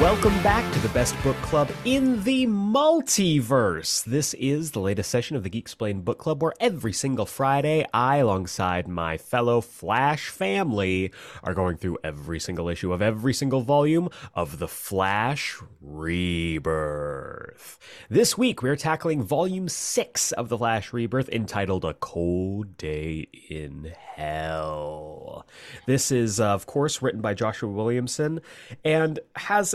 Welcome back to the Best Book Club in the Multiverse. This is the latest session of the Geek Explain Book Club where every single Friday I, alongside my fellow Flash family, are going through every single issue of every single volume of The Flash Rebirth. This week we are tackling volume 6 of The Flash Rebirth entitled A Cold Day in Hell. This is, uh, of course, written by Joshua Williamson and has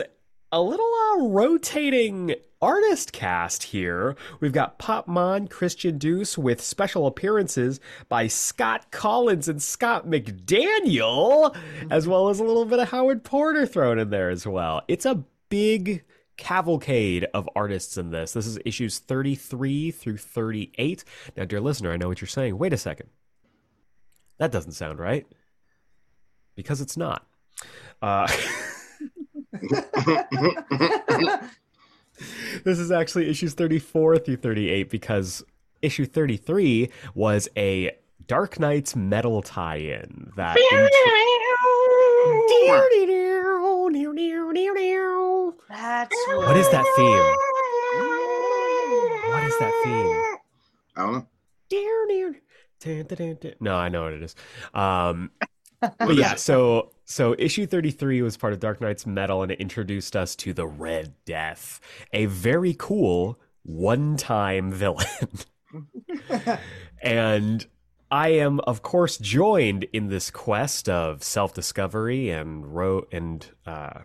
a little uh, rotating artist cast here. We've got Pop Mon, Christian Deuce, with special appearances by Scott Collins and Scott McDaniel, as well as a little bit of Howard Porter thrown in there as well. It's a big cavalcade of artists in this. This is issues 33 through 38. Now, dear listener, I know what you're saying. Wait a second. That doesn't sound right. Because it's not. Uh, this is actually issues 34 through 38 because issue 33 was a Dark Knight's metal tie-in that intro- That's What is that theme? What is that theme? I don't know. No, I know what it is. Um, but yeah, so so issue 33 was part of Dark Knight's Metal and it introduced us to the Red Death, a very cool one-time villain. and I am of course joined in this quest of self-discovery and ro- and uh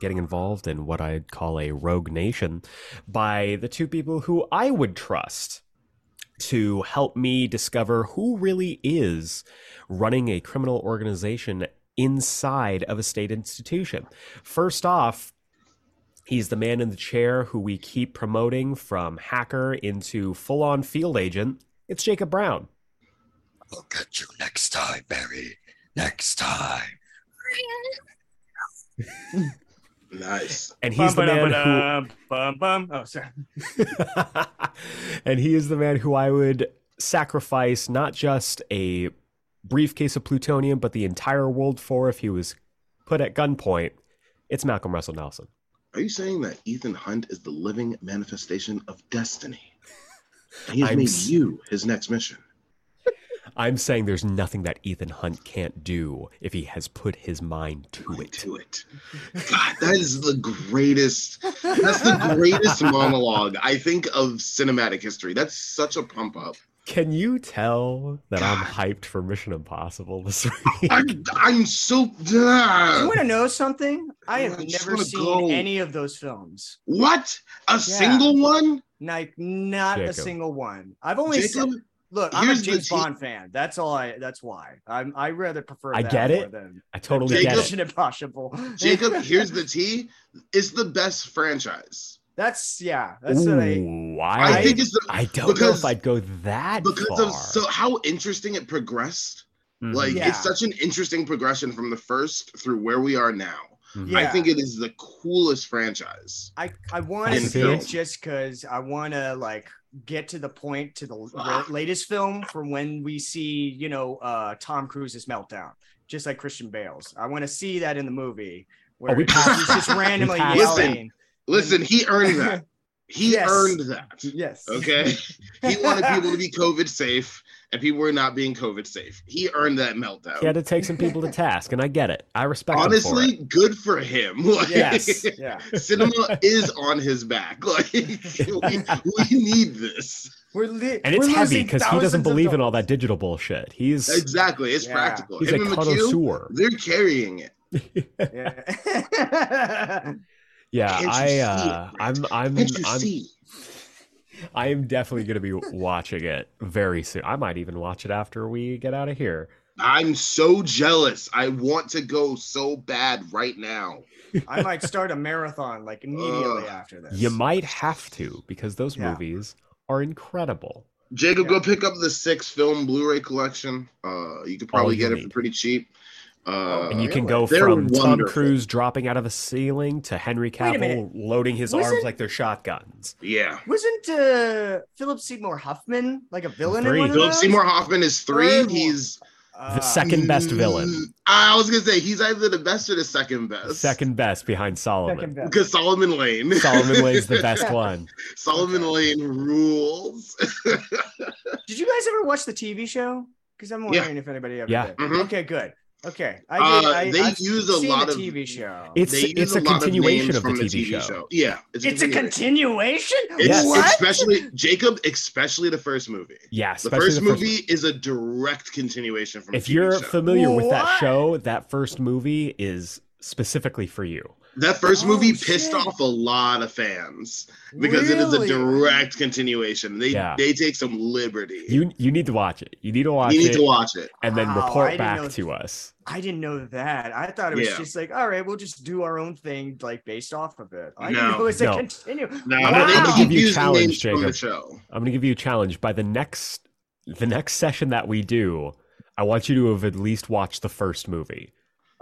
getting involved in what I'd call a rogue nation by the two people who I would trust to help me discover who really is running a criminal organization inside of a state institution. First off, he's the man in the chair who we keep promoting from hacker into full on field agent. It's Jacob Brown. I'll catch you next time, Barry. Next time. Nice. And he's the man who. Bum, bum. Oh, sorry. and he is the man who I would sacrifice not just a briefcase of plutonium, but the entire world for if he was put at gunpoint. It's Malcolm Russell Nelson. Are you saying that Ethan Hunt is the living manifestation of destiny? And he's I'm made s- you his next mission. I'm saying there's nothing that Ethan Hunt can't do if he has put his mind to Wait it. to it. God, that is the greatest. That's the greatest monologue I think of cinematic history. That's such a pump up. Can you tell that I'm God. hyped for Mission Impossible this I, week? I'm so. You want to know something? I have I just never wanna seen go. any of those films. What? A single one? Like not a Jacob. single one. I've only Jacob? seen, look. I'm a here's the James J- Bond fan. That's all. I. That's why. I'm. I rather prefer. I that get more it. Than I totally Jacob- get it. Mission Impossible. Jacob, here's the tea. It's the best franchise. That's yeah. That's what I. Ooh, I, I, think it's the, I don't know if because- I'd go that because far. of so how interesting it progressed. Mhm, Like Yeah. it's such an interesting progression from the first through where we are now. mhm. Yeah. I think it is the coolest franchise. I, I want to And see film. it just because I want to like get to the point to the l- Ah. latest film from when we see you know uh Tom Cruise's meltdown, just like Christian Bale's. I want to see that in the movie where Oh, we he's just randomly passed. yelling. Listen, he earned that. He Yes. earned that. Yes. Okay. He wanted people to be COVID safe, and people were not being COVID safe. He earned that meltdown. He had to take some people to task, and I get it. I respect him for it. Honestly, good for him. Like, Yes. Yeah. Cinema is on his back. Like we, we need this. We're li- And it's we're heavy losing because he doesn't thousands of believe in all dollars. that digital bullshit. He's Exactly. It's Yeah. practical. he's a him and McHugh, connoisseur. they're carrying it. Yeah. Yeah, Can't you I see it, uh, Brett? I'm I'm Can't you I'm see? I am definitely going to be watching it very soon. I might even watch it after we get out of here. I'm so jealous. I want to go so bad right now. I might start a marathon like immediately Ugh. after this. You might have to because those Yeah. movies are incredible. Jacob, Yeah. go pick up the six film Blu-ray collection. Uh, you could All probably you get it for Oh, need. Oh, pretty cheap. Uh, and you can really? go They're from Tom wonderful. Cruise dropping out of a ceiling to Henry Wait a minute. Cavill loading his Was arms it- like they're shotguns. yeah, Wasn't uh, Philip Seymour Huffman like a villain Three. in one of Philip those? Seymour Hoffman is three. Third one. He's Mm, Uh, second best villain. I was gonna say he's either the best or the second best. Second best behind Solomon. Second best. because Solomon Lane. Solomon Lane's the best one. Solomon Lane rules. Did you guys ever watch the TV show? Because I'm Yeah. wondering if anybody ever Yeah. did. Mhm. Okay, good. Okay, I, did, Uh, I they I've use a seen lot the of- TV show. It's They use it's a, lot continuation names of the from TV, show. Yeah, it's a continuation. It's, Yes. What? Especially Jacob, especially the first movie. Yeah, The especially first, movie is a direct continuation from. If the TV you're show. familiar with that What? show, that first movie is specifically for you. that first Oh, movie pissed shit. off a lot of fans because it is a Really? direct continuation. They Yeah. they take some liberty. You you need to watch it. You need to watch You need it to watch it. and then Wow, I report didn't know- back to us. I didn't know that. I thought it was Yeah. just like, all right, we'll just do our own thing, like based off of it. I didn't No. know it's a No. continue. No, I'm no, gonna- they I'm gonna keep give you a using challenge, names from the Jacob. show. I'm going to give you a challenge by the next the next session that we do. I want you to have at least watched the first movie.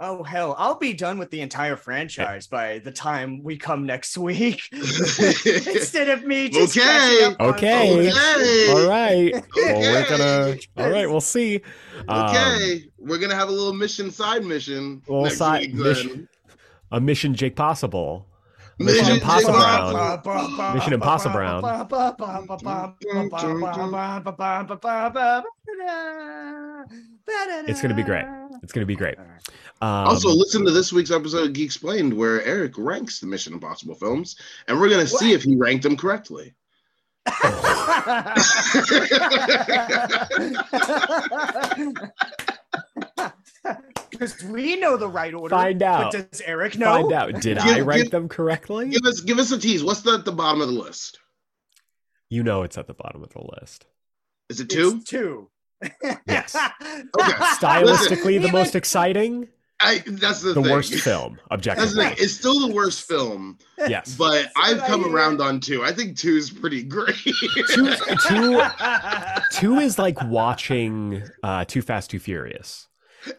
Oh hell, I'll be done with the entire franchise by the time we come next week. Instead of me just Okay. catching up on- Okay. Okay. All right. Well, we're Okay. gonna All right, we'll see. Um, Okay, we're gonna have a little mission side mission. Little next side week, then. mission- a mission Jake Possible. Mission Mission Impossible Jake Round. Possible. Mission Impossible Round. It's gonna be great. It's going to be great. Um, Also, listen to this week's episode of Geek Explained, where Eric ranks the Mission Impossible films, and we're gonna see if he ranked them correctly. Because we know the right order. Find out. But does Eric know? find out did Give- I rank give- them correctly? Give us, give us a tease. What's the, at the bottom of the list? You know it's at the bottom of the list. Is it It's two? two. Yes. Listen, Stylistically the Even- most exciting, I, that's the, the thing. worst film That's the objectively. thing. It's still the worst film, Yes. but I've come Right. around on two. I think two is pretty great. Two, two, two is like watching uh, Too Fast, Too Furious.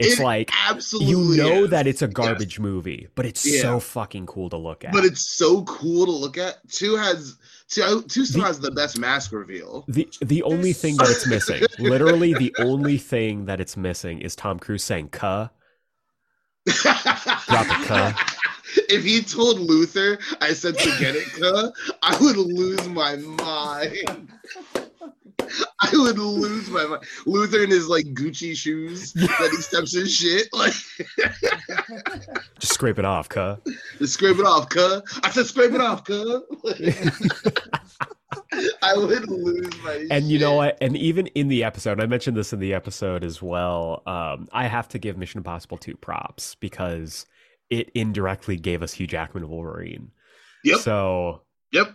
It's It like absolutely you know is. that it's a garbage movie, but it's Yeah. so fucking cool to look at. but it's so cool to look at. Two has two, two still The- has the best mask reveal. the the only thing that it's missing, literally the only thing that it's missing, is Tom Cruise saying "cuh." a cuh. If he told Luther, I said forget it, cuh, I would lose my mind. I would lose my mind. Luther in his like Gucci shoes that he steps in shit, like Just scrape it off, "cuh." just scrape it off, cuh. I said scrape it off, cuh. I would lose my. And you know shit. what? And even in the episode, I mentioned this in the episode as well. Um, I have to give Mission Impossible 2 props because it indirectly gave us Hugh Jackman Wolverine. Yep. So Yep.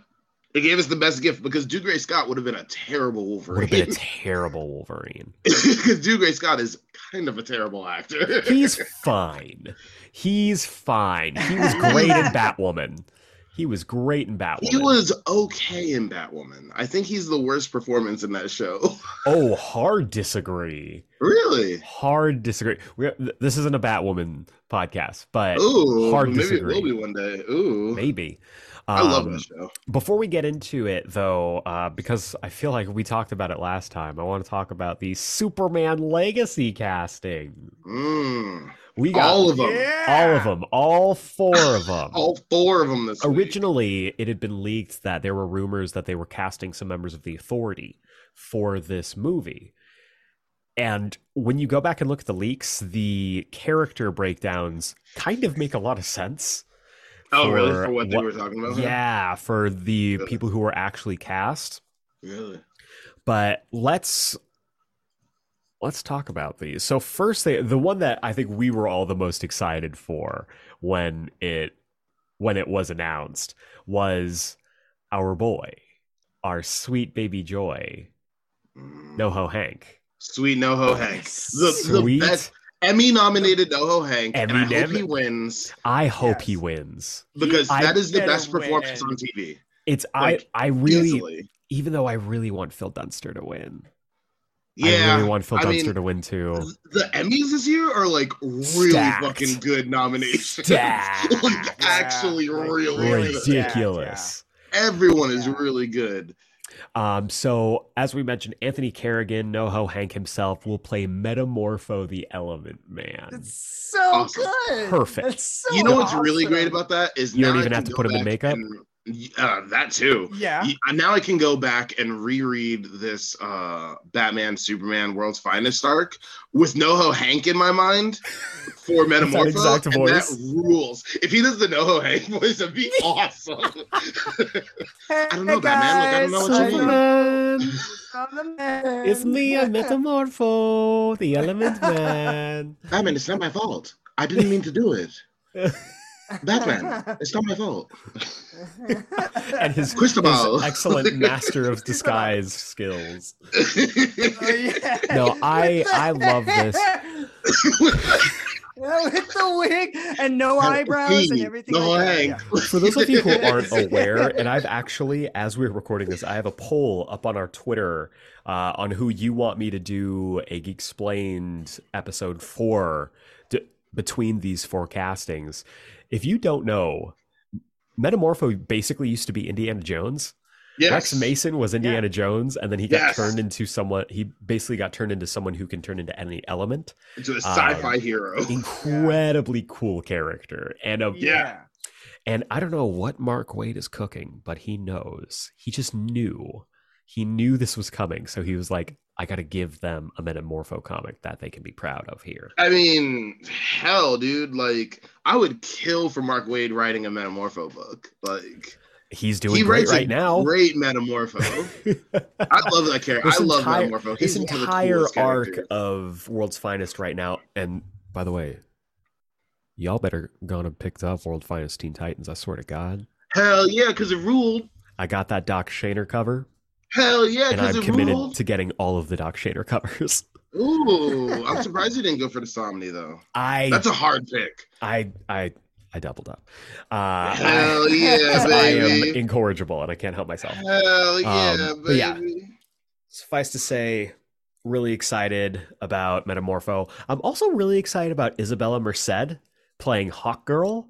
It gave us the best gift because Duke Gray Scott would have been a terrible would Wolverine. have been a terrible Wolverine. Because Duke Gray Scott is kind of a terrible actor. He's fine. He's fine. He was great in Batwoman. He was great in Batwoman. He was okay in Batwoman. I think he's the worst performance in that show. Oh, hard disagree. really? Hard disagree. We're, th- this isn't a Batwoman podcast, but Ooh, hard maybe disagree. it will be one day. Ooh, maybe. I love Um, that show. Before we get into it, though, uh, because I feel like we talked about it last time, I want to talk about the Superman Legacy casting. Mm. We got all, All of them, of them, all four of them. all four of them this week. Originally, it had been leaked that there were rumors that they were casting some members of the Authority for this movie. And when you go back and look at the leaks, the character breakdowns kind of make a lot of sense. Oh, really? for For what they what- were talking about? Yeah, for the Yeah. people who were actually cast. Really? but let's let's talk about these so first they, the one that i think we were all the most excited for when it when it was announced was our boy our sweet baby joy Mm. noho hank Sweet NoHo Hank. The, the sweet best Emmy nominated NoHo Hank. and I Emmy hope nom- he wins i hope he Yes. wins because I that is the better best performance win. on TV. it's Like, i i really Easily. even though i really want phil dunster to win Yeah. i really want phil I dunster mean, to win too the Emmys this year are like really Stacked. fucking good nominations. Stacked. like actually Yeah, like, really really good. stacked. ridiculous Everyone is Yeah. really good. Um, so, as we mentioned, Anthony Kerrigan, NoHo Hank himself, will play Metamorpho the Element Man. It's so Um, Awesome. good. Perfect. That's so you know what's really awesome. great about that is You don't now I even have to can go put him in back makeup? and- uh, that too. Yeah. Y- and Now I can go back and reread this uh, Batman Superman World's Finest arc with NoHo Hank in my mind for Metamorpho. exact and voice. That rules. If he does the NoHo Hank voice, that'd be awesome. I don't know, Batman. Like, I don't know what you mean. Superman, mean. it's me, I'm Metamorpho, the Element Man. Batman, it's not my fault. I didn't mean to do it. Batman, it's not my fault. and his, his Cristobal. excellent master of disguise skills. Oh, yeah. No, I- I love this. Yeah, With the wig and no eyebrows and everything. No like that. Hank. Yeah. For those of you who aren't aware, and I've actually, as we we're recording this, I have a poll up on our Twitter uh, on who you want me to do a Geek Explained episode for d- between these four castings. If you don't know, Metamorpho basically used to be Indiana Jones. Yes. Rex Mason was Indiana Jones, and then he got Yes. turned into someone. He basically got turned into someone who can turn into any element. It's a sci-fi Uh, hero. Incredibly cool character, and a Yeah. and I don't know what Mark Wade is cooking, but he knows. He just knew. He knew this was coming, so he was like, "I got to give them a Metamorpho comic that they can be proud of here." I mean, hell, dude. Like, I would kill for Mark Wade writing a Metamorpho book. Like, He's doing he great writes a right now. great Metamorpho. I love that character. This I love entire- Metamorpho. this He's one of the entire coolest arc characters. of World's Finest right now. And by the way, y'all better gonna pick up World's Finest Teen Titans. I swear to God, Hell yeah, because it ruled. I got that Doc Shaner cover, Hell yeah, and because I'm it committed ruled. to getting all of the Doc Shaner covers. Ooh, I'm surprised you didn't go for the Somni though. I, That's a hard pick. I, I, I doubled up. Uh, I, Hell yeah, I am baby. incorrigible, and I can't help myself. Hell yeah, Um, but yeah. baby. Suffice to say, really excited about Metamorpho. I'm also really excited about Isabella Merced playing Hawk Girl.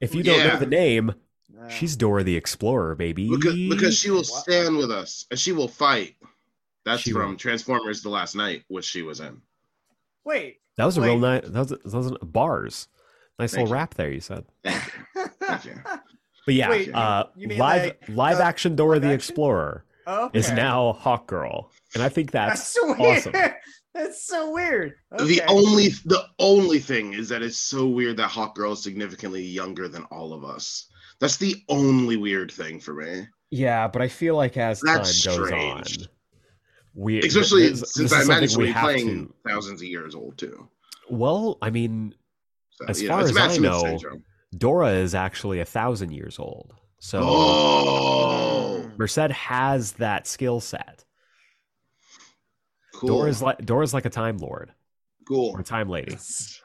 If you don't know Yeah. the name, Yeah. she's Dora the Explorer, baby. Because, because she will What? stand with us and she will fight. That's She from will. Transformers: The Last Night, which she was in. Wait. that was a real Wait. nice. That was, that was a- bars. Nice Thank little you. rap there, you said. Thank you. Thank you. But yeah, Wait, uh, you mean live like, live uh, action Dora live the action? Explorer okay. is now Hawk Girl, and I think that's so awesome. weird. That's so weird. The Okay. only the only thing is that it's so weird that Hawk Girl is significantly younger than all of us. That's the only weird thing for me. Yeah, but I feel like as That's time goes strange. on, we Especially this- since this is I something managed to we be have playing to- thousands of years old too. Well, I mean, So, As you far it's as I Matt Smith know, syndrome. Dora is actually a thousand years old, so oh, Merced has that skill set. cool. Dora's like Dora's like a time lord cool. or time lady.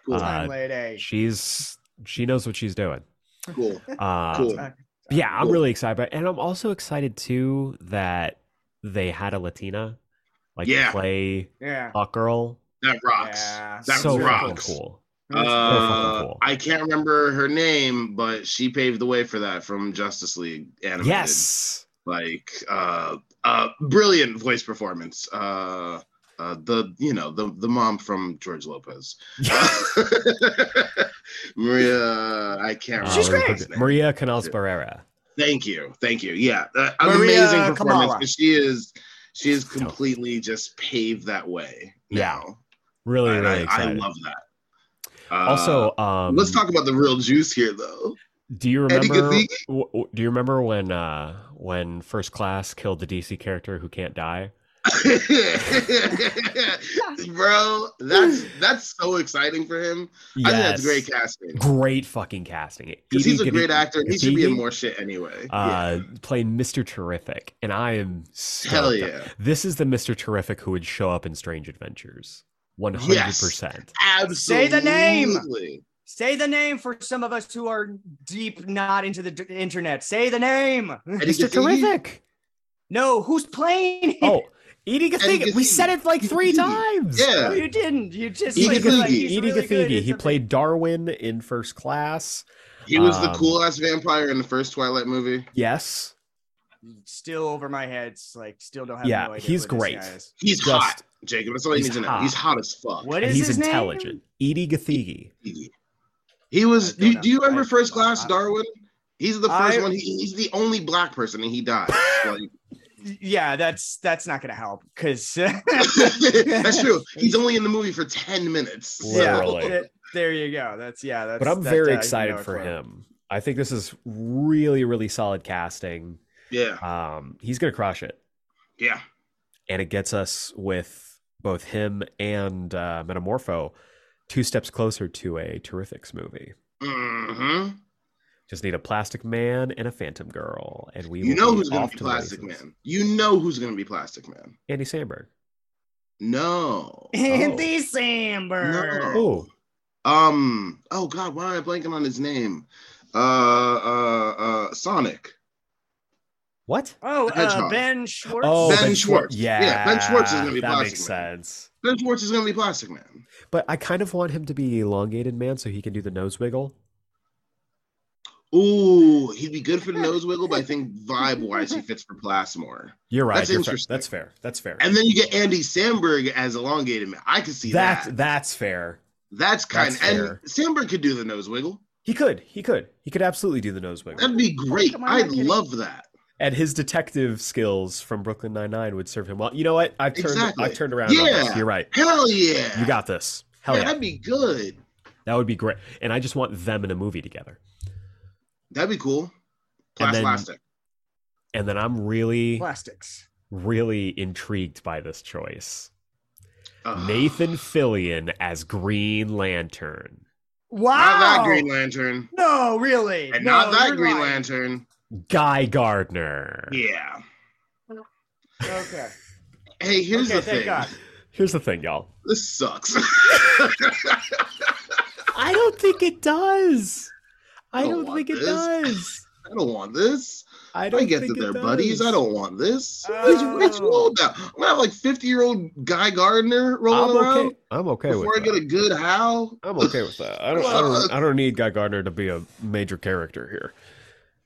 Cool. uh, Time lady. She's she knows what she's doing. cool. Uh, Cool. Yeah, I'm Cool. really excited, about, and I'm also excited too that they had a Latina like Yeah. play Yeah. Hawk Girl. That rocks. Yeah. That so fucking rocks. cool. Uh, fucking cool. I can't remember her name, but she paved the way for that from Justice League animated. Yes, like uh uh brilliant voice performance uh uh the you know the the mom from george lopez maria i can't She's Uh, remember great. her name. Maria Canals Barrera. thank you thank you yeah uh, an Maria amazing performance Kamala. and she is she is completely just paved that way Yeah. now. Really, And I- really I, excited. love that uh, also, um, let's talk about the real juice here though Do you Eddie remember? Gazzini? w- w- do you remember when uh, when First Class killed the DC character who can't die? bro that's that's so exciting for him I think that's great casting. Great fucking casting. Because he's a Edie great Gazzini- actor. He should be in Gazzini, more shit anyway. Uh, Playing Mister Terrific, and I am stoked. Hell yeah. This is the Mister Terrific who would show up in Strange Adventures. One hundred percent. Absolutely. Say the name. Say the name for some of us who are deep not into the d- internet. Say the name. Eddie Mister Gazzini? Terrific. No, who's playing? it? Oh, Edie Gathigi. Eddie We Gazzini. said it like Edie three Gazzini. times. No, Yeah. you didn't. You just Edie Edie like, you're Gathigi. Gazzini. like, he's Oh. Edie really good. Gazzini. It's He a- played Darwin in First Class. He was the Um, cool ass vampire in the first Twilight movie. Yes. still over my head. It's like still don't have. Yeah, no idea he's who this great. guy is. He's Just- hot, Jacob. That's all you He's need to know. hot. He's hot as fuck. What And is he's his name? intelligent. Edie Gathigi. He was. I don't Do, do you know. remember I- First Class, I- Darwin? He's the first I- one. He, he's the only black person, and he died. Like, Yeah, that's that's not gonna help because that's true. He's only in the movie for ten minutes. so- Literally. there you go. That's yeah. That's But I'm that very guy, you excited know for it's well. him. I think this is really, really solid casting. Yeah, Um, he's gonna crush it. yeah. and it gets us with both him and uh, Metamorpho two steps closer to a terrifics movie. hmm Just need a plastic man and a phantom girl, and we You will know who's gonna off be the Plastic races. Man. You know who's gonna be Plastic Man. Andy Samberg. No. Andy Samberg. No. Oh, Um. Oh God, why am I blanking on his name? Uh. Uh. Uh. Sonic. what? Oh, The Hedgehog. uh, Ben Schwartz. Oh, Ben Schwartz. Yeah, Yeah, Ben Schwartz is gonna be that Plastic makes Man. sense. Ben Schwartz is gonna be Plastic Man. But I kind of want him to be elongated man, so he can do the nose wiggle. Ooh, he'd be good for the nose wiggle, but I think vibe wise, he fits for Plasmore. You're right. That's you're fair. interesting. That's fair. That's fair. And then you get Andy Samberg as elongated man. I could see that. that that's fair. That's kind that's and fair. Samberg could do the nose wiggle. He could. He could. He could absolutely do the nose wiggle. That'd be great. am I not I'd kidding? love that. and his detective skills from Brooklyn Nine Nine would serve him well. You know what? I've turned Exactly. I've turned around. on this. Yeah. you're right. Hell yeah. You got this. Hell yeah, yeah. that'd be good. that would be great. And I just want them in a movie together. That'd be cool. And then- Plastic. And then I'm really, Plastics. really intrigued by this choice. Uh-huh. Nathan Fillion as Green Lantern. Wow. Not that Green Lantern. No, really. And No, not that you're Green lying. Lantern. Guy Gardner. Yeah. Okay. Hey, here's okay, the thank thing. God. Here's the thing, y'all. This sucks. I don't think it does. I I don't don't, want think it Oh, this. does. I don't want this. I I, don't get think that it they're does. buddies. I don't want this. Oh. It's, it's old now. I'm gonna have like 50 year old Guy Gardner rolling I'm around okay. I'm okay with before I that. get a good how. I'm okay with that. I don't, I don't. I don't need Guy Gardner to be a major character here.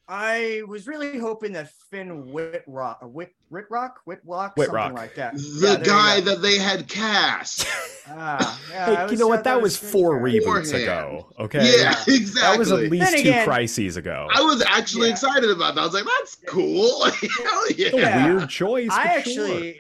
I was really hoping that Finn Whitrock, Whit, Whitrock, Whitlock, Whitrock. something like that. Yeah, The there you guy go. that they had cast. Ah, yeah, I Hey, you know what? That I was four good. reboots Beforehand. ago. Okay, Yeah, exactly. that was at least Then two again- crises ago. I was actually Yeah. excited about that. I was like, that's cool. Hell It's a yeah. Yeah. weird choice. for I sure. actually,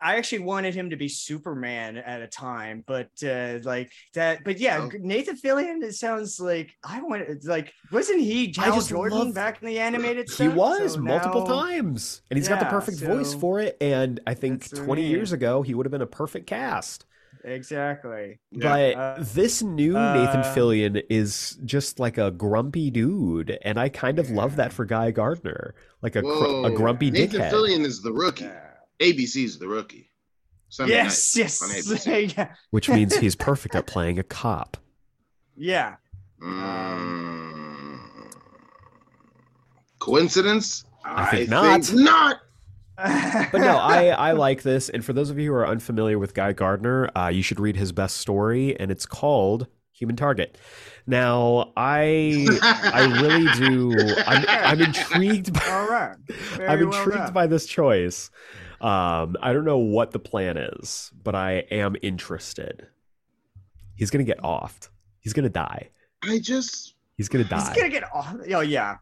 I actually wanted him to be Superman at a time, but uh, like that. But yeah, Oh. Nathan Fillion. It sounds like I want. it's Like, wasn't he I Hal just Jordan love- back in the animated He stuff? was So multiple now- times, and he's got the Yeah, perfect voice so for it. And I think that's what I 20 mean. years ago, he would have been a perfect cast. Exactly. But Uh, this new Nathan uh, Fillion is just like a grumpy dude, and I kind of love that for Guy Gardner, like a cr- a Whoa. grumpy Nathan dickhead. Fillion is the rookie. Yeah. ABC's the rookie. Sunday yes. on Yes. ABC. yeah. which means he's perfect at playing a cop. Yeah. night. Mm. Coincidence? I think not. not. But no, I, I like this. And for those of you who are unfamiliar with Guy Gardner, uh, you should read his best story, and it's called Human Target. Now, I I really do. I'm, I'm intrigued by All right. Very I'm well intrigued done. by this choice. Um, I don't know what the plan is, but I am interested. He's gonna get offed. He's gonna die. I just, He's gonna die. He's gonna get off. Oh yeah.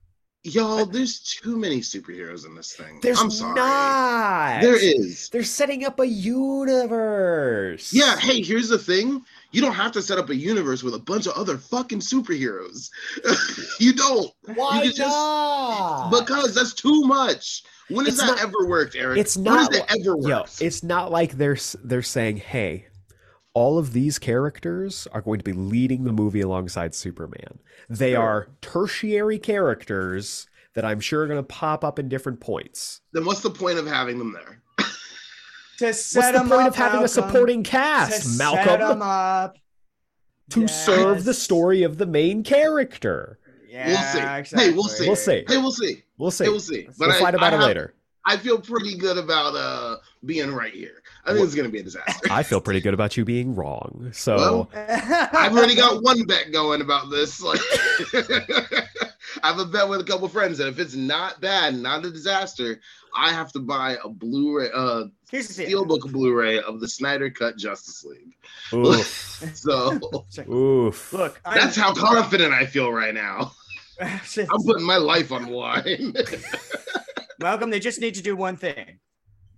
y'all, there's too many superheroes in this thing. There's I'm sorry. not. There is. They're setting up a universe. Yeah, hey, here's the thing. You don't have to set up a universe with a bunch of other fucking superheroes. you don't. Why could just- not? Because that's too much. When has Ah. It's that not- ever worked, Eric? it's When has not that ever Yo, worked? it's not like they're s- they're saying, "Hey, all of these characters are going to be leading the movie alongside Superman." They Sure. are tertiary characters that I'm sure are going to pop up in different points. then what's the point of having them there? To What's set the him point up, of having a Malcolm. supporting To cast, Set Malcolm, him up. to serve the Yes. story of the main character? Yeah, We'll see. Hey, we'll exactly. see. We'll see. Hey, we'll see. We'll see. Hey, we'll see. we'll I- fight about I it have- later. I feel pretty good about uh being right here. I think it's gonna be a disaster. I feel pretty good about you being wrong. So Well, I've already got one bet going about this. Like, I have a bet with a couple friends that if it's not bad, not a disaster, I have to buy a Blu-ray, uh, Here's the thing. steelbook Blu-ray of the Snyder Cut Justice League. Oof. So Oof. Look, I'm, that's how confident I feel right now. how. I'm putting my life on the line. Malcolm, they just need to do one thing.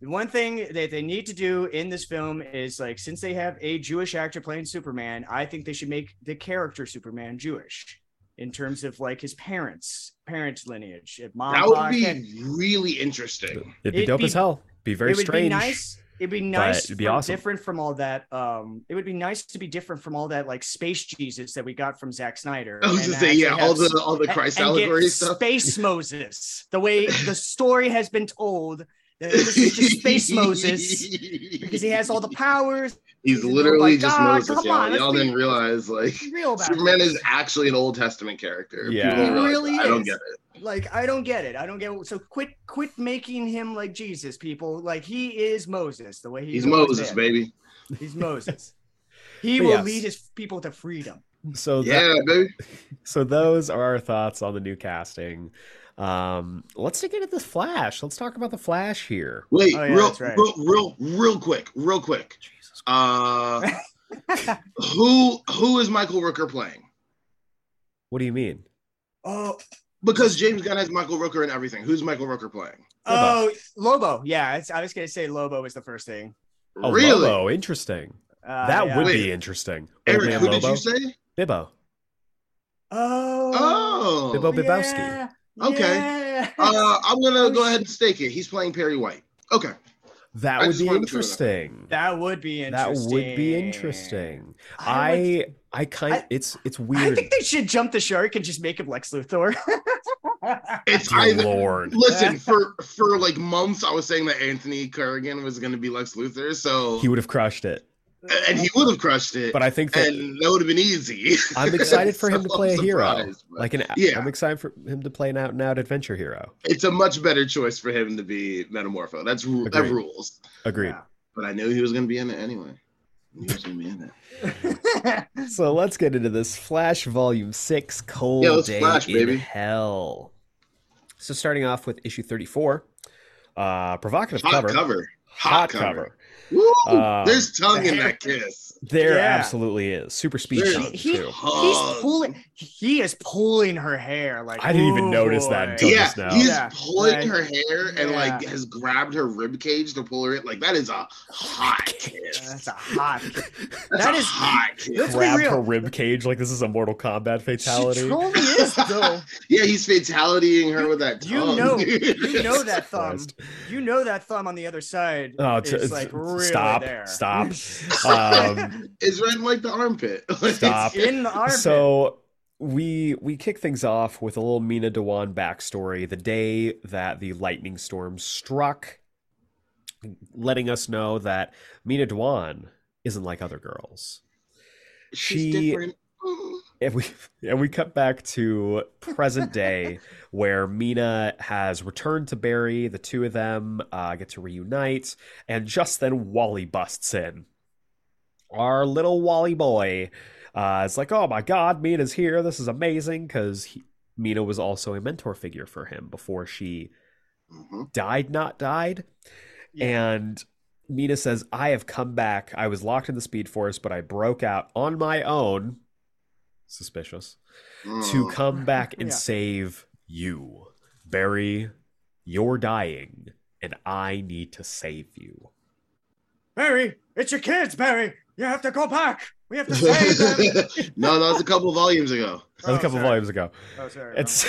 The one thing that they need to do in this film is like, since they have a Jewish actor playing Superman, I think they should make the character Superman Jewish in terms of like his parents, parents' lineage. If mom, that would pa- be really interesting. It'd be It'd dope be- as hell. Be very it would strange. be nice. It'd be nice. it'd be for- awesome. Different from all that. Um, it would be nice to be different from all that like space Jesus that we got from Zack Snyder. I was and just saying, yeah, actually all have the all the a- Christ and get allegory stuff. Space Moses. The way the story has been told that this is just Space Moses because he has all the powers. He's he's a literally little like, just "Ah, Moses. come Y'all, on, let's y'all be- didn't realize like Be real about Superman this. is actually an Old Testament character. Yeah. People don't He realize really that. I don't is. get it. like I don't get it. I don't get it. So quit quit making him like Jesus, people. Like he is Moses, the way he He's always Moses, been. baby. He's Moses. He But will yes. lead his people to freedom. So that- Yeah, baby. so those are our thoughts on the new casting. Um, let's dig into the Flash. Let's talk about the Flash here. Wait, Oh, yeah, real, that's right. real, real, real quick, real quick. Uh, who who is Michael Rooker playing? What do you mean? Oh, Because James Gunn has Michael Rooker in everything. Who's Michael Rooker playing? oh, Lobo. Yeah, it's, I was gonna say Lobo was the first thing. Oh, really? Lobo. Interesting. Uh, That yeah. would Wait. be interesting. Old Eric, Man who did Lobo? you say? Bibbo. Oh, Oh, Bibbo Bibowski. yeah, Okay. yeah. Uh, I'm Oh, gonna go ahead and stake it. He's playing Perry White. Okay. That I would just be wanted to throw that interesting. That would be That interesting. would be interesting. would- I I kind I- it's it's I weird. think they should jump the shark and just make him Lex Luthor. It's Dear either Lord. listen, for for like months I was saying that Anthony Kerrigan was gonna be Lex Luthor, so He would have crushed it. and he would have crushed it. But I think that and that would have been easy. I'm excited for him to So play I'm a hero. surprised, but Like an Yeah. I'm excited for him to play an out and out adventure hero. it's a much better choice for him to be Metamorpho. That's ru- that Agreed. rules. Agreed. But I knew he was gonna be in it anyway. I knew He was gonna be in it. So let's get into this Flash Volume 6 Cold Yeah, let's Day Flash, in baby. Hell. So starting off with issue 34, uh provocative Hot cover. cover. Hot cover. Woo! Um, There's tongue in that kiss. There Yeah. absolutely is. Super speed There- tongue, He- too. Uh, He's pulling. He is pulling her hair. Like I didn't even "Ooh, notice that boy." until- Yeah, just now. he's Yeah, pulling like, her hair and like yeah. has grabbed her rib cage to pull her in. Like that is a hot kiss. That's a hot. That's That a is- hot kiss. Let's be Grabbed real. her rib cage like this is a Mortal Kombat fatality. She totally is though. Yeah, he's fatalitying her with that You tongue. know, you know that thumb. Christ. You know that thumb on the other side Oh, t- is like t- really stop, there. stop. Um, it's right in like the armpit. Like, Stop. In the armpit. So we we kick things off with a little Mina Dewan backstory. The day that the lightning storm struck, letting us know that Mina Dewan isn't like other girls. She's She- different. Mm-hmm. And we and we cut back to present day where Mina has returned to Barry. The two of them uh, get to reunite, and just then Wally busts in. Our little Wally boy uh, is like, "Oh my God, Mina's here! This is amazing!" Because Mina was also a mentor figure for him before she Mhm. died, not died. And Mina says, I have come back. I was locked in the Speed Force, but I broke out on my own, suspicious, to Mm. come back and Yeah. save you. Barry, you're dying, and I need to save you. Barry, it's your kids, Barry. You have to go back. We have to save them. no, that was a couple volumes ago. That was a Oh, couple sorry. volumes ago. Oh, sorry. And so,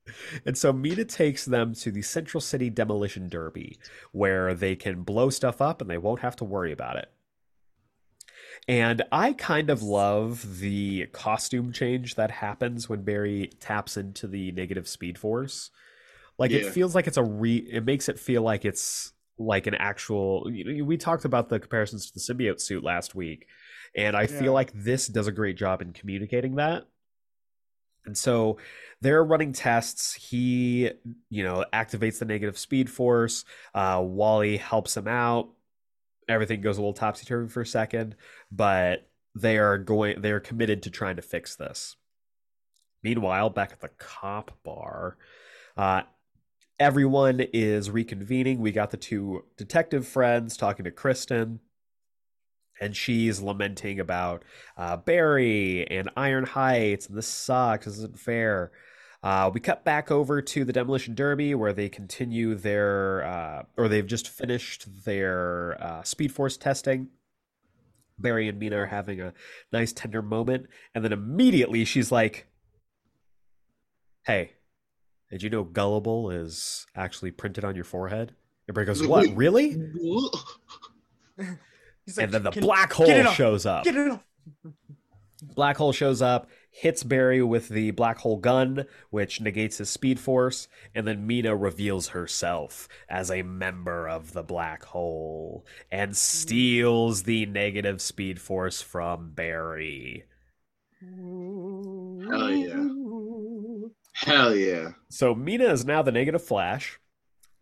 and so Mina takes them to the Central City Demolition Derby, where they can blow stuff up and they won't have to worry about it. And I kind of love the costume change that happens when Barry taps into the negative speed force. Like Yeah. it feels like it's a re it makes it feel like it's like an actual you know, we talked about the comparisons to the symbiote suit last week and I Yeah. feel like this does a great job in communicating that. And so they're running tests. He, you know, activates the negative speed force. Uh, Wally helps him out. Everything goes a little topsy turvy for a second, but they are going. They are committed to trying to fix this. Meanwhile, back at the cop bar, uh, everyone is reconvening. We got the two detective friends talking to Kristen, and she's lamenting about uh, Barry and Iron Heights, and this sucks, this isn't fair. Uh, we cut back over to the demolition derby where they continue their, uh, or they've just finished their uh, speed force testing. Barry and Mina are having a nice tender moment, and then immediately she's like, "Hey, did you know gullible is actually printed on your forehead?" And Barry goes, "What? Wait. Really?" He's and then the "Get- black hole it off. shows up. Get it off. Black hole shows up, hits Barry with the black hole gun, which negates his speed force, and then Mina reveals herself as a member of the black hole and steals the negative speed force from Barry. Oh, Hell Oh, yeah. Hell yeah. So Mina is now the negative flash.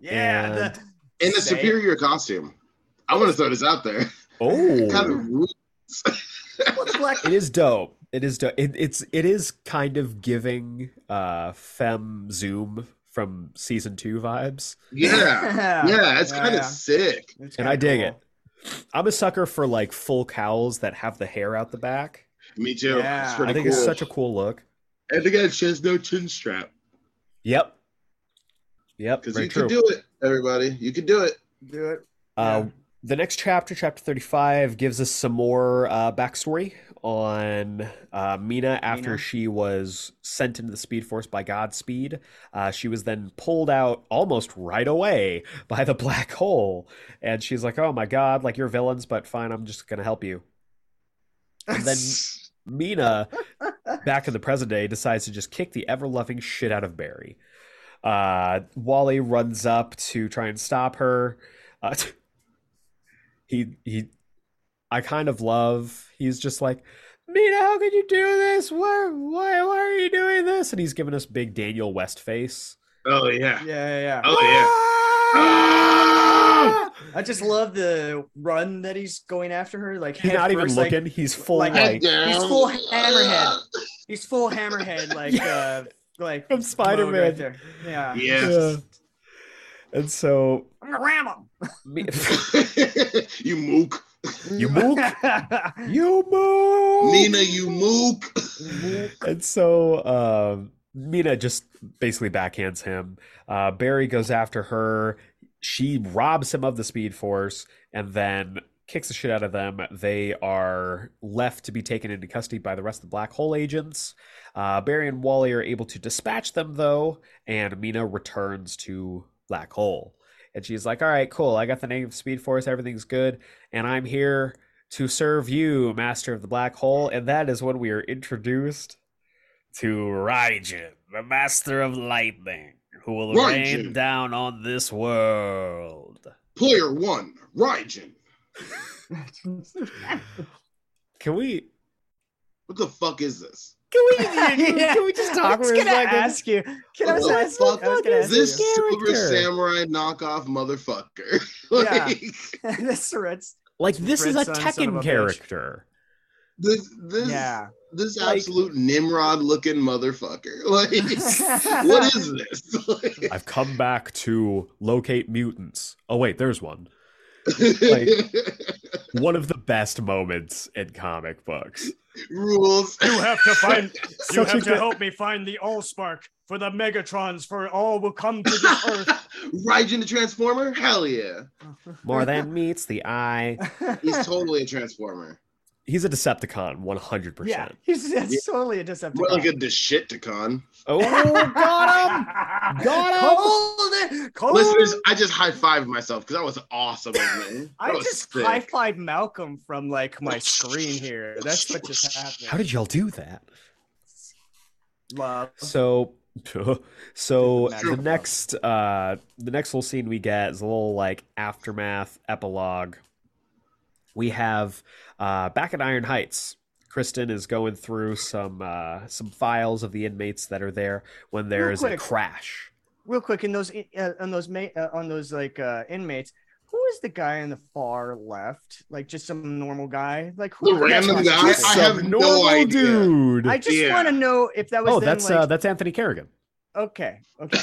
Yeah. the- In a Say it. superior costume. I want to throw this out there. Oh, Kind of rude. What's black? it is dope. It is dope. It, it's it is kind of giving uh fem zoom from season two vibes. Yeah. Yeah, it's kind of sick. and I dig it. I'm a sucker for like full cows that have the hair out the back. Me too. Yeah, it's I pretty think cool. it's such a cool look. And again, she has no chin strap. Yep. Yep. Because Very you true. can do it, everybody. You can do it. Do it. uh, the next chapter, chapter 35, gives us some more uh, backstory on uh, Mina after Mina. she was sent into the Speed Force by Godspeed. Uh, she was then pulled out almost right away by the black hole. And she's like, oh my God, like you're villains, but fine, I'm just going to help you. And then Mina, back in the present day, decides to just kick the ever loving shit out of Barry. Uh, Wally runs up to try and stop her. Uh, he he, I kind of love. He's just like, Mina, how could you do this? Why why why are you doing this? And he's giving us big Daniel West face. Oh, yeah. Yeah, yeah, yeah. Oh, yeah. Ah! I just love the run that he's going after her. Like He's head not even first, like- looking. he's full like- like, Head down. He's full hammerhead. he's full hammerhead, like uh, like from Spider mode Man. right there. Yeah. Yeah. And so I'm gonna ram him. Mi- you mook. you mook, you mook. Nina, you mook. And so um Mina just basically backhands him. Uh, Barry goes after her. She robs him of the Speed Force and then kicks the shit out of them. They are left to be taken into custody by the rest of the Black Hole agents. Uh, Barry and Wally are able to dispatch them, though, and Mina returns to Black Hole. And she's like, All right, cool. I got the name of Speed Force. Everything's good. And I'm here to serve you, Master of the Black Hole. And that is when we are introduced to Raijin, the Master of Lightning, who will rain Raijin. down on this world. Player one, Raijin. Can we? What the fuck is this? Can we? Can we just talk? I was for a gonna second? ask you. Can I What the ask fuck I was gonna is ask This a Silver character. Samurai knockoff motherfucker. Yeah. like, you. this Reds. Like this is a Red Sun, son of Tekken a bitch. character. this, this, Yeah. this Like- absolute Nimrod looking motherfucker. Like, what is this? Like, I've come back to locate mutants. Oh wait, there's one. like- One of the best moments in comic books. rules. You have to find. you Such a have to good- help me find the Allspark for the Megatrons, for all will come to the Earth. Raijin the Transformer? Hell yeah. More than meets the eye. He's totally a Transformer. He's a Decepticon, one hundred yeah, percent. he's that's Yeah. totally a deceptive. More like a Deshiticon. Oh, got him! Got him! Cold, cold. Listeners, I just high fived myself because that was awesome. Man. I That was just sick. high fived Malcolm from like my screen here. That's what just happened. How did y'all do that? Love. So, so Dude, the the next, uh, the next little scene we get is a little like aftermath epilogue. We have uh, back at Iron Heights. Kristen is going through some uh, some files of the inmates that are there when there Real is a quick. crash. Real quick, in those uh, on those ma- uh, on those like uh, inmates, who is the guy on the far left? Like just some normal guy. Like who? The random that's- guy. I have no Subnormal idea. dude. I just Yeah. want to know if that was. oh, them, that's like, uh, that's Anthony Kerrigan. okay. Okay,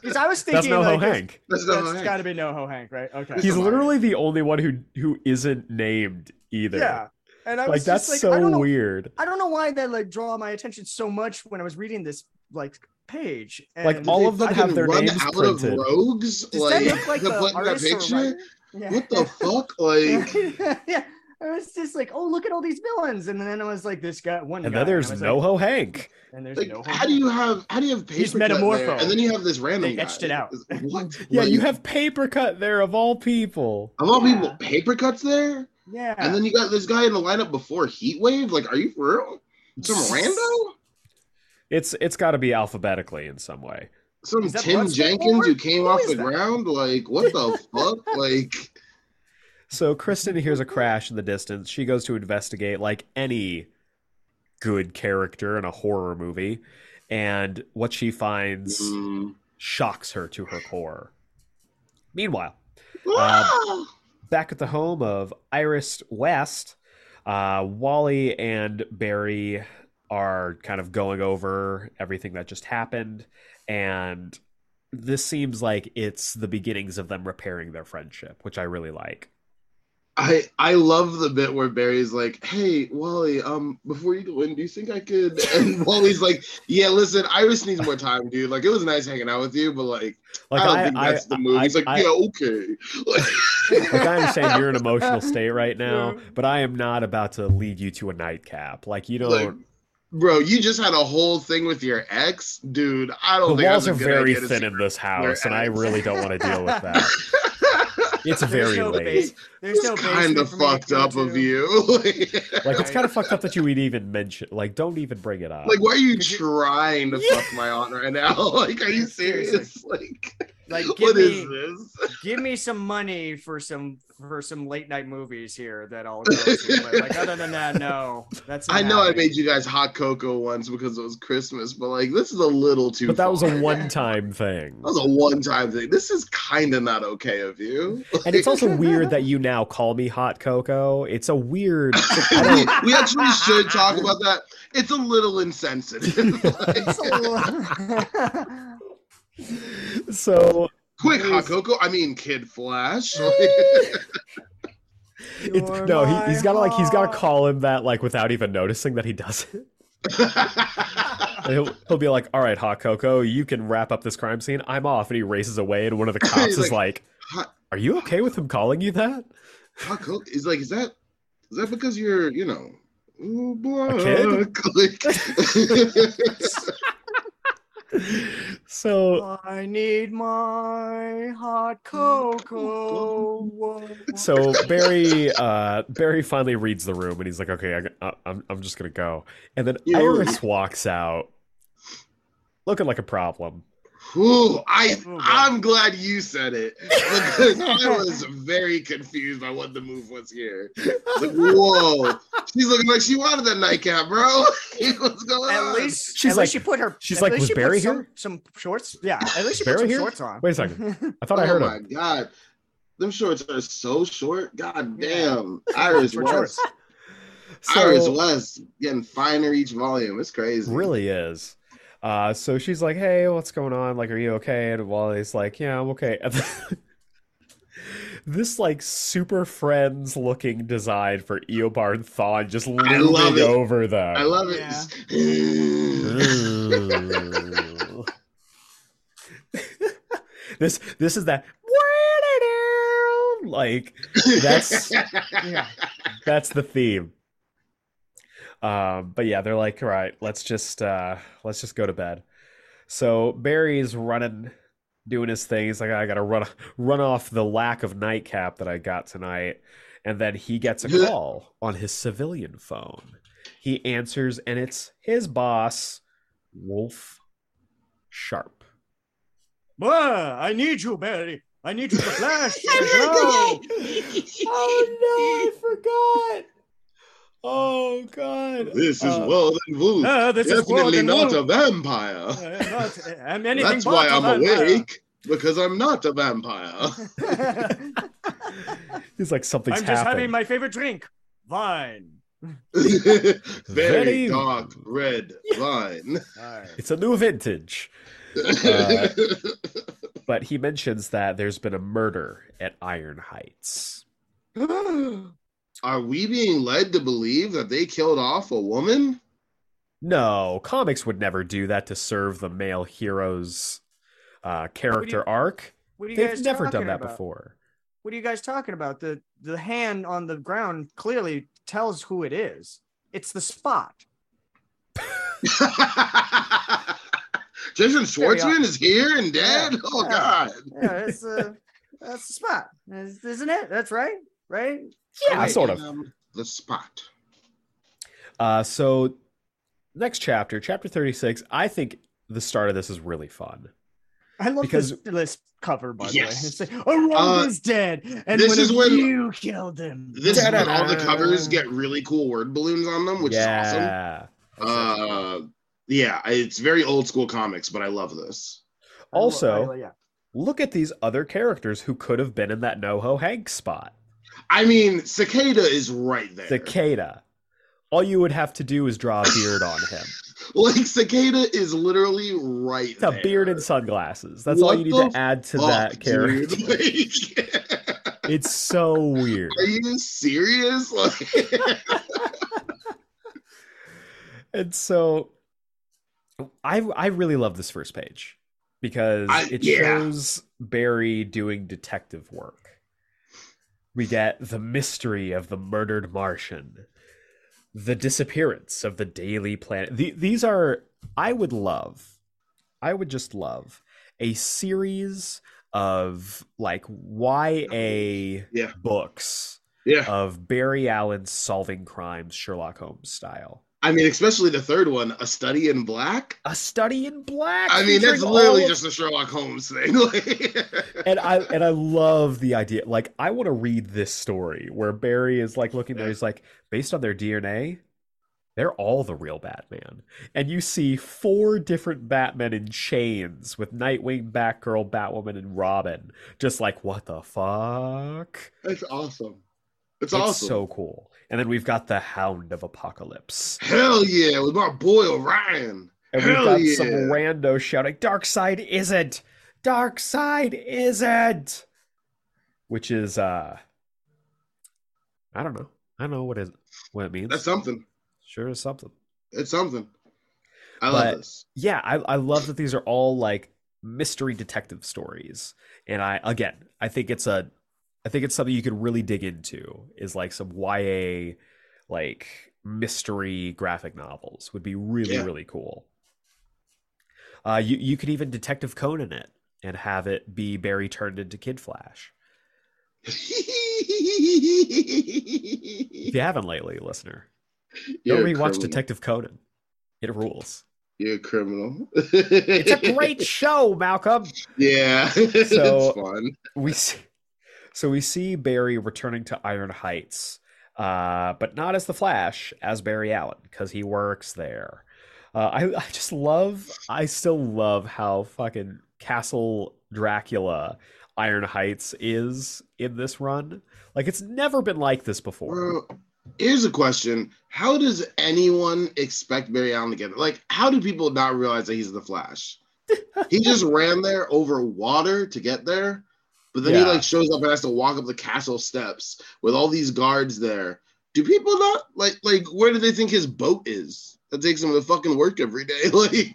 because I was That's thinking NoHo like, it's- Hank. That's not that's right. got to be NoHo Hank, right? Okay. He's Come on. literally the only one who who isn't named either. Yeah, and I was like just that's like, so I don't know, weird. I don't know why that like draw my attention so much when I was reading this like page. And Like, all of them Fucking have their run names out printed. of rogues. Does like, that look like to the put in that artist or picture. writer? Yeah. What the fuck? Like, yeah, I was just like, oh, look at all these villains, and then I was like, this guy, one. And guy, then there's I was like, NoHo Hank. and there's like no. how do you have how do you have paper He's cut there, metamorpho. and then you have this random They etched guy? it out. It's- What? Yeah, Like, you have paper cut there of all people. of all Yeah. people paper cuts there, Yeah, and then you got this guy in the lineup before Heat Wave. Like, are you for real? Some rando? It's it's got to be alphabetically in some way. Some Is that Tim Bloodsport? Jenkins who came Who off is the that? ground? Like, what the fuck? Like, So Kristen hears a crash in the distance. She goes to investigate, like any good character in a horror movie, and what she finds mm. shocks her to her core. Meanwhile, Uh, back at the home of Iris West, uh, Wally and Barry are kind of going over everything that just happened, and this seems like it's the beginnings of them repairing their friendship, which I really like. I I love the bit where Barry's like, "Hey Wally, um, before you go in, do you think I could?" And Wally's like, "Yeah, listen, Iris needs more time, dude. Like, it was nice hanging out with you, but like, Like I don't I, think that's I- the move." I- He's like, I- "Yeah, okay." like, I understand you're in an emotional state right now, Yeah. but I am not about to lead you to a nightcap. Like you don't. Like, Bro, you just had a whole thing with your ex, dude. I don't the think walls that's a are good very idea to thin see- in this house, and I really don't want to deal with that. It's There's very no late. base- There's no It's kind basement of for me to fucked go up to. of you. Like it's kind of fucked up that you would even mention. Like, don't even bring it up. like, why are you Could you- trying to fuck my aunt right now? Like, are you serious? Like, Like, give what is me- this? Give me some money for some for some late night movies here that I'll go to. But like other than that, no. That's not I know I happening. made you guys hot cocoa once because it was Christmas, but like this is a little too. but that was far. a one-time thing, That was a one-time thing. This is kind of not okay of you. and it's also weird that you now call me hot cocoa. It's a weird. I we, don't- we actually should talk about that. It's a little insensitive. It's a little- so Quick, hot cocoa. I mean, Kid Flash. it's, You're no, my he, he's got to like he's got heart. to call him that like without even noticing that he does it. And he'll, he'll be like, "All right, hot cocoa, you can wrap up this crime scene. I'm off." And he races away, and one of the cops He's is like, "Hot- "Are you okay with him calling you that?" hot cocoa is like, is that is that because you're you know. ooh, kid? black? Like- So I need my hot Oh, cocoa. so Barry uh, Barry finally reads the room and he's like, okay, I, I, I'm I'm just gonna go. And then You- Iris walks out, looking like a problem. Ooh, I Oh, boy. I'm glad you said it because I was very confused by what the move was here. It's Like, whoa, she's looking like she wanted that nightcap, bro. What's going At on? least She's at like- least she put her. she's at like, least "Was she put Barry some, here?" Some shorts. Yeah, at least she Barry put some here? shorts on. Wait a second, I thought oh I heard my him. god, them shorts are so short. God Yeah. damn, Iris For West, Iris So West getting finer each volume. It's crazy. really is. Uh, so she's like, hey, what's going on? Like, are you okay? And Wally's like, yeah, I'm okay. And then- this like super friends looking design for Eobard Thawne just I love looming it. over them. I love it. Yeah. this this is that like That's- yeah. that's the theme. Um, but yeah, they're like, all right, let's just uh let's just go to bed. So Barry's running, doing his thing. He's like, I gotta run run off the lack of nightcap that I got tonight. And then he gets a call on his civilian phone. He answers, and it's his boss, Wolf Sharp. Bruh, I need you, Barry. I need you to flash. Oh, no, I forgot. Oh god. This is Uh, well than Voodoo. Ah, Uh, this is Definitely Gordon not Wolf. a vampire. Uh, not- I'm anything That's why but a I'm vampire. awake. because I'm not a vampire. He's like something's I'm just having happened. my favorite drink, wine. Very, Very- dark red wine. It's a new vintage. Uh, But he mentions that there's been a murder at Iron Heights. Are we being led to believe that they killed off a woman? No, comics would never do that to serve the male hero's uh, character you- arc. What are you They've guys never talking done that about? before. What are you guys talking about? The the hand on the ground clearly tells who it is. It's the spot. Jason Schwartzman is here and dead? Oh, Yeah. God. Yeah, it's uh, that's the spot, Is- isn't it? That's right, right? Yeah, sort of. Um, the spot. Uh, so, next chapter, chapter 36, I think the start of this is really fun. I love Because- this, this cover, by Yes. Uh, the way. It's like, Aroma's dead, and this when is when- you killed him. This is when all the covers get really cool word balloons on them, which is awesome. yeah. Uh, yeah, it's very old school comics, but I love this. Also, yeah. look at these other characters who could have been in that NoHo Hank spot. I mean, Cicada is right there. Cicada. All you would have to do is draw a beard on him. like Cicada is literally right It's a there. beard and sunglasses. That's all What you need the to add to Fuck, that character. dude. Like, It's so weird. are you serious? Like, And so I I really love this first page because I- it yeah. shows Barry doing detective work. We get the mystery of the murdered Martian, the disappearance of the Daily Planet. The, these are I would love I would just love a series of like YA Yeah. books yeah, of Barry Allen solving crimes Sherlock Holmes style. I mean, especially the third one, A Study in Black. A Study in Black. I mean, that's featuring literally all just a Sherlock Holmes thing. Like, of- And I and I love the idea. Like, I want to read this story where Barry is like looking there. He's like, based on their DNA, they're all the real Batman. And you see four different Batmen in chains with Nightwing, Batgirl, Batwoman, and Robin. Just like, what the fuck? that's awesome. It's, It's awesome. so cool. And then we've got the Hound of Apocalypse, Hell yeah, with my boy Orion. and we've Hell got some yeah. rando shouting, "Dark Side isn't, Dark Side isn't," which is uh, I don't know, I don't know what is what it means. That's something. sure is something. It's something. I But- love this. Yeah, I I love that these are all like mystery detective stories, and I again, I think it's a, I think it's something you could really dig into is like some YA, like mystery graphic novels would be really Yeah. really cool. Uh, you you could even Detective Conan it and have it be Barry turned into Kid Flash. If you haven't lately, listener, go You're a rewatch criminal. Detective Conan. It rules. You're a criminal. It's a great show, Malcolm. Yeah. So- it's fun. we see, so we see Barry returning to Iron Heights, uh, but not as the Flash, as Barry Allen, because he works there. Uh, I I just love, I still love how fucking Castle Dracula Iron Heights is in this run. Like it's never been like this before. Well, here's a question. How does anyone expect Barry Allen to get it? Like, how do people not realize that he's the Flash? he just ran there over water to get there, but then he Yeah. like shows up and has to walk up the castle steps with all these guards there. Do people not like like where do they think his boat is? That takes him to fucking work every day. Like,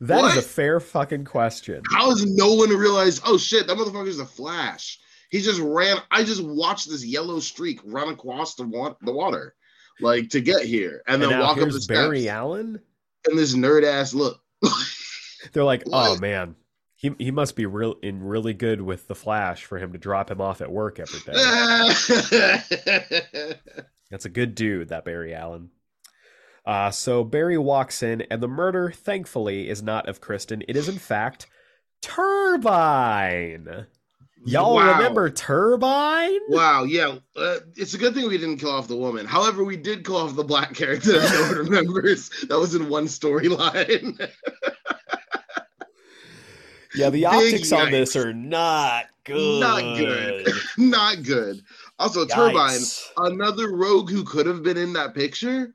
That is a what? fair fucking question. how has no one realized? Oh shit, that motherfucker's the Flash. He just ran. I just watched this yellow streak run across the, wa- the water, like to get here, And and, then now walk up the here's Barry steps. Allen. And this nerd ass look. They're like, oh What? man, he he must be real in really good with the Flash for him to drop him off at work every day. That's a good dude, that Barry Allen. Uh, so Barry walks in, and the murder, thankfully, is not of Kristen. It is, in fact, Turbine. Y'all Wow. remember Turbine? Wow, yeah, uh, it's a good thing we didn't kill off the woman. However, we did kill off the black character that no one remembers. That was in one storyline. Yeah, the Big optics on yikes. this are not good. Not good. Not good. Also, Turbine, Yikes. another rogue who could have been in that picture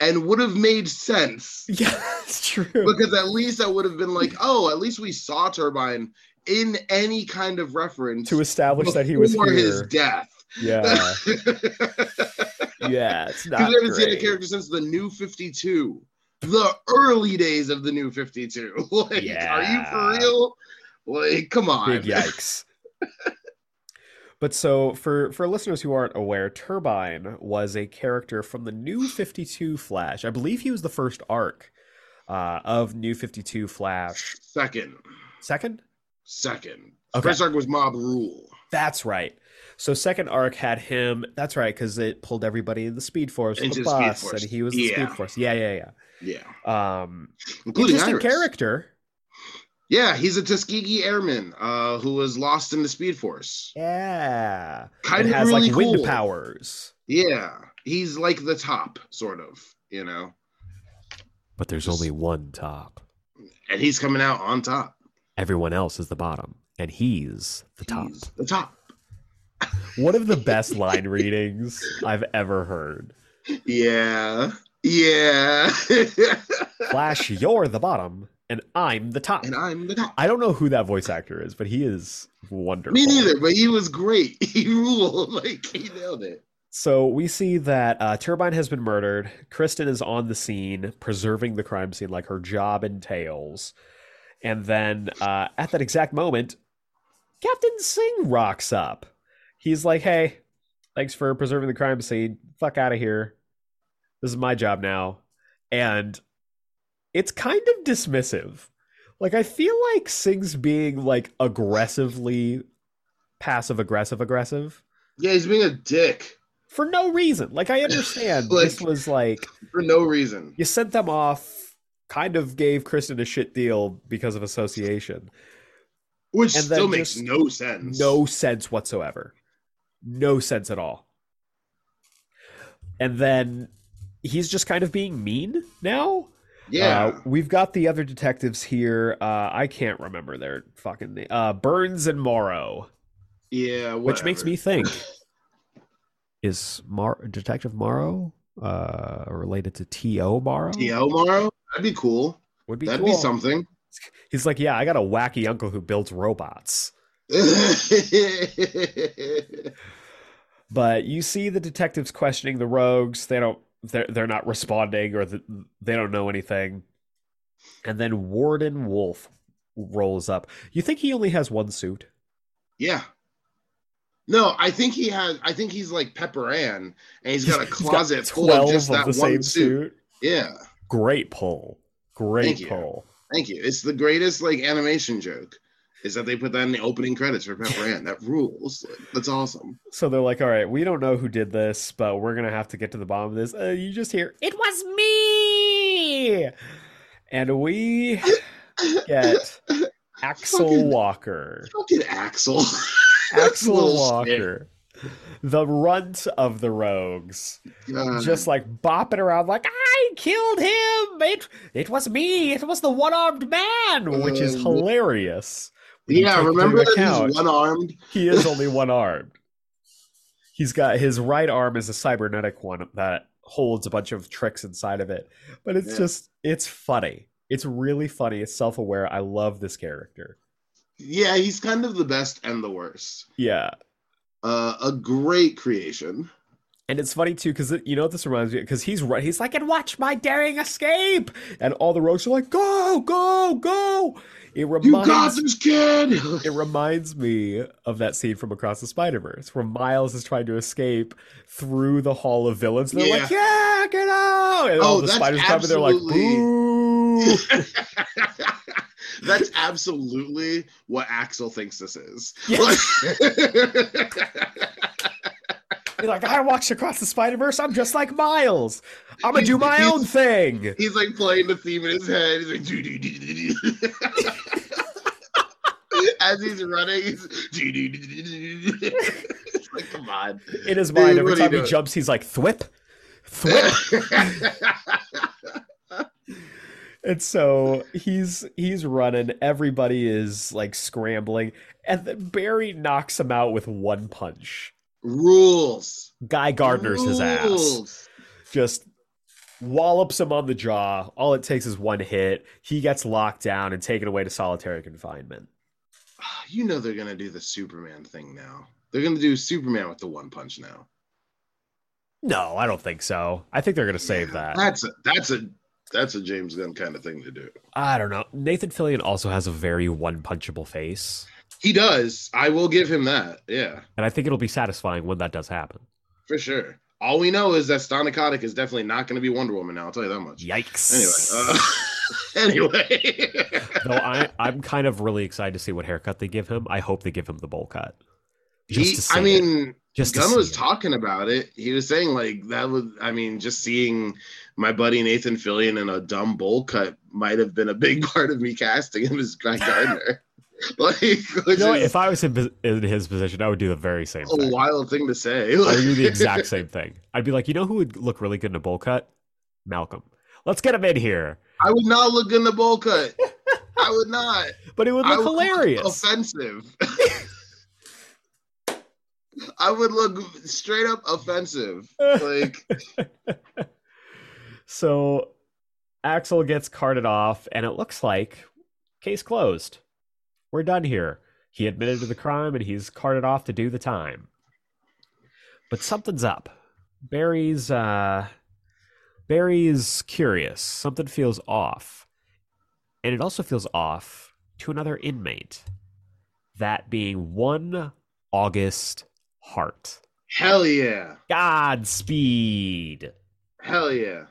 and would have made sense Yeah, that's true. because at least I would have been like, oh, at least we saw Turbine in any kind of reference To establish that he was before his here. death. Yeah, yeah, it's Because not we haven't seen a great. character since the New Fifty Two, the early days of the New Fifty Two. like, are Yeah. you for real? Like, come on. Big yikes. But so for for listeners who aren't aware, Turbine was a character from the New 52 Flash. I believe he was the first arc uh, of New 52 Flash. Second, Second? second. Okay. First arc was Mob Rule. That's right. So second arc had him. That's right because it pulled everybody in the Speed Force, Into the the Speed bus, Force. and he was the Yeah. Speed Force. Yeah, yeah, Yeah, yeah. Um, including interesting Iris. character. Yeah, he's a Tuskegee Airman uh, who was lost in the Speed Force. Yeah, it Kind of has really like cool. wind powers. Yeah, he's like the top, sort of. You know, But there's only one top. and he's coming out on top. Everyone else is the bottom, and he's the top. He's the top. One of the best line readings I've ever heard. Yeah. Yeah. Flash, you're the bottom, and I'm the top. and I'm the top. I don't know who that voice actor is, but he is wonderful. Me neither, but he was great. He ruled. Like he nailed it. So we see that uh, Turbine has been murdered. Kristen is on the scene, preserving the crime scene like her job entails. And then uh, at that exact moment, Captain Singh rocks up. He's like, hey, thanks for preserving the crime scene. Fuck out of here. This is my job now. And it's kind of dismissive. Like, I feel like Singh's being like aggressively passive aggressive aggressive Yeah, he's being a dick for no reason. Like I understand Like- this was like for no reason. you sent them off, kind of gave Kristen a shit deal because of association. Which And then still makes just no sense. No sense whatsoever. No sense at all. And then he's just kind of being mean now. Yeah. Uh, we've got the other detectives here. Uh, I can't remember their fucking name. Uh, Burns and Morrow, yeah. which makes whatever. me think is Mar- Detective Morrow uh, related to T.O. Morrow? Yeah, Morrow? That'd be cool. Would be That'd cool. be something. He's like, yeah, I got a wacky uncle who builds robots. But you see the detectives questioning the rogues. They don't. They're they're not responding, or th they don't know anything. And then Warden Wolf rolls up. You think he only has one suit? yeah. No, I think he has I think he's like Pepper Ann and he's got a He's got closet full of just that one suit. Yeah. Great pull. Great Thank you. pull. Thank you. It's the greatest like animation joke. Is that they put that in the opening credits for Pepper Ann? That rules. Like, that's awesome. So they're like, all right, we don't know who did this, but we're gonna have to get to the bottom of this. Uh, you just hear, it was me, and we get Axel Fucking- Walker. Fucking Axel. That's a Axel little Walker, the runt of the rogues, God. just like bopping around, like I killed him. It it was me. It was the one armed man, which is Um, hilarious. When you yeah, take into remember that account- he's one armed? he is only one armed. He's got his right arm is a cybernetic one that holds a bunch of tricks inside of it. But it's Yeah. just it's funny. It's really funny. It's self aware. I love this character. Yeah, he's kind of the best and the worst. Yeah. Uh, a great creation. And it's funny too, because you know what this reminds me because he's right, he's like, and watch my daring escape. And all the rogues are like, go, go, go. It You got reminds this kid. it reminds me of that scene from Across the Spider Verse where Miles is trying to escape through the Hall of Villains. They're like, "Yeah, get out!" And all Oh, the that's spiders come and they're like, absolutely- "Boo!" That's absolutely what Axel thinks this is. Yes. Like- You're like, "I watched Across the Spider Verse. I'm just like Miles. I'm gonna do my He's- own thing." He's like playing the theme in his head. He's like, doo doo doo doo doo. As he's running, he's doo doo doo doo doo doo. It's like, come on. In his mind, Dude, every what are you time he doing? jumps, he's like, "Thwip, thwip." And so he's he's running. Everybody is like scrambling, and then Barry knocks him out with one punch. Rules. Guy Gardner's Oh. his ass. Rules. Just wallops him on the jaw. All it takes is one hit. He gets locked down and taken away to solitary confinement. You know they're gonna do the Superman thing now. They're gonna do Superman with the one punch now. No, I don't think so. I think they're gonna save that. That's a that's a that's a James Gunn kind of thing to do. I don't know. Nathan Fillion also has a very one punchable face, He does. I will give him that. Yeah, and I think it'll be satisfying when that does happen. for sure. All we know is that Stanakotic is definitely not gonna be Wonder Woman now. I'll tell you that much. Yikes. uh, Anyway. Uh, anyway. Though I, I'm kind of really excited to see what haircut they give him. I hope they give him the bowl cut. Just He- to see I it. mean, just to Gunn see was it. talking about it. He was saying like that was. I mean, just seeing my buddy Nathan Fillion in a dumb bowl cut might have been a big part of me casting him as Guy Gardner. like, You which know what? is if I was in, pos- in his position, I would do the very same a thing. wild thing to say. I would do the exact same thing. I'd be like, you know who would look really good in a bowl cut? Malcolm. Let's get him in here. I would not look in the bowl cut. I would not. But it would look I would look hilarious. offensive. I would look straight up offensive. Like so Axel gets carted off, and it looks like case closed. We're done here. He admitted to the crime, and he's carted off to do the time. But something's up. Barry's uh, Barry's curious. Something feels off, and it also feels off to another inmate. That being one August Hart. hell yeah, Godspeed hell yeah.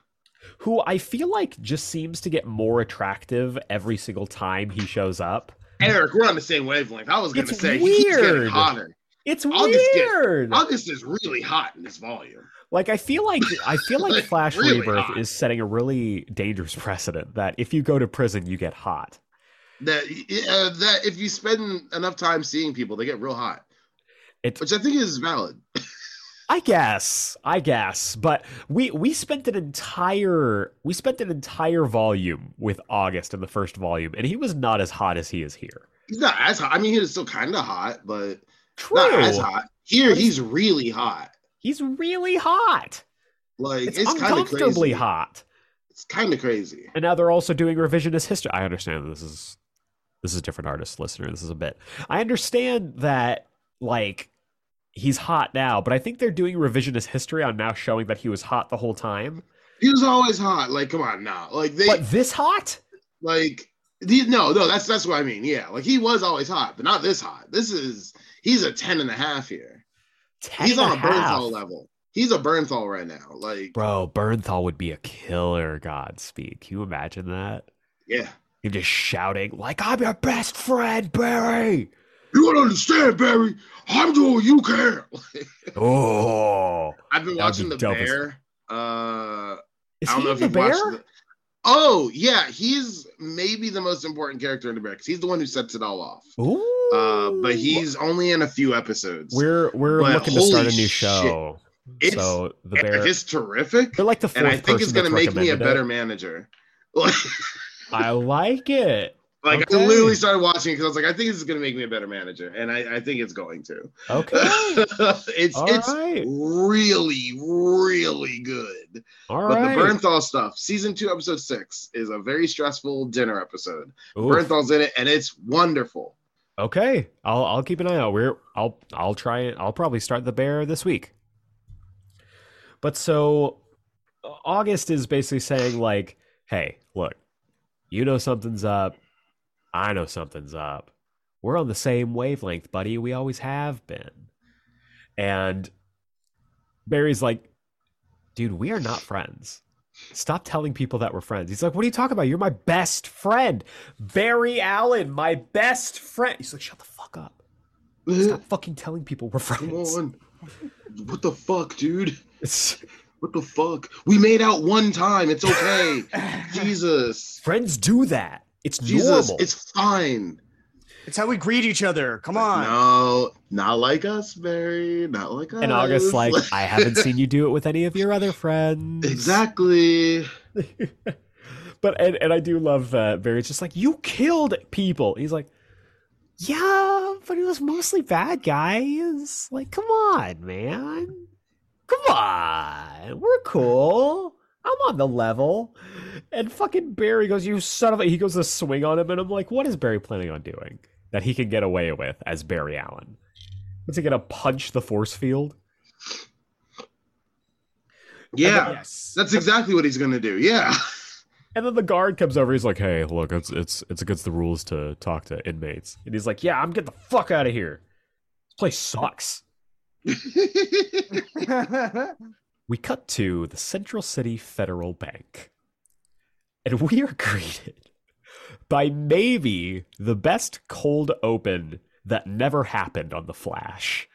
who I feel like just seems to get more attractive every single time he shows up. Eric, we're on the same wavelength. I was gonna It's say he's getting weird. hotter. It's I'll just get- weird. August is really hot in this volume. like I feel like I feel like Like, Flash really Rebirth hot. is setting a really dangerous precedent that if you go to prison you get hot. That uh, that if you spend enough time seeing people, they get real hot. It- Which I think is valid. I guess. I guess. But we we spent an entire we spent an entire volume with August in the first volume and he was not as hot as he is here. He's not as hot. I mean, he was still kind of hot, but True. not as hot. Here, But he's- he's really hot. He's really hot. Like It's, it's, kind of uncomfortably crazy. hot. It's kind of crazy. and now they're also doing revisionist history. I understand this is this is a different artist listener. This is a bit. I understand that like he's hot now, but I think they're doing revisionist history on now showing that he was hot the whole time. He was always hot. Like, come on now. Like they But this hot? like the, no, no, that's that's what I mean. Yeah. Like he was always hot, but not this hot. This is he's a 10 and a half here. Ten he's on a and a half. Burnthal level. He's a Burnthal right now. Like, Bro, Burnthal would be a killer Godspeed. Can you imagine that? yeah. Him just shouting, like, I'm your best friend, Barry. You don't understand, Barry. I'm doing what you care. Oh. I've been That'd watching be The dope as- Bear. Uh, Is I don't he know in if the you've bear? watched. The... Oh yeah, he's maybe the most important character in The Bear. 'cause He's the one who sets it all off. Ooh. Uh, but he's only in a few episodes. We're we're But looking to start a holy new shit. show. It's- so the And bear It's terrific, they're like the fourth and I think it's person gonna that's make me a recommended better it. manager. Like, I like it. like I Okay. literally started watching it because I was like, I think this is gonna make me a better manager, and I, I think it's going to. Okay. it's All it's right. really really good. All but right. the Bernthal stuff, season two, episode six, is a very stressful dinner episode. Oof. Bernthal's in it, and it's wonderful. Okay. I'll I'll keep an eye out. We're I'll I'll try it. I'll probably start the bear this week. But so August is basically saying like, "Hey, look. You know something's up. I know something's up. We're on the same wavelength, buddy. We always have been." And Barry's like, "Dude, we are not friends." Stop telling people that we're friends. He's like, What are you talking about? You're my best friend. Barry Allen, my best friend. He's like, shut the fuck up. Stop fucking telling people we're Come friends. on. What the fuck, dude? It's- What the fuck? We made out one time. It's okay. it's Jesus. friends do that. It's Jesus, normal. it's fine. how we greet each other. Come on. No, not like us, Barry. Not like us. and August's like, I haven't seen you do it with any of your other friends. exactly. But and, and I do love uh, Barry's just like you killed people. He's like, yeah, but it was mostly bad guys. Like, come on, man, come on, we're cool. I'm on the level. And fucking Barry goes, you son of a. He goes to swing on him, and I'm like, what is Barry planning on doing that he can get away with as Barry Allen? Is he gonna punch the force field? Yeah, Yes. that's exactly what he's gonna do. Yeah, And then the guard comes over. He's like, "Hey, look, it's it's it's against the rules to talk to inmates." And he's like, "Yeah, I'm getting the fuck out of here. This place sucks." We cut to the Central City Federal Bank, and we are greeted by maybe the best cold open that never happened on the Flash.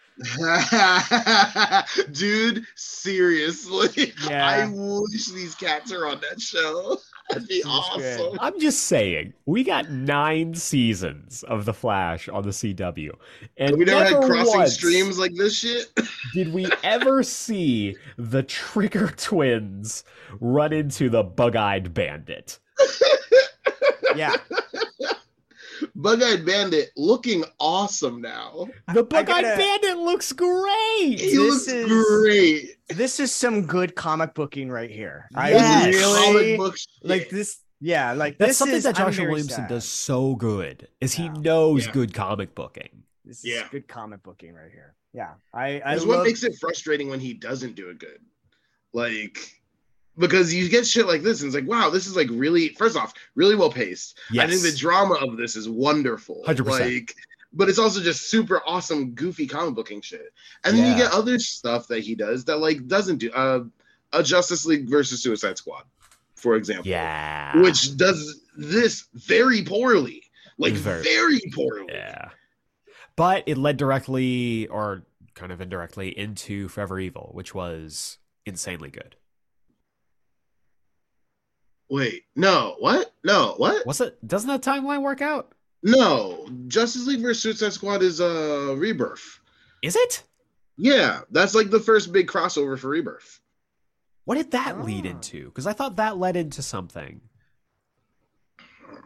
dude, seriously, I Yeah. wish these cats are on that show. That'd be awesome. I'm just saying, we got nine seasons of the Flash on the CW, and we never had crossing once- streams like this shit. Did we ever see the Trigger Twins run into the Bug Eyed Bandit? Yeah. Bug-eyed Bandit looking awesome now. The Bug Eyed gotta- Bandit looks great! He This looks is- great. This is some good comic booking right here. Yes. I This is really comic book shit. like this. Yeah, like That's this something is, that I'm Joshua very Williamson sad. does so good, is he Yeah. knows Yeah. good comic booking. This is Yeah. good comic booking right here. Yeah, I. I That's love, what makes it frustrating when he doesn't do it good. Like, because you get shit like this, and it's like, wow, this is like really, first off, really well paced. I think the Yes. drama of this is wonderful. 100%. Like, but it's also just super awesome, goofy comic booking shit. And then you Yeah. get other stuff that he does that like doesn't do. Uh, a Justice League versus Suicide Squad, for example. Yeah. Which does this very poorly. Like Very- very, poorly. Yeah. But it led directly, or kind of indirectly, into Forever Evil, which was insanely good. Wait, no, what? No, what? Was it? Doesn't that timeline work out? No, Justice League versus Suicide Squad is uh Rebirth. Is it? Yeah, that's like the first big crossover for Rebirth. What did that lead Ah. into? Because I thought that led into something.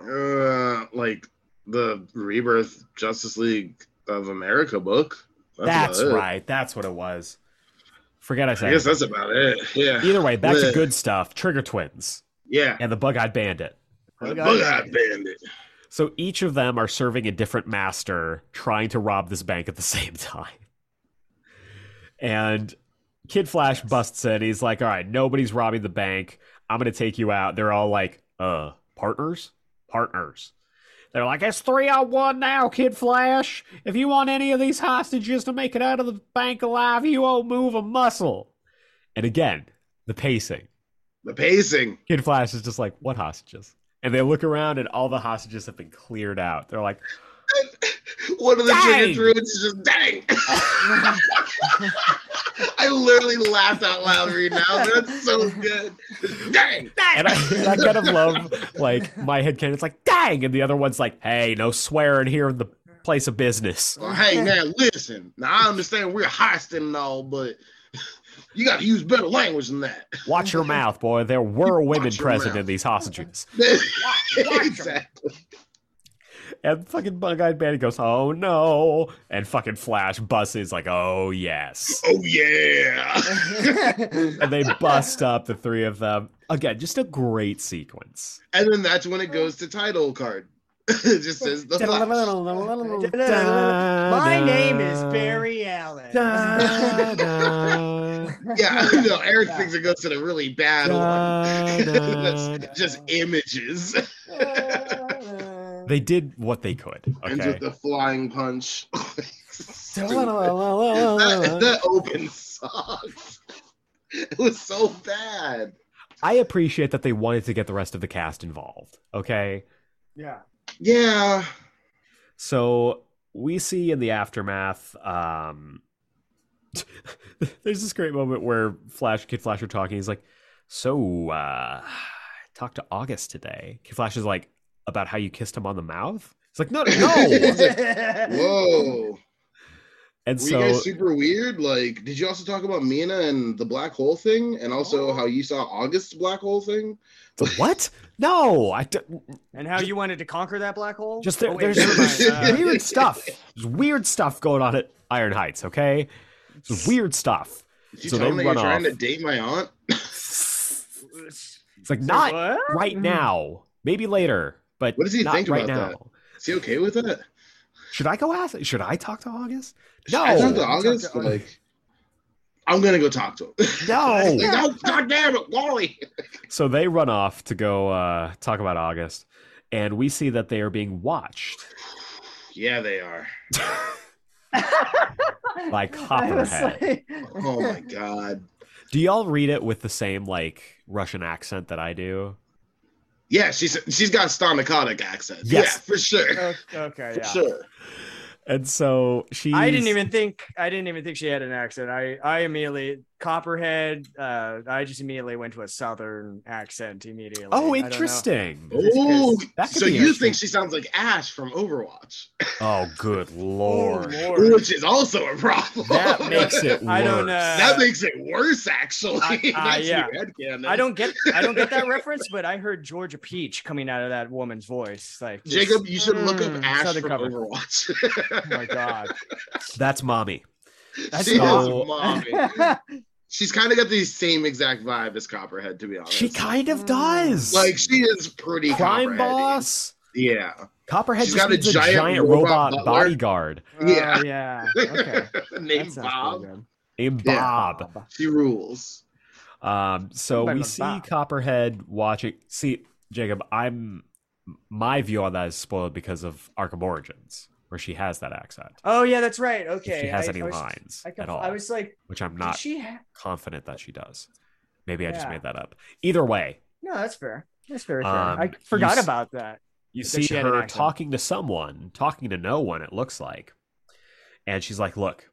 Uh, like the Rebirth Justice League of America book. That's, about it. right. That's what it was. Forget I I said. guess that's about it. Yeah, Either way, back to Yeah. good stuff. Trigger Twins yeah. and the Bug-Eyed Bandit. The Bug-Eyed Bug-Eyed Bandit. So each of them are serving a different master trying to rob this bank at the same time. And Kid Flash busts in. He's like, "All right, nobody's robbing the bank. I'm going to take you out." They're all like, "Uh, partners? Partners." They're like, "It's 3 on 1 now, Kid Flash. If you want any of these hostages to make it out of the bank alive, you won't move a muscle." And again, the pacing. The pacing. Kid Flash is just like, what hostages? And they look around and all the hostages have been cleared out. They're like, One of the Dang! trigger druids is just dang. I literally laughed out loud right now. That's so good. Dang. and I, and I kind of love like my head can. It's like, dang, and the other one's like, hey, no swearing here in the place of business. Well, hey man, listen. Now I understand we're hosting and all, but you got to use better language than that. Watch your mouth, boy. There were women your present mouth. in these hostages. exactly. And fucking bug-eyed Bandit goes, oh no, and fucking Flash buses like, oh yes. Oh yeah. And they bust up the three of them again. Just a great sequence. and then that's when it goes to title card. it just says the Flash. My name is Barry Allen. Da, da, Yeah, no. Eric Yeah. thinks it goes to the really bad da, one. da, da. That's just images. They did what they could. Ends Okay. with the flying punch. Stupid. that, I that open sucks. It was so bad. appreciate that they wanted to get the rest of the cast involved. Okay. yeah. Yeah. So we see in the aftermath, um, there's this great moment where Flash, Kid Flash are talking. He's like, So, uh, talk to August today. Kid Flash is like, About how you kissed him on the mouth? He's like, No, no. Whoa. And Were so you guys super weird? Like, did you also talk about Mina and the black hole thing, and Oh. also how you saw August's black hole thing? The what? No, I d- And how you wanted to conquer that black hole? just there, Oh, wait, there's never mind. Uh, weird stuff. There's weird stuff going on at Iron Heights. Okay, There's weird stuff. Did you So tell they him that you're run trying off. to date my aunt? It's like not Uh, what? right now, maybe later, but What does he not think right about now. that? Is he okay with that? Should I go ask? Should I talk to August? I No, talked to talk to August. August. like, I'm gonna go talk to him. no. Like, oh, God damn it, Wally! So they run off to go uh, talk about August, and we see that they are being watched Yeah, they are. by Copperhead. Oh my God. Do y'all read it with the same like Russian accent that I do? Yeah, she's she's got a Stonicotic accent. Yes. Yeah, for sure. Oh, okay, For yeah. sure. And so she. I didn't even think I didn't even think she had an accent. I I immediately Copperhead. Uh, I just immediately went to a southern accent immediately. Oh, I don't know. interesting. Oh, That could so be you interesting. think she sounds like Ash from Overwatch, Oh, good Oh, lord. Lord. which is also a problem. That makes it worse. I don't, uh, that makes it worse, actually. I- I- That's your yeah. headcanon. I don't get I don't get that reference, but I heard Georgia Peach coming out of that woman's voice. Like just- Jacob, you should look up Mm, Ash Southern from cover. Overwatch. Oh my god. That's mommy. That's she so- is mommy. She's kind of got the same exact vibe as Copperhead, to be honest. She kind of Mm. does. like she is pretty crime Copperhead-y. boss. Yeah. Copperhead She's just got a needs giant robot, robot butler. bodyguard Yeah. Oh, yeah. Okay. That Named sounds Bob. pretty good. named Yeah. Bob. She rules. Um, so Somebody we loves see Bob. Copperhead watching. See, Jacob, I'm my view on that is spoiled because of Arkham Origins, where she has that accent. Oh yeah, that's right. If Okay. she has I- any I was- lines I, at conf- all, I was like, which I'm did not she ha- confident that she does. Maybe I just Yeah. made that up. Either way, No, that's fair. That's very fair. Um, I you forgot s- about that. you That see she had an her accent. talking to someone, talking to no one, it looks like. And she's like, Look,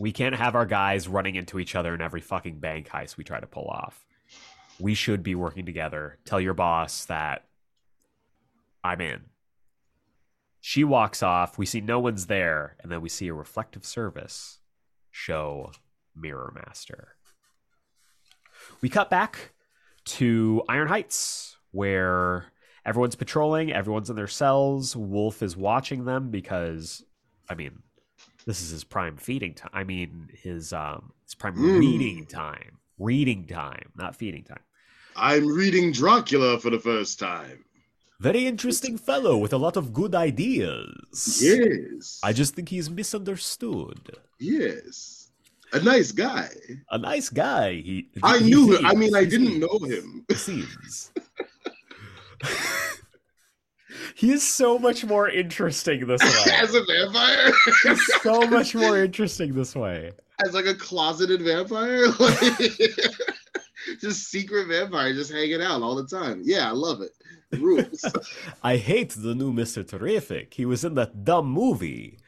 we can't have our guys running into each other in every fucking bank heist we try to pull off. We should be working together. Tell your boss that I'm in. She walks off. We see no one's there. And then we see a reflective service show Mirror Master. We cut back to Iron Heights, where everyone's patrolling, everyone's in their cells. Wolf is watching them because, I mean, this is his prime feeding time. I mean, his um, his prime Mm. reading time, reading time, not feeding time. I'm reading Dracula for the first time. Very interesting fellow with a lot of good ideas. Yes. I just think he's misunderstood. yes. A nice guy. A nice guy. He. I he knew him. I mean, I seems. didn't know him. He seems. he is so much more interesting this As way. a vampire, He's so much more interesting this way. as like a closeted vampire, like, just secret vampire, just hanging out all the time. Yeah, I love it. Rules. I hate the new Mr. Terrific. He was in that dumb movie.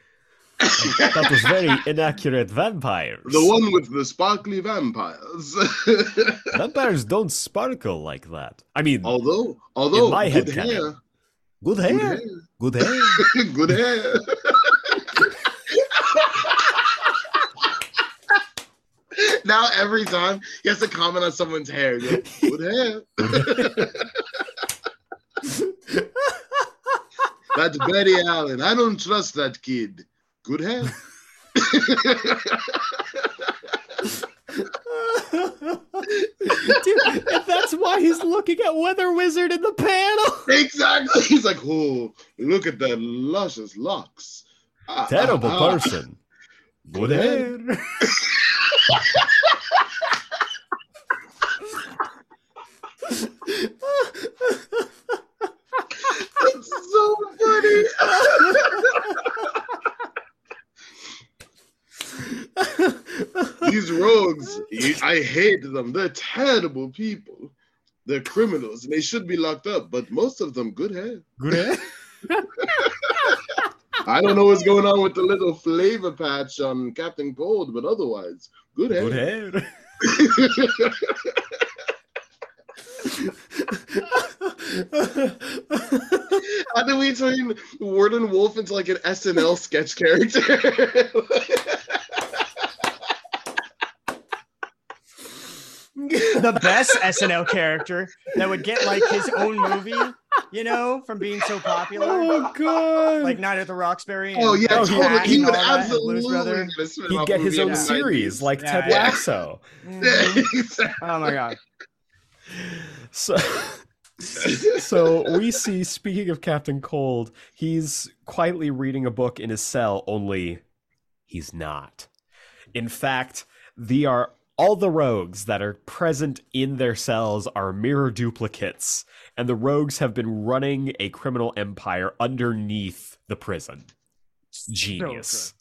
that was very inaccurate vampires. the one with the sparkly vampires. Vampires don't sparkle like that. I mean, although, although In my good head hair, good Oh, good hair. Good hair. hair, good hair. now every time he has to comment on someone's hair. He's like, Good hair. That's Betty Allen. I don't trust that kid. Good hair. Dude, and that's why he's looking at Weather Wizard in the panel. exactly. He's like, oh, look at the luscious locks. Ah, Terrible ah, ah. person. Good hair. hair. It's so funny. These rogues, I hate them. They're terrible people. They're criminals. They should be locked up, but most of them good hair. Good hair. I don't know what's going on with the little flavor patch on Captain Cold, but otherwise, good hair. Good hair. How do we turn Warden Wolf into like an SNL sketch character? the best SNL character that would get like his own movie, you know, from being so popular. oh god! Like Night at the Roxbury. and oh yeah, Oh, totally. yeah. he and would all that, and absolutely Blues Brother. get a spin-off He'd get his movie in own the series like Yeah, Ted yeah. Lasso. Mhm. 90s. Yeah, exactly. Oh my god. So, so we see. Speaking of Captain Cold, he's quietly reading a book in his cell. Only he's not. In fact, they are all the rogues that are present in their cells are mirror duplicates, and the rogues have been running a criminal empire underneath the prison. Genius.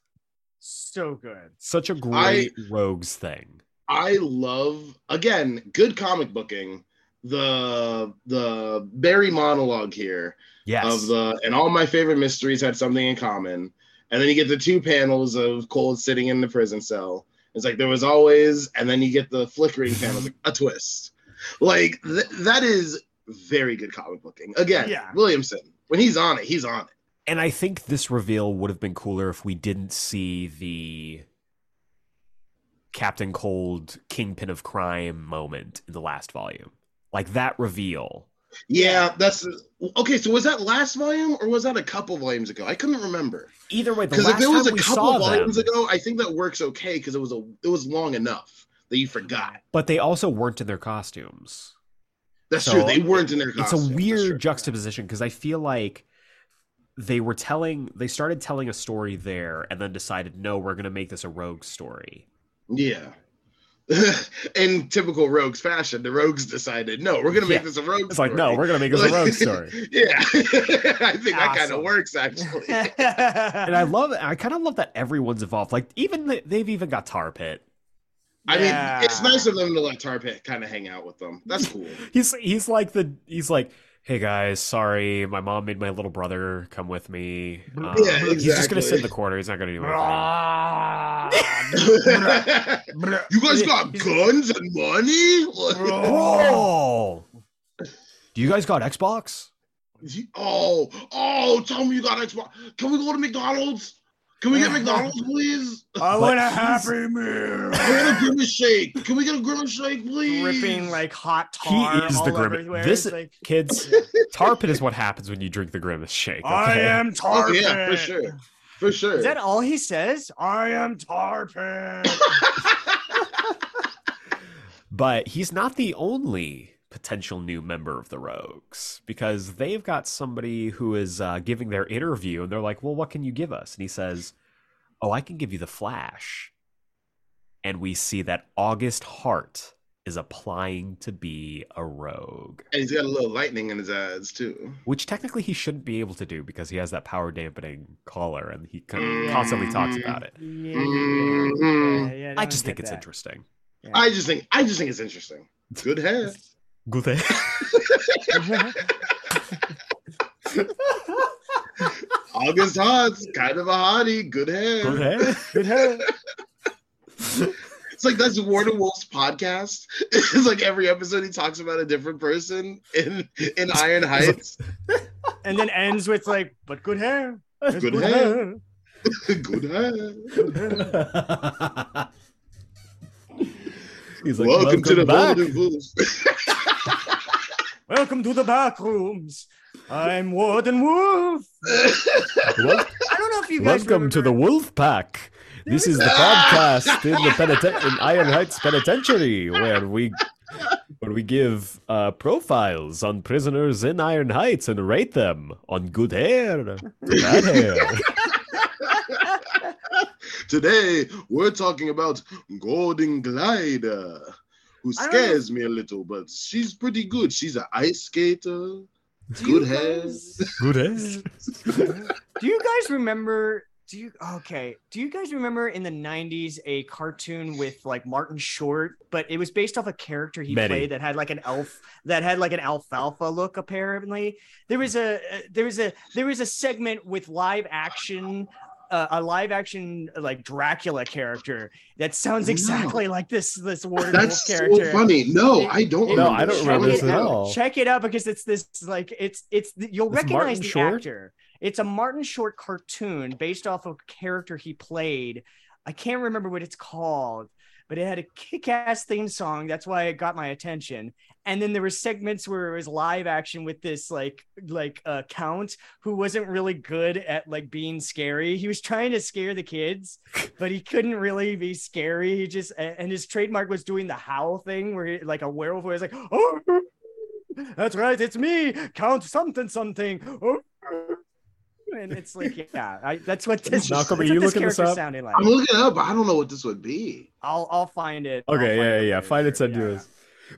So good. Such a great rogues thing. I love again good comic booking. The the Barry monologue here Yes. of the and all my favorite mysteries had something in common, and then you get the two panels of Cold sitting in the prison cell. It's like there was always, and then you get the flickering panels, like a twist. Like th- that is very good comic booking. Again, Yeah. Williamson when he's on it, he's on it. And I think this reveal would have been cooler if we didn't see the Captain Cold Kingpin of Crime moment in the last volume. Like that reveal. Yeah, that's okay. So was that last volume or was that a couple volumes ago? I couldn't remember. Either way, the Because if last it was time a we couple saw of volumes them, ago, I think that works okay because it was a it was long enough that you forgot. but they also weren't in their costumes. That's So, true. They weren't in their. It's costume, a that's true. weird juxtaposition because I feel like they were telling, they started telling a story there and then decided, no, we're going to make this a rogue story. Yeah. in typical rogues fashion, the rogues decided, no, we're gonna make Yeah. this a rogue. It's like, no, we're going to make this a rogue story. yeah, I think that kind Awesome. of works actually. And I love, I kind of love that everyone's involved. Like, even the, they've even got Tar Pit. I Yeah. mean, it's nice of them to let Tar Pit kind of hang out with them. That's cool. He's he's like the he's like, hey guys, sorry, my mom made my little brother come with me. Um, Yeah, He's just gonna exactly. sit in the corner. He's not gonna do anything. you guys got guns and money? Bro, do you guys got Xbox? Oh, oh, tell me you got Xbox. Can we go to McDonald's? Can we get McDonald's, please? I oh, want a But he's- happy meal. I want a grimace shake. Can we get a grimace shake, please? ripping like hot He tar is all the over grimace. everywhere. This- It's like, Kids, tar pit is what happens when you drink the grimace shake. Okay? I am Oh, Tarpon. yeah, for sure. For sure. is that all he says? I am Tarpon. But he's not the only potential new member of the Rogues because they've got somebody who is uh, giving their interview and they're like, well, what can you give us? And he says, oh, I can give you the Flash. And we see that August Hart is applying to be a Rogue, and he's got a little lightning in his eyes, too. which technically he shouldn't be able to do because he has that power dampening collar and he con- constantly talks about it. Yeah, Mhm. yeah, Mm-hmm. I Mm. don't just think get it's that. interesting. I just think I just think it's interesting. Good hair. Good thing. August Hots, kind of a hottie. Good hair. Good hair. Good hair. It's like that's Warden Wolf's podcast. It's like every episode he talks about a different person in in Iron Heights. And then ends with like, but good hair. There's Good hair. Good hair. He's Welcome, to the back. Golden Wolves. Welcome to the back rooms. I'm Warden Wolf. Wel- I don't know if you guys welcome to the remember- Wolf Pack. This is the podcast in the peniten- in Iron Heights Penitentiary where we where we give uh, profiles on prisoners in Iron Heights and rate them on good hair, bad hair. Today we're talking about Golden Glider, who I don't know. scares me a little, but she's pretty good. She's an ice skater. Do you Good hair. guys- Good hair. Do you guys remember? Do you okay? Do you guys remember in the '90s a cartoon with like Martin Short, but it was based off a character he Many. played that had like an elf that had like an alfalfa look. Apparently, there was a uh, there was a there was a segment with live action a, a live action like Dracula character that sounds exactly like this this werewolf That's character. so funny. No, I don't. No, I don't this. remember What this is it at that? out. all. Check it out because it's this like it's it's you'll It's recognize Martin the Short? actor. It's a Martin Short cartoon based off of a character he played. I can't remember what it's called, but it had a kick-ass theme song. That's why it got my attention. And then there were segments where it was live action with this like like uh, count who wasn't really good at like being scary. He was trying to scare the kids, but he couldn't really be scary. He just a- and his trademark was doing the howl thing where he, like a werewolf was like, oh, that's right, it's me, count something something. Oh." And it's like, yeah, I, that's what this. Malcolm, are that's what you this looking this character up? Sounded like. I'm looking it up. but I don't know what this would be. I'll I'll find it. I'll Okay, find yeah, yeah, it yeah. for Find it, sure, send yeah. to us.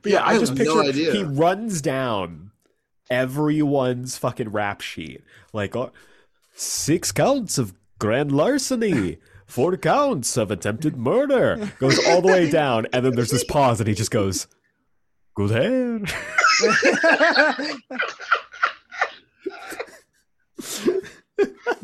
But yeah, Yeah, I I just have picture no idea. he runs down everyone's fucking rap sheet. Like uh, six counts of grand larceny, four counts of attempted murder. Goes all the way down, and then there's this pause, and he just goes, "Good hand."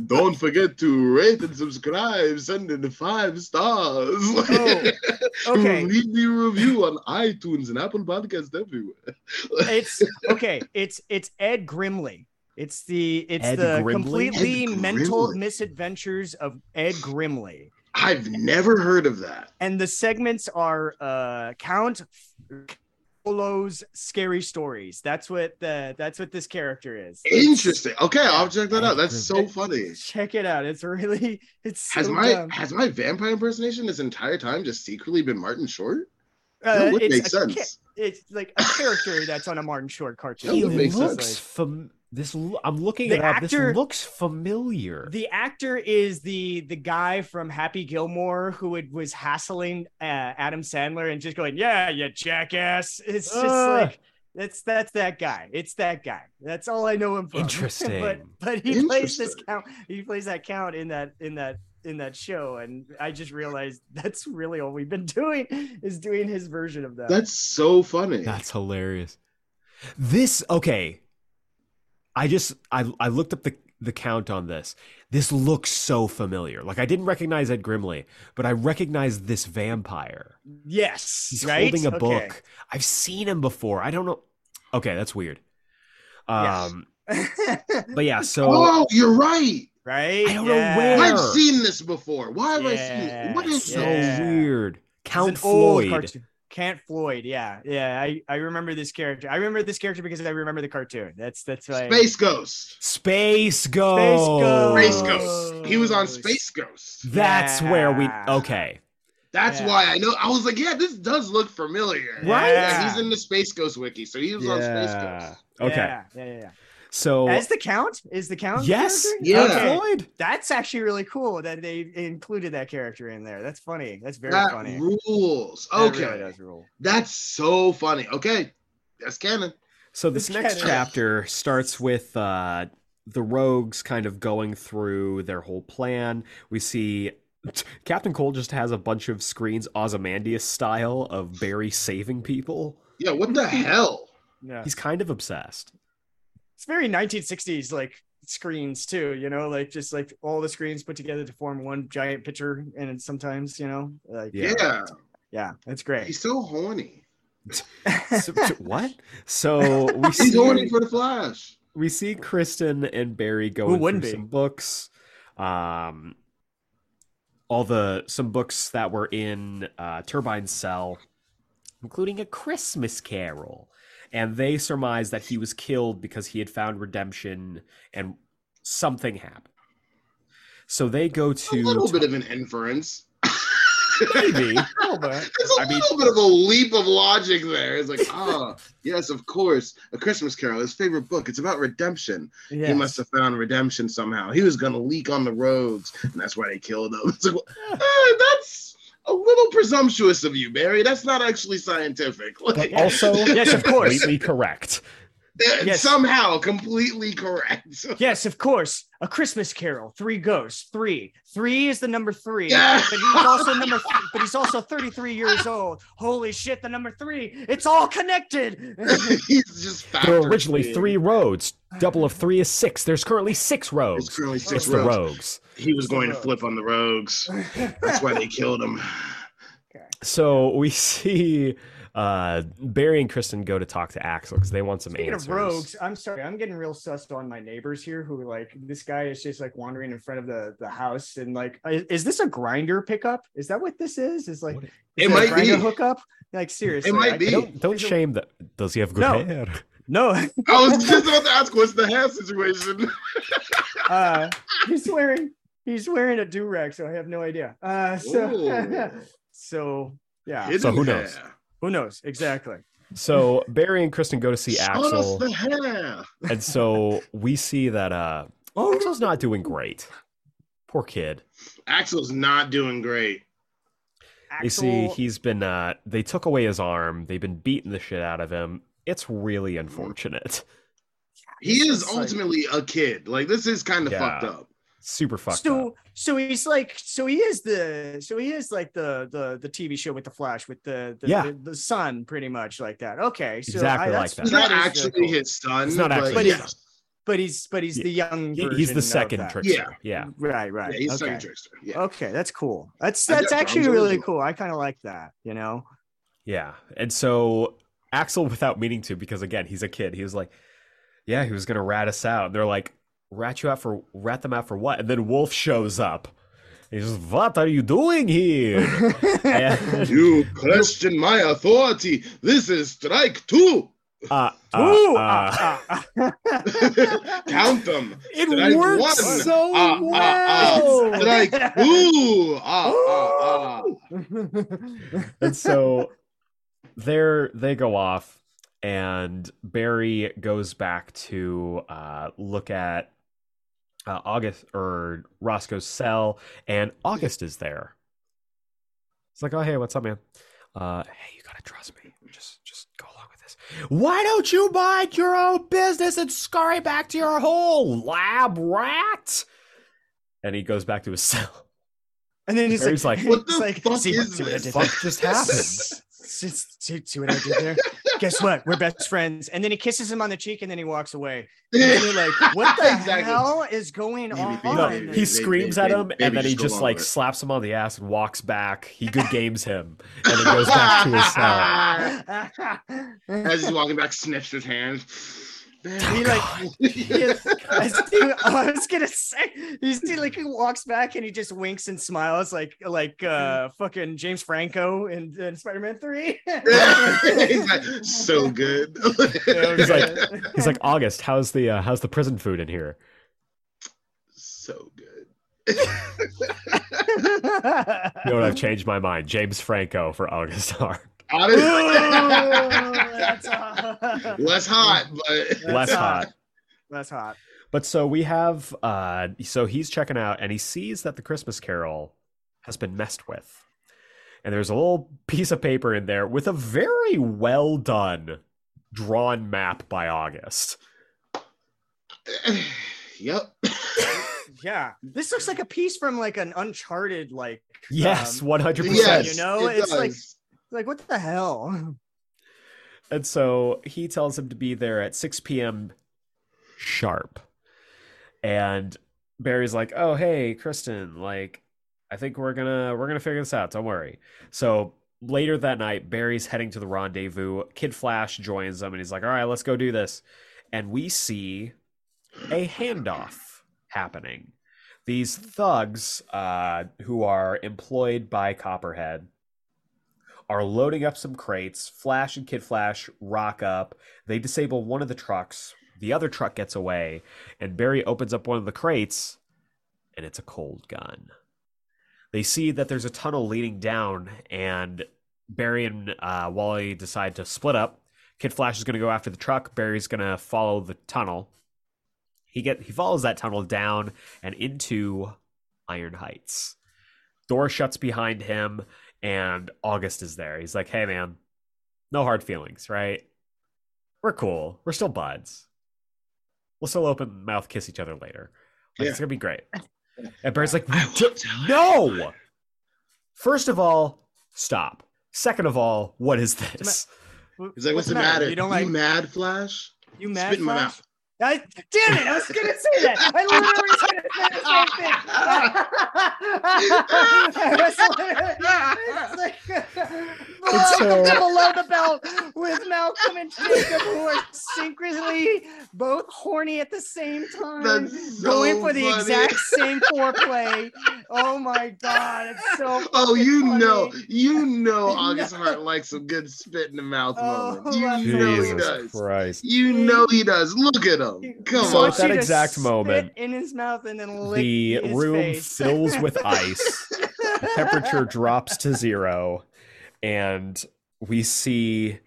Don't forget to rate and subscribe. Send in five stars. Oh, okay. Leave the review on iTunes and Apple Podcasts everywhere. it's okay. It's it's Ed Grimley. It's the it's Ed the Grimley? completely Ed mental Grimley. misadventures of Ed Grimley. I've never heard of that. And the segments are uh Count Follows Scary Stories. That's what the that's what this character is. Interesting. Okay, I'll check that out. That's so funny. Check it out. It's really it's so Has my dumb. has my vampire impersonation this entire time just secretly been Martin Short? Uh, That would it's make a ca- sense. it's like a character that's on a Martin Short cartoon. That He would make looks sense. fam- this. Lo- I'm looking The it up. actor- this looks familiar. The actor is the the guy from Happy Gilmore who would, was hassling uh, Adam Sandler and just going, "Yeah, you jackass." It's just Ah. like that's that's that guy. It's that guy. That's all I know him from. but Interesting. but he plays this Interesting. count. He plays that count in that in that in that show, and I just realized that's really all we've been doing is doing his version of that. That's so funny. That's hilarious. This okay. I just I I looked up the the count on this. This looks so familiar. Like I didn't recognize Ed Grimley, but I recognize this vampire. yes, He's right? holding a Okay. book. I've seen him before. I don't know. Okay, that's weird. Yeah. Um, but yeah. So oh, you're right. right? I don't know where. I've seen this before. Why have I seen Yeah, it? What is so this? Yeah. weird. It's an Count old Floyd. cartoon. Count Floyd, yeah, yeah. I, I remember this character. I remember this character because I remember the cartoon. That's that's why. Space Ghost. Space Ghost. Space Ghost. Ghost. He was on Ghost. Space Ghost. That's where we. Yeah. Okay. That's Yeah. why I know. I was like, yeah, this does look familiar. Right? Yeah, he's in the Space Ghost wiki, so he was on Space Yeah. Ghost. Okay. Yeah, yeah, yeah. So yeah. As the count is the count. Yes. character? Yeah. Okay. Count Floyd. That's actually really cool that they included that character in there. That's funny. That's very that funny. rules. That Okay, really does rule. that's so funny. Okay, that's canon. So this next Kinda. chapter starts with uh, the rogues kind of going through their whole plan. We see Captain Cole just has a bunch of screens, Ozymandias style, of Barry saving people. Yeah, what the hell? Yeah. He's kind of obsessed. It's very 1960s like screens too. You know, like just like all the screens put together to form one giant picture, and it's sometimes you know, like Yeah. Yeah, yeah, that's great. he's so horny. So- so- what? So we He's horny see for the Flash. we see Kristen and Barry going through wouldn't be? some books. Um, all the some books that were in uh, Turbine's cell, including a Christmas Carol, and they surmise that he was killed because he had found redemption and something happened. So they go A to little bit of an inference. maybe. Oh, but- It's a I mean- little bit of a leap of logic there. It's like, ah, yes, of course, A Christmas Carol, his favorite book. It's about redemption. He Yes. must have found redemption somehow. He was going to leak on the roads, and that's why they killed him. It's like, ah, that's a little presumptuous of you, Barry. That's not actually scientific. Like, also Yes, of course. completely correct. They're Yes. Somehow completely correct. Yes, of course. A Christmas Carol. Three ghosts. Three. Three is the number three. Yeah. But he's also number. Th- but he's also 33 years old. Holy shit! The number three. It's all connected. He's just There factored were originally in. three rogues. Double of three is six. There's currently six It's rogues. currently It's six the rogues. rogues. He was going to flip on the rogues. That's why they killed him. So we see uh, Barry and Kristen go to talk to Axel because they want some Speaking answers. of rogues, I'm sorry, I'm getting real sussed on my neighbors here who are like, this guy is just like wandering in front of the, the house and like, is, is this a grinder pickup? Is that what this is? Is like, What- is It a might grinder be. hookup? Like, seriously. It might I- be. Don't, don't shame that. Does he have good No. hair? No. I was just about to ask what's the half situation. Uh, he's wearing, he's wearing a do rag, so I have no idea. Uh, so, Ooh. so yeah, Hidden So who knows? hair. who knows? Exactly. So Barry and Kristen go to see Showed us Axel, the hair. and so we see that uh, Oh. Axel's not doing great. Poor kid. Axel's not doing great. You see, Axel- he's been. Uh, they took away his arm. They've been beating the shit out of him. It's Mm. really unfortunate. He It's is just like- ultimately a kid. Like this is kind of Yeah. fucked up. Super fucked so up. so he's like so he is the so he is like the the the TV show with the Flash with the the, Yeah. the, the sun pretty much like that. Okay, so Exactly I, that's, like He's that. not is actually cool. his son. It's not but actually yeah. his but he's but he's the young. He- he's version the of second that. trickster. Yeah. Right, right. Yeah, he's a okay. second trickster. Yeah. okay, that's cool. That's I that's got actually John's really original. cool. I kind of like that. You know. Yeah. And so Axel, without meaning to, because again, he's a kid, he was like, Yeah, he was gonna rat us out. And they're like, Rat you out for rat them out for what? And then Wolf shows up. He's just, What are you doing here? And, You question my authority. This is strike two. uh, uh, Ooh, uh, ah, ah, ah. Count them. it strike works one. so Ah, ah, ah. well. Strike two. Ah, ah, ah. and so there they go off and barry goes back to uh, look at uh, august or roscoe's cell and august is there it's like oh hey what's up man uh, hey you gotta trust me just just go along with this why don't you mind your own business and scurry back to your hole lab rat and he goes back to his cell And then he's Barry's like, like, What the it's like, fuck see, is see what I this? did fuck just happened See, see- see what I did there? Guess what? We're best friends. And then he kisses him on the cheek and then he walks away. And you're like, what the Exactly. hell is going Maybe, on? maybe, No, Fine. he Maybe, screams maybe, at him, maybe and then he just go just along like with it. slaps him on the ass and walks back. He good games him, and then goes back to his cell. As he's walking back, sniffs his hand. he like yes, as he- I was gonna say he's he like he walks back and he just winks and smiles like like uh fucking James Franco in, in Spider-Man 3. He's like, so good. He's like- He's like, August, how's the uh, how's the prison food in here? so good. You know what? I've changed my mind. James Franco for August Hart. Honestly, that's hot. less hot, but Less hot. hot. That's hot. But so we have, uh, so he's checking out, and he sees that the Christmas Carol has been messed with, and there's a little piece of paper in there with a very well done drawn map by August. yep. Yeah, this looks like a piece from like an Uncharted, like Yes, um, one hundred Yes. percent. You know, it's like- does. like what the hell? And so he tells him to be there at 6 p.m. sharp. And Barry's like, "Oh, hey, Kristen, like I think we're going to we're going to figure this out. Don't worry." So later that night, Barry's heading to the rendezvous. Kid Flash joins them and he's like, "All right, let's go do this." And we see a handoff happening. These thugs uh, who are employed by Copperhead are loading up some crates. Flash and Kid Flash rock up. They disable one of the trucks. The other truck gets away, and Barry opens up one of the crates, and it's a cold gun. They see that there's a tunnel leading down, and Barry and uh, Wally decide to split up. Kid Flash is going to go after the truck. Barry's going to follow the tunnel. He get he follows that tunnel down and into Iron Heights. Door shuts behind him and August is there. He's like, "Hey, man, no hard feelings, right? We're cool. We're still buds. We'll still open mouth kiss each other later. Like, Yeah. It's gonna be great. And Barry's like, I "We won't do- tell no. First of all, stop. Second of all, what is this? He's like, what's, the matter? You don't like you mad, Flash? You mad? Spit in my Flash? mouth. I, damn it! I was gonna say that. I literally said the same thing. I was like, it's uh, like, so- Welcome to below the belt with Malcolm and Jacob, who are synchronously both horny at the same time, That's so going for the funny. exact same foreplay. Oh my god, it's so. Oh, you funny. know, you know, August No. Hart likes some good spit in the mouth Oh, moment. You I know he Jesus does. Christ. You know he does. Look at him. Come So on. at that she just exact spit moment, in his mouth and then lick The his room face. fills with ice. Temperature drops to zero, and we see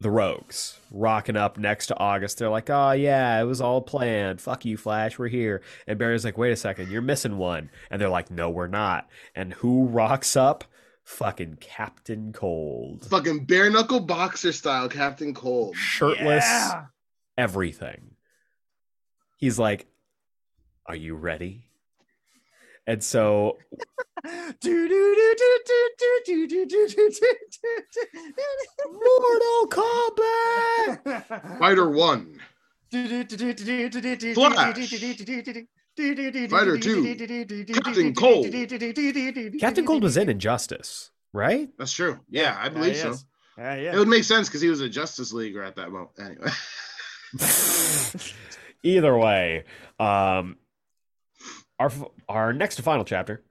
the rogues rocking up next to August. They're like, "Oh yeah, it was all planned. Fuck you, Flash. We're here." And Barry's like, "Wait a second, you're missing one." And they're like, "No, we're not." And who rocks up? Fucking Captain Cold, Fucking bare knuckle boxer style, Captain Cold. shirtless. Yeah. everything. He's like, Are you ready? And so Mortal Kombat! Fighter one. Fighter two. Captain Cold. Captain Cold was in Injustice, right? That's true. Yeah, I believe he so. is. Yeah, It would make sense because he was a Justice Leaguer at that moment. Anyway. Either way, um, our our next and final chapter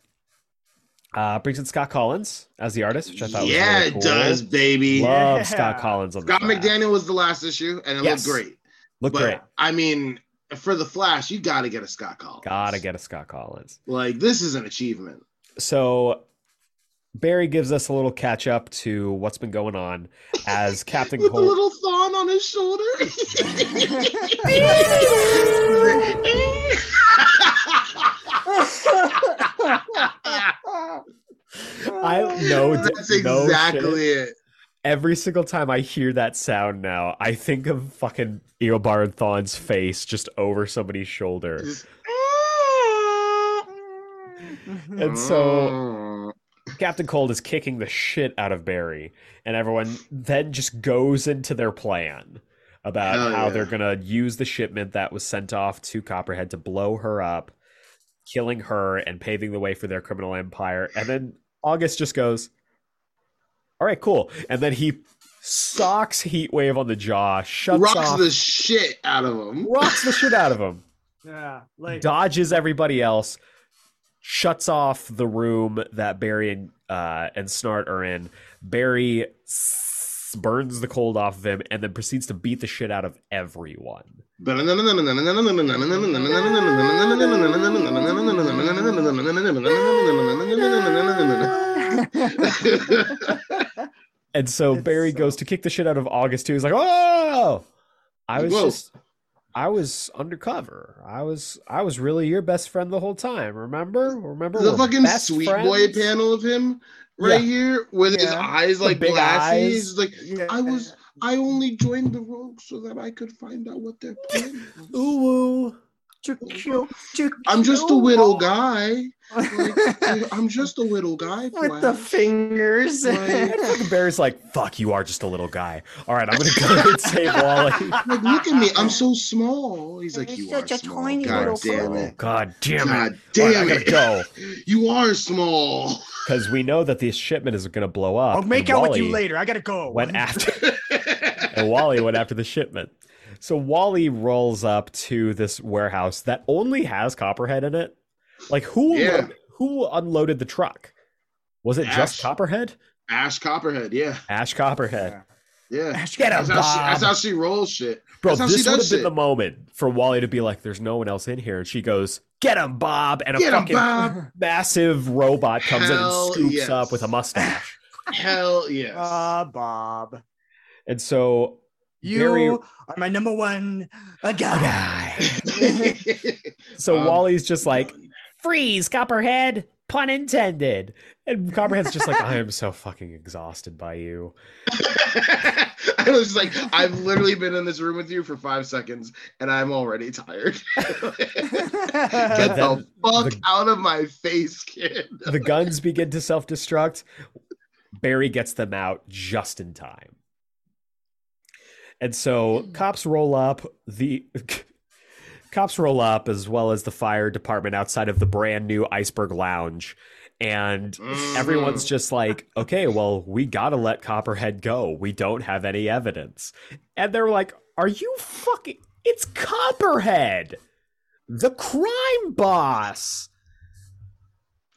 uh, brings in Scott Collins as the artist, which I thought was yeah, really cool. it does, baby. Love Yeah. Scott Collins on the Scott track. McDaniel was the last issue, and it Yes. looked great. Look but great. I mean, for the Flash, you got to get a Scott Collins. Gotta get a Scott Collins. Like this is an achievement. so Barry gives us a little catch up to what's been going on as Captain With a Cold. little thorn on his shoulder. I know That's no exactly shit. it. Every single time I hear that sound now, I think of fucking Eobard Thawne's face just over somebody's shoulder. Just- And Mm-hmm. so Mm. Captain Cold is kicking the shit out of Barry, and everyone then just goes into their plan about Hell how yeah. they're gonna use the shipment that was sent off to Copperhead to blow her up, killing her and paving the way for their criminal empire. And then August just goes, "All right, cool." And then he socks Heatwave on the jaw, shuts rocks off, the shit out of him. rocks the shit out of him Yeah, like dodges everybody else, shuts off the room that Barry and uh, and Snart are in. Barry s- burns the cold off of him, and then proceeds to beat the shit out of everyone. And so It's Barry so- goes to kick the shit out of August too. He's like, "Oh, I was Whoa. just." I was undercover. I was I was really your best friend the whole time. Remember? Remember the We're fucking best sweet boy friends? panel of him right Yeah. here with his Yeah. eyes like big glassy. eyes. He's like, I was I only joined the rogue so that I could find out what they're planning. Ooh, ooh. I'm just a little guy. Like, I'm just a little guy. with the Flash. fingers. Like- Fucking Barry's like, fuck, you are just a little guy. All right, I'm gonna go and save Wally. Like, look at me. I'm so small. He's like, He's you such are a small. tiny God little damn fella." it. God damn it. God All right, damn I it. gotta go. You are small. Because we know that this shipment is gonna blow up. I'll make and out with you Wally later. I gotta go. Went after and Wally went after the shipment. So Wally rolls up to this warehouse that only has Copperhead in it. Like who Yeah. unload- who unloaded the truck? Was it just Ash. Copperhead? Ash Copperhead. Yeah. Ash Copperhead. Yeah. Get him, That's how, she, Bob. that's how she rolls shit. Bro, That's how she this would have does been it. the moment for Wally to be like, "There's no one else in here," and she goes, "Get him, Bob!" And a Get him, fucking Bob. massive robot comes Hell in and scoops yes. up with a mustache. Hell yes. Uh, Ah, Bob, And so you Very- are my number one a guy. so Um, Wally's just like, freeze, Copperhead, pun intended. And Copperhead's just like, I am so fucking exhausted by you. I was just like, I've literally been in this room with you for five seconds, and I'm already tired. Get the fuck the- out of my face, kid. The guns begin to self destruct. Barry gets them out just in time. And so cops roll up the cops roll up as well as the fire department outside of the brand new Iceberg Lounge and everyone's just like, "Okay, well, we got to let Copperhead go. We don't have any evidence." And they're like, "Are you fucking It's Copperhead, the crime boss."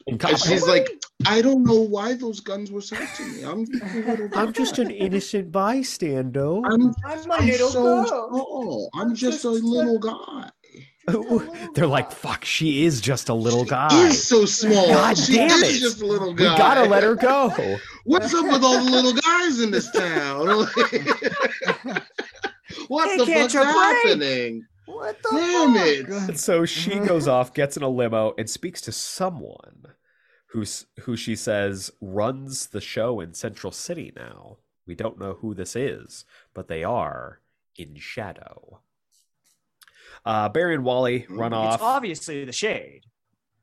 And And Copperhead's she's like, I don't know why those guns were sent to me. I'm just a little I'm just an innocent bystander. I'm, I'm I'm a little so girl. small. I'm just a little guy. They're like, fuck, she is just a little She guy. is so small. God she damn is it. just a little We guy. gotta let her go. What's up with all the little guys in this town? what They the can't fuck's break. happening? What Damn the it. And so she goes off, gets in a limo, and speaks to someone who's who she says runs the show in Central City now. We don't know who this is, but they are in shadow. Uh, Barry and Wally run fuck? off. It's obviously the shade.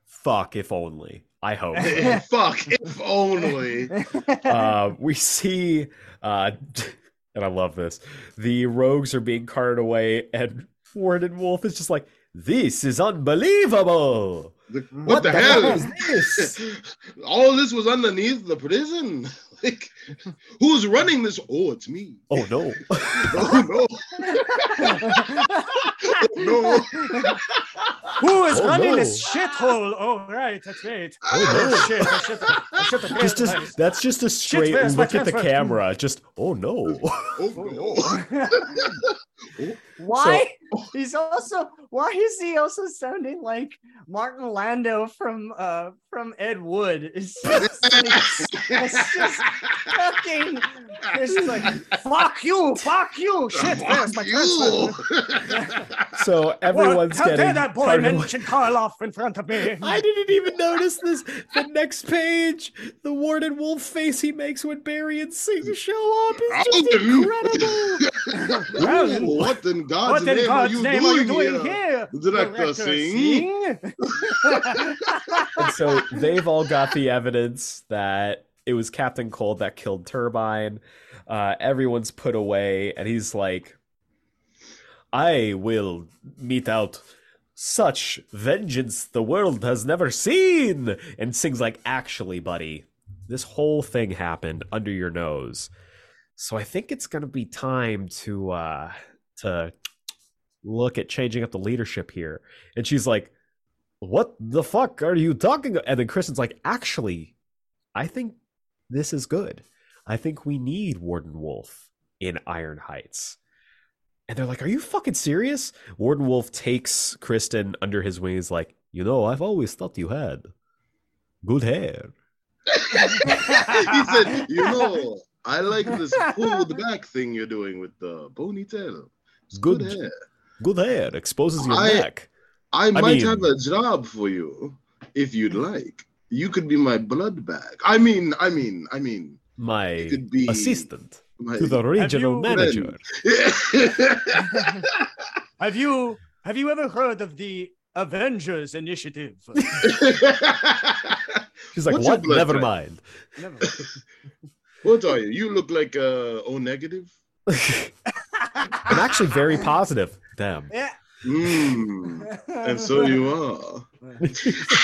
Fuck, if only. I hope. Fuck, if only. uh, we see, uh, and I love this. The rogues are being carted away, and Warden Wolf is just like, "This is unbelievable! What, What the, the hell? fuck is this?" All this was underneath the prison. Like, who's running this? Oh, it's me. oh no! Oh no. Oh, no. Who is Oh, running no. this shithole? Oh, right, that's right. Oh, shit, I should have, I should have Just as, that's just a straight where's my look at the transfer? camera. Just oh no! Oh no. Why? he's also why is he also sounding like Martin Lando from uh from Ed Wood? It's just like, it's just fucking it's just like fuck you, fuck you, oh, shit. Where's my Fuck transfer? you. So everyone's How getting. dare that boy carted away. mention Karloff in front of me? I didn't even notice this. The next page, the Warden Wolf face he makes when Barry and Sing show up is just Oh, no. incredible. Well, Ooh, what in What God's, in name, God's are you name are doing you doing here? eh? here? Director eh? Singh. And so they've all got the evidence that it was Captain Cold that killed Turbine. Uh, everyone's put away, and he's like, I will mete out such vengeance the world has never seen. And Sing's like, Actually, buddy, this whole thing happened under your nose. So I think it's going to be time to uh, to look at changing up the leadership here. And she's like, what the fuck are you talking about? And then Kristen's like, actually, I think this is good. I think we need Warden Wolf in Iron Heights. And they're like, are you fucking serious? Warden Wolf takes Kristen under his wing. He's like, you know, I've always thought you had good hair. he said, "You know, I like this pulled back thing you're doing with the ponytail. It's good. Good. hair. Good hair exposes your I- neck. I might mean- have a job for you if you'd like. You could be my blood bag. I mean, I mean, I mean, My could be- assistant my... to the regional you- manager. Have you have you ever heard of the Avengers Initiative? She's like, What's your what? blood Never type? mind. Never. what are you? You look like uh, O negative. I'm actually very positive. Damn. Yeah. Mm, and so you are.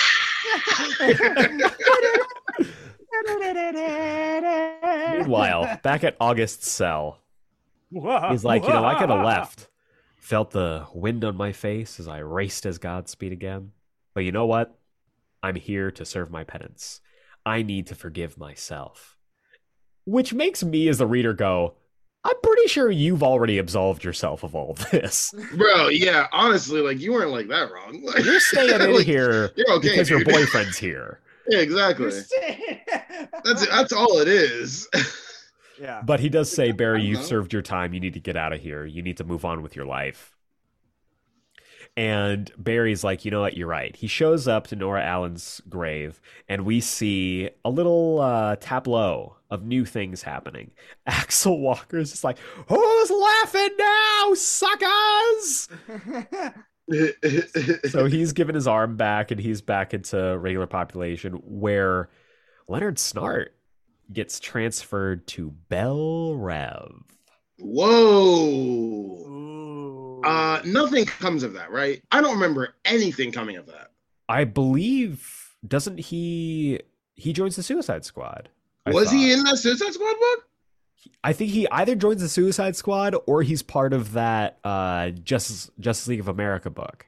Meanwhile, back at August's cell, He's He's like, you know, I could have left. Felt the wind on my face as I raced as Godspeed again. But you know what? I'm here to serve my penance. I need to forgive myself. Which makes me, as the reader, go, I'm pretty sure you've already absolved yourself of all this. Bro, yeah, honestly, like you weren't like that wrong. Like, You're staying in Like, here You're okay. because your dude. boyfriend's here. Yeah, exactly. That's that's all it is. Yeah. But he does say, Barry, I you've know. served your time. You need to get out of here. You need to move on with your life. And Barry's like, you know what? You're right. He shows up to Nora Allen's grave, and we see a little uh, tableau of new things happening. Axel Walker is just like, who's laughing now, suckers? so he's given his arm back and he's back into regular population where Leonard Snart gets transferred to Bell Rev. Whoa. Ooh. Uh, nothing comes of that, right? I don't remember anything coming of that. I believe doesn't he he joins the Suicide Squad. I Was he thought. in that Suicide Squad book? I think he either joins the Suicide Squad or he's part of that uh Justice Justice League of America book.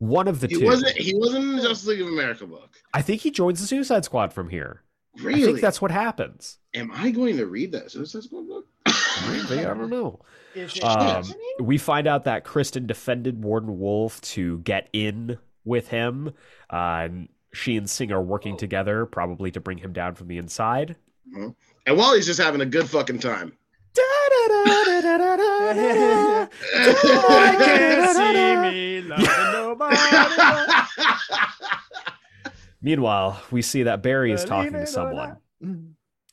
One of the He 2 wasn't. He wasn't in the Justice League of America book. I think he joins the Suicide Squad from here. Really? I think that's what happens. Am I going to read that Suicide Squad book? Maybe, I don't know. Is it um, happening? we find out that Kristen defended Warden Wolf to get in with him. Uh, and she and Singh are Oh. working together, probably to bring him down from the inside. and Wally's just having a good fucking time. Oh, I can't see me loving nobody. Meanwhile, we see that Barry is Believe talking it or to someone not.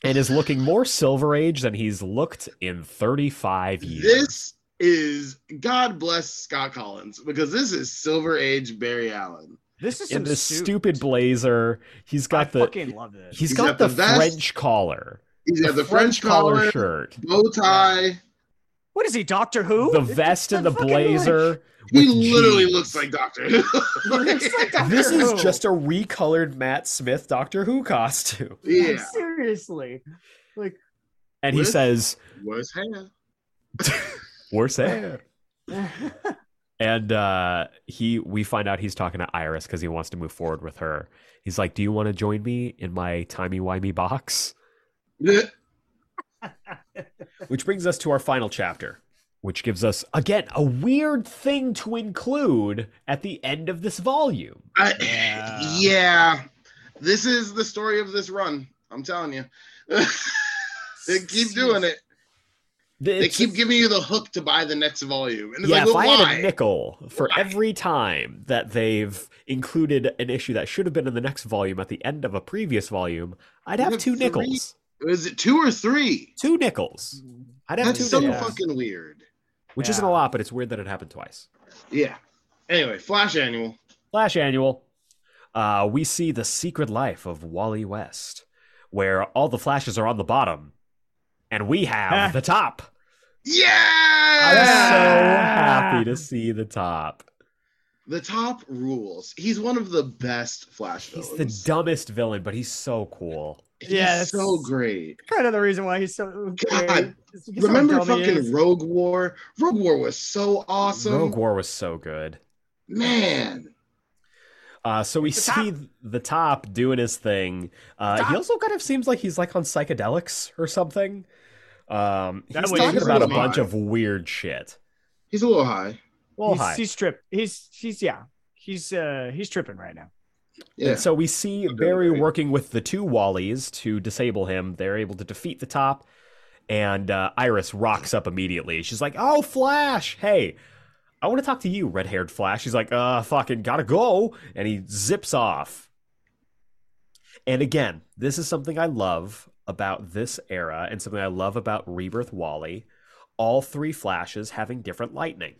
and is looking more Silver Age than he's looked in 35 years. this is God bless Scott Collins because this is Silver Age Barry Allen. This is in some this suit. stupid blazer, he's got I the fucking love this. he's He's got got the, the vest. French collar, He's got the French collar, shirt, bow tie. What is he, Doctor Who? the It's vest just and the fucking blazer. He with literally jeans. looks like Doctor Who. like- It's like Doctor This is Who. just a recolored Matt Smith Doctor Who costume. Like, yeah. Seriously. And he With- says, Where's Hannah? "Worse there." That's And uh, he, we find out he's talking to Iris because he wants to move forward with her. He's like, "Do you want to join me in my timey wimey box?" Which brings us to our final chapter, which gives us again a weird thing to include at the end of this volume. I, Yeah. yeah. This is the story of this run. I'm telling you. they keep doing it. They It's- keep giving you the hook to buy the next volume. And it's yeah, like, if well, I why? had a nickel for every time that they've included an issue that should have been in the next volume at the end of a previous volume, I'd You have have two three? nickels. Is it two or three? Two nickels. I'd have That's two so nickels. fucking weird. Which isn't a lot, but it's weird that it happened twice. Yeah. Anyway, Flash Annual. Flash Annual. Uh, we see the secret life of Wally West, where all the flashes are on the bottom, and we have the top. I'm so Yeah. happy to see the top. The top rules. He's one of the best Flash He's villains. the dumbest villain, but he's so cool. He's Yeah, that's- so great. kind of the reason why he's so. God, It's because Remember how dumb he fucking is. Rogue War? Rogue War was so awesome. Rogue War was so good. Man. Uh, so we see the top doing his thing. Uh, He also kind of seems like he's like on psychedelics or something. Um, That he's way talking he's about a really bunch high. of weird shit. He's a little high. Well, he's, hi. he's tripped. He's he's yeah. He's uh he's tripping right now. Yeah. So we see Okay, Barry great. working with the two Wallies to disable him. They're able to defeat the top, and uh, Iris rocks up immediately. She's like, "Oh, Flash! Hey, I want to talk to you, red-haired Flash." He's like, "Uh, fucking gotta go," and he zips off. And again, this is something I love about this era, and something I love about Rebirth Wally. All three Flashes having different lightning.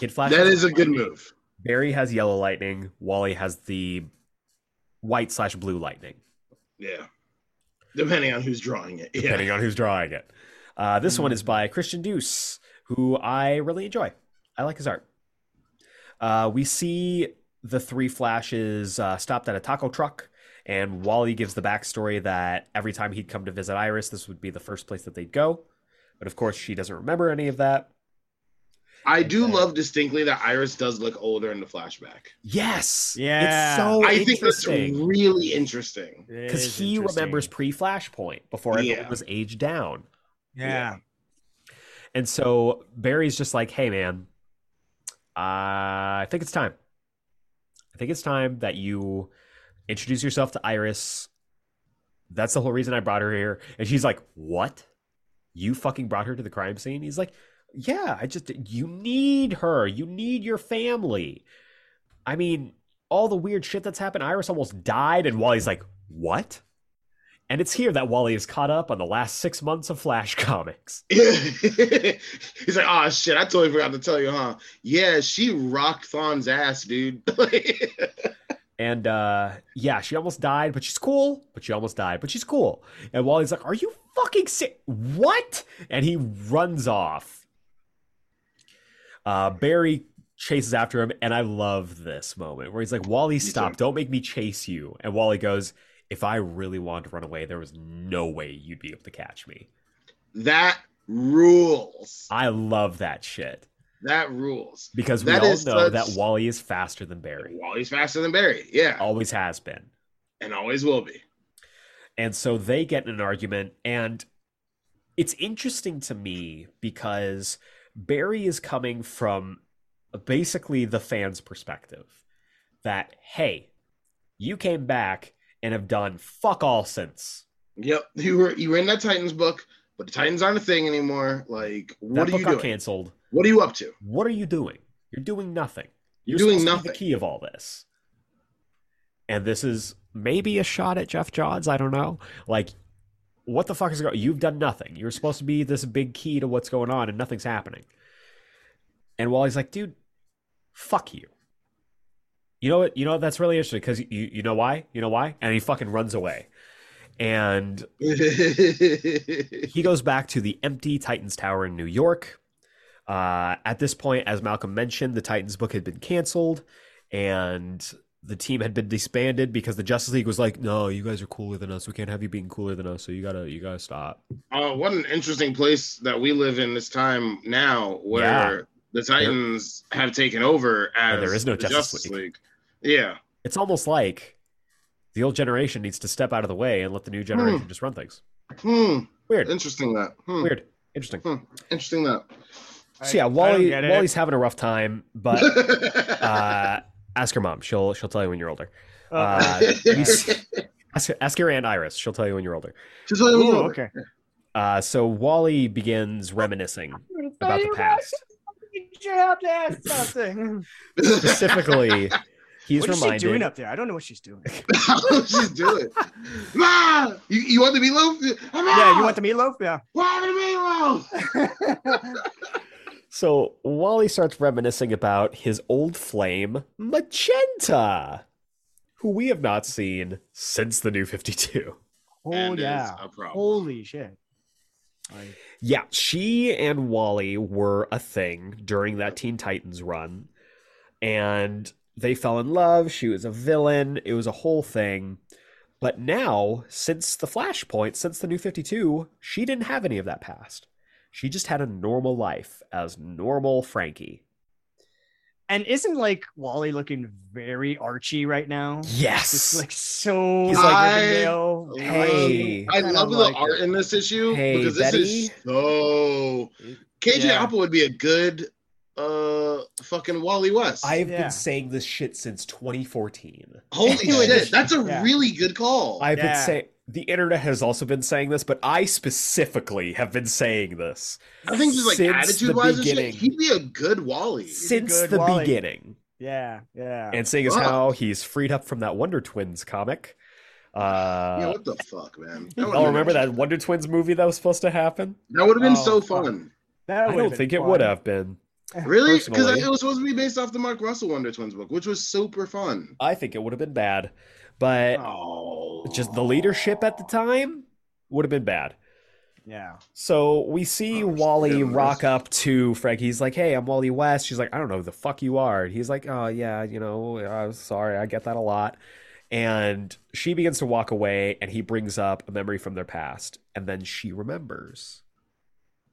Kid Flash that has is a good lightning. move. Barry has yellow lightning. Wally has the white slash blue lightning, Yeah. Depending on who's drawing it. Yeah. depending on who's drawing it. Uh, this one is by Christian Deuce, who I really enjoy. I like his art. Uh, we see the three flashes uh, stopped at a taco truck, and Wally gives the backstory that every time he'd come to visit Iris, this would be the first place that they'd go. But of course, she doesn't remember any of that. I do love distinctly that Iris does look older in the flashback. Yes, Yeah. it's so Oh, I think that's interesting. really interesting. because It's he interesting. remembers pre Flashpoint before Yeah. everyone was aged down. Yeah. And so Barry's just like, hey, man, uh, I think it's time. I think it's time that you introduce yourself to Iris. That's the whole reason I brought her here. And she's like, what? You fucking brought her to the crime scene? He's like, yeah, I just, you need her. You need your family. I mean, all the weird shit that's happened. Iris almost died. And Wally's like, what? And it's here that Wally is caught up on the last six months of Flash comics. He's like, oh shit, I totally forgot to tell you, huh? Yeah, she rocked Thawne's ass, dude. And uh, yeah, she almost died, but she's cool. But she almost died, but she's cool. And Wally's like, "Are you fucking sick? What?" And he runs off. Uh, Barry chases after him, and I love this moment where he's like, "Wally, too. stop! Don't make me chase you." And Wally goes, "If I really wanted to run away, there was no way you'd be able to catch me." that rules. I love that shit That rules. because we That all know is that such- Wally is faster than Barry. Wally's faster than Barry. Yeah. Always has been. And always will be. And so they get in an argument. And it's interesting to me because Barry is coming from basically the fans' perspective that, hey, you came back and have done fuck all since. Yep. You were you were in that Titans book, but the Titans aren't a thing anymore. Like, what that are book you got doing? canceled. What are you up to? What are you doing? You're doing nothing. You're doing supposed to be nothing. The key of all this. And this is maybe a shot at Jeff Johns. I don't know. Like, what the fuck is going? You've done nothing. You're supposed to be this big key to what's going on, and nothing's happening. And Wally's like, dude, fuck you. You know what? You know what? That's really interesting because you you know why? You know why? And he fucking runs away. And he goes back to the empty Titans Tower in New York. Uh, at this point, as Malcolm mentioned, the Titans book had been canceled and the team had been disbanded because the Justice League was like, "No, you guys are cooler than us. We can't have you being cooler than us. So you gotta, you gotta stop." Uh, what an interesting place that we live in this time now, where Yeah. the Titans have taken over as And there is no the Justice League. Yeah, It's almost like the old generation needs to step out of the way and let the new generation just run things. hmm. Weird, Interesting that. Hmm. weird, interesting. Interesting that. So yeah, I don't Wally, get it. Wally's having a rough time, but uh, ask her mom. She'll she'll tell you when you're older. Uh, we see- ask, ask your aunt Iris. She'll tell you when you're older. Just let me Ooh, know. okay. Uh, so Wally begins reminiscing about the past. You have to ask something. Specifically, he's what is she doing reminded. up there? I don't know what she's doing. How would you do it? Ma! You, you want the meatloaf? Ma! yeah, you want the meatloaf? Yeah. Want the meatloaf? So Wally starts reminiscing about his old flame, Magenta, who we have not seen since the New Fifty Two. Oh And there's yeah. a problem. Holy shit. Like, Yeah, she and Wally were a thing during that Teen Titans run, and they fell in love. She was a villain. It was a whole thing. But now, since the Flashpoint, since the New 52, she didn't have any of that past. She just had a normal life as normal Frankie. and isn't like Wally looking very Archie right now? Just Yes. like so He's like, I Riverdale. Hey. I Kinda love the like art it. in this issue Hey, because this is so. KJ Yeah. Apple would be a good uh fucking Wally West. I've Yeah. been saying this shit since 2014. Holy Anyway, shit, that's a yeah. really good call. I've been Yeah. saying the internet has also been saying this, but I specifically have been saying this I think just like Since attitude the wise and beginning. shit, he'd be a good Wally. since good the Wally. beginning. Yeah, yeah. and seeing as Wow. how he's freed up from that Wonder Twins comic. yeah, Uh, what the fuck, man? i That all would've remember been- that Wonder Twins movie that was supposed to happen. That would have been Oh, so fuck. fun. that I would've don't been think it fun. would have been. Really? Because Personally. it was supposed to be based off the Mark Russell Wonder Twins book, which was super fun. I think it would have been bad, but Oh, just the leadership at the time would have been bad. Yeah. So we see Oh, Wally goodness. rock up to Frankie. He's like, "Hey, I'm Wally West." She's like, "I don't know who the fuck you are." And he's like, "Oh yeah, you know, I'm sorry. I get that a lot." And she begins to walk away, and he brings up a memory from their past, and then she remembers.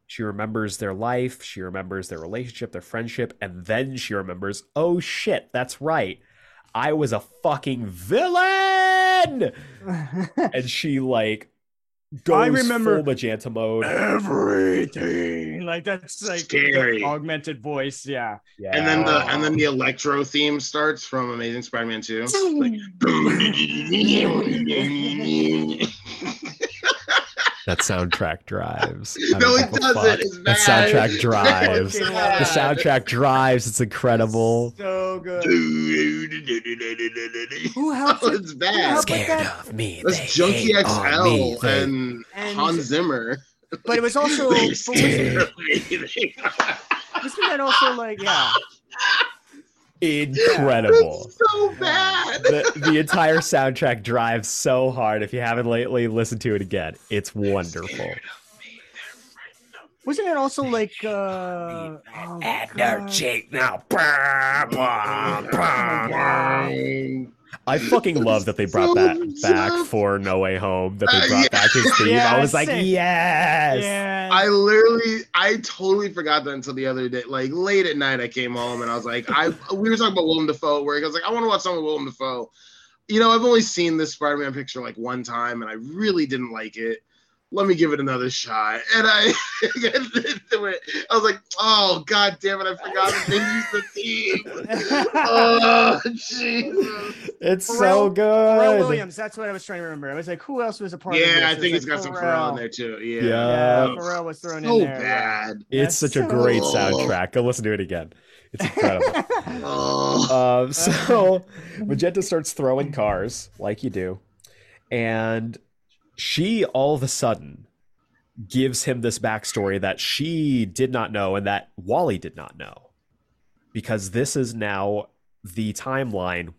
She remembers their life. She remembers their relationship, their friendship, and then she remembers, "Oh shit, that's right. I was a fucking villain." And she like goes I remember- full magenta mode. Everything. Like that's like Scary. the augmented voice. Yeah. Yeah. And then the and then the electro theme starts from Amazing Spider-Man 2. Like, That soundtrack drives. I No, don't it give a doesn't. fuck. It's That bad. Oh, soundtrack drives. Fucking The soundtrack drives. It's incredible. So good. oh, Who helped it? it's bad. Help with that? of me. they That's Junkie hate on me, XL they- and And- Hans Zimmer. But it was also but They wasn't, scare me. wasn't that also like yeah? incredible. That's so bad. the, the entire soundtrack drives so hard. If you haven't lately, listen to it again. It's wonderful. Wasn't it also like uh? Oh, God. now. I fucking love that they brought that back for No Way Home. That Uh, they brought back his theme. I was like, Yes. yes. Yeah. I literally, I totally forgot that until the other day. Like late at night, I came home and I was like, I we were talking about Willem Dafoe, where I was like, I want to watch something with Willem Dafoe. You know, I've only seen this Spider-Man picture like one time, and I really didn't like it. Let me give it another shot. And I, I was like, oh god damn it, I forgot that they used the theme. oh Jesus. It's so Pharrell- Pharrell good. Williams. That's what I was trying to remember. I was like, who else was a part of this? Yeah, I was think like, it's got some Pharrell in there too. Yeah, Yeah, Yeah. Pharrell was thrown so in there. bad. It's That's such a so- great soundtrack. Go listen to it again. It's incredible. Oh. Uh, so Magenta starts throwing cars like you do, and she all of a sudden gives him this backstory that she did not know and that Wally did not know, because this is now the timeline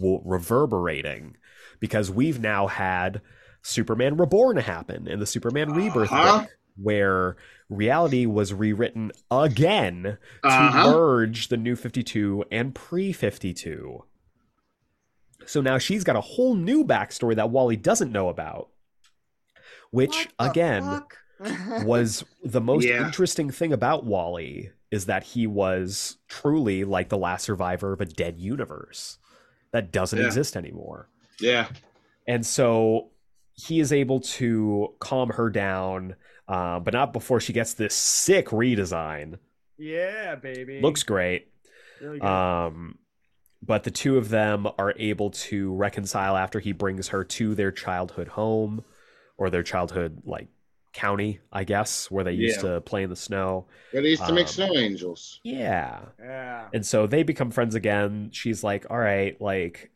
reverberating, because we've now had Superman Reborn happen in the Superman Rebirth Uh-huh. book, where reality was rewritten again to Uh-huh. merge the new 52 and pre 52. So now she's got a whole new backstory that Wally doesn't know about, which What the again fuck? was the most Yeah. interesting thing about Wally is that he was truly like the last survivor of a dead universe that doesn't Yeah. exist anymore. Yeah. And so he is able to calm her down, uh, but not before she gets this sick redesign. yeah, baby. Looks great. Really good. Um, but the two of them are able to reconcile after he brings her to their childhood home or their childhood like county, I guess, where they used to play in the snow. Where they used to Um, make snow angels. Yeah. yeah. And so they become friends again. She's like, "All right, like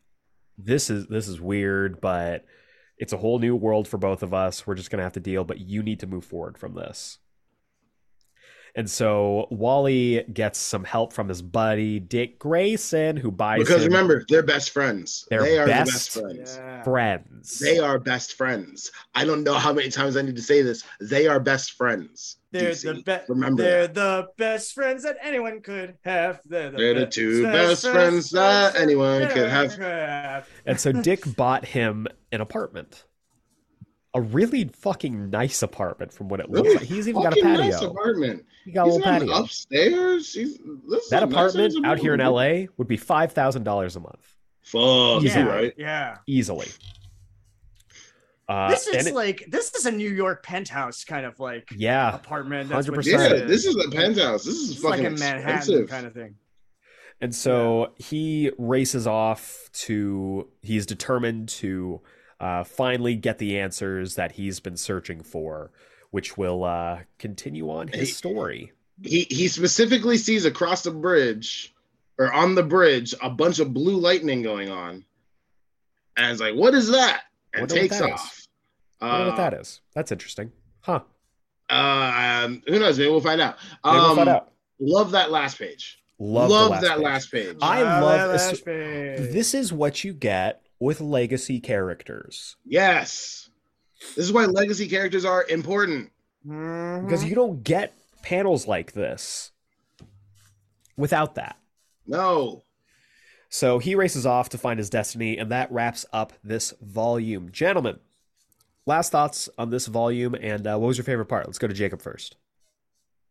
this is this is weird, but it's a whole new world for both of us. We're just going to have to deal, but you need to move forward from this." And so Wally gets some help from his buddy Dick Grayson, who buys Because him remember, they're best friends. They're They are the best- best friends. Yeah. friends. They are best friends. I don't know how many times I need to say this. They are best friends. They're DC. the best. Remember They're that. the best friends that anyone could have. They're the, They're the best- two best friends that anyone could have. And so Dick bought him an apartment. A really fucking nice apartment from what it looks Really like. He's even got a Fucking patio. nice apartment. he got a He's little not patio. upstairs. He's, this is That a nice apartment ass out here in apartment. LA would be five thousand dollars a month Fuck, Yeah. you're right. Yeah. easily. Uh, this is and it- like this is a New York penthouse kind of like yeah, apartment. That's what 100%. Yeah, this is a penthouse. This is It's like fucking in Manhattan expensive. kind of thing. and so he races off to. He's determined to uh, finally get the answers that he's been searching for, which will uh, continue on Hey. his story. he he specifically sees across the bridge or on the bridge a bunch of blue lightning going on and it's like what is that and Wonder what takes that is. off I wonder what uh, that is. That's interesting, huh? uh, um, who knows maybe we'll find out Maybe we'll Um, find out. love that last page Love, the last that page. last page I Well, love that's this- big. This is what you get with legacy characters. yes this is why legacy characters are important Mm-hmm. because you don't get panels like this without that. no So he races off to find his destiny, and that wraps up this volume. Gentlemen, last thoughts on this volume, and uh, what was your favorite part? Let's go to Jacob first.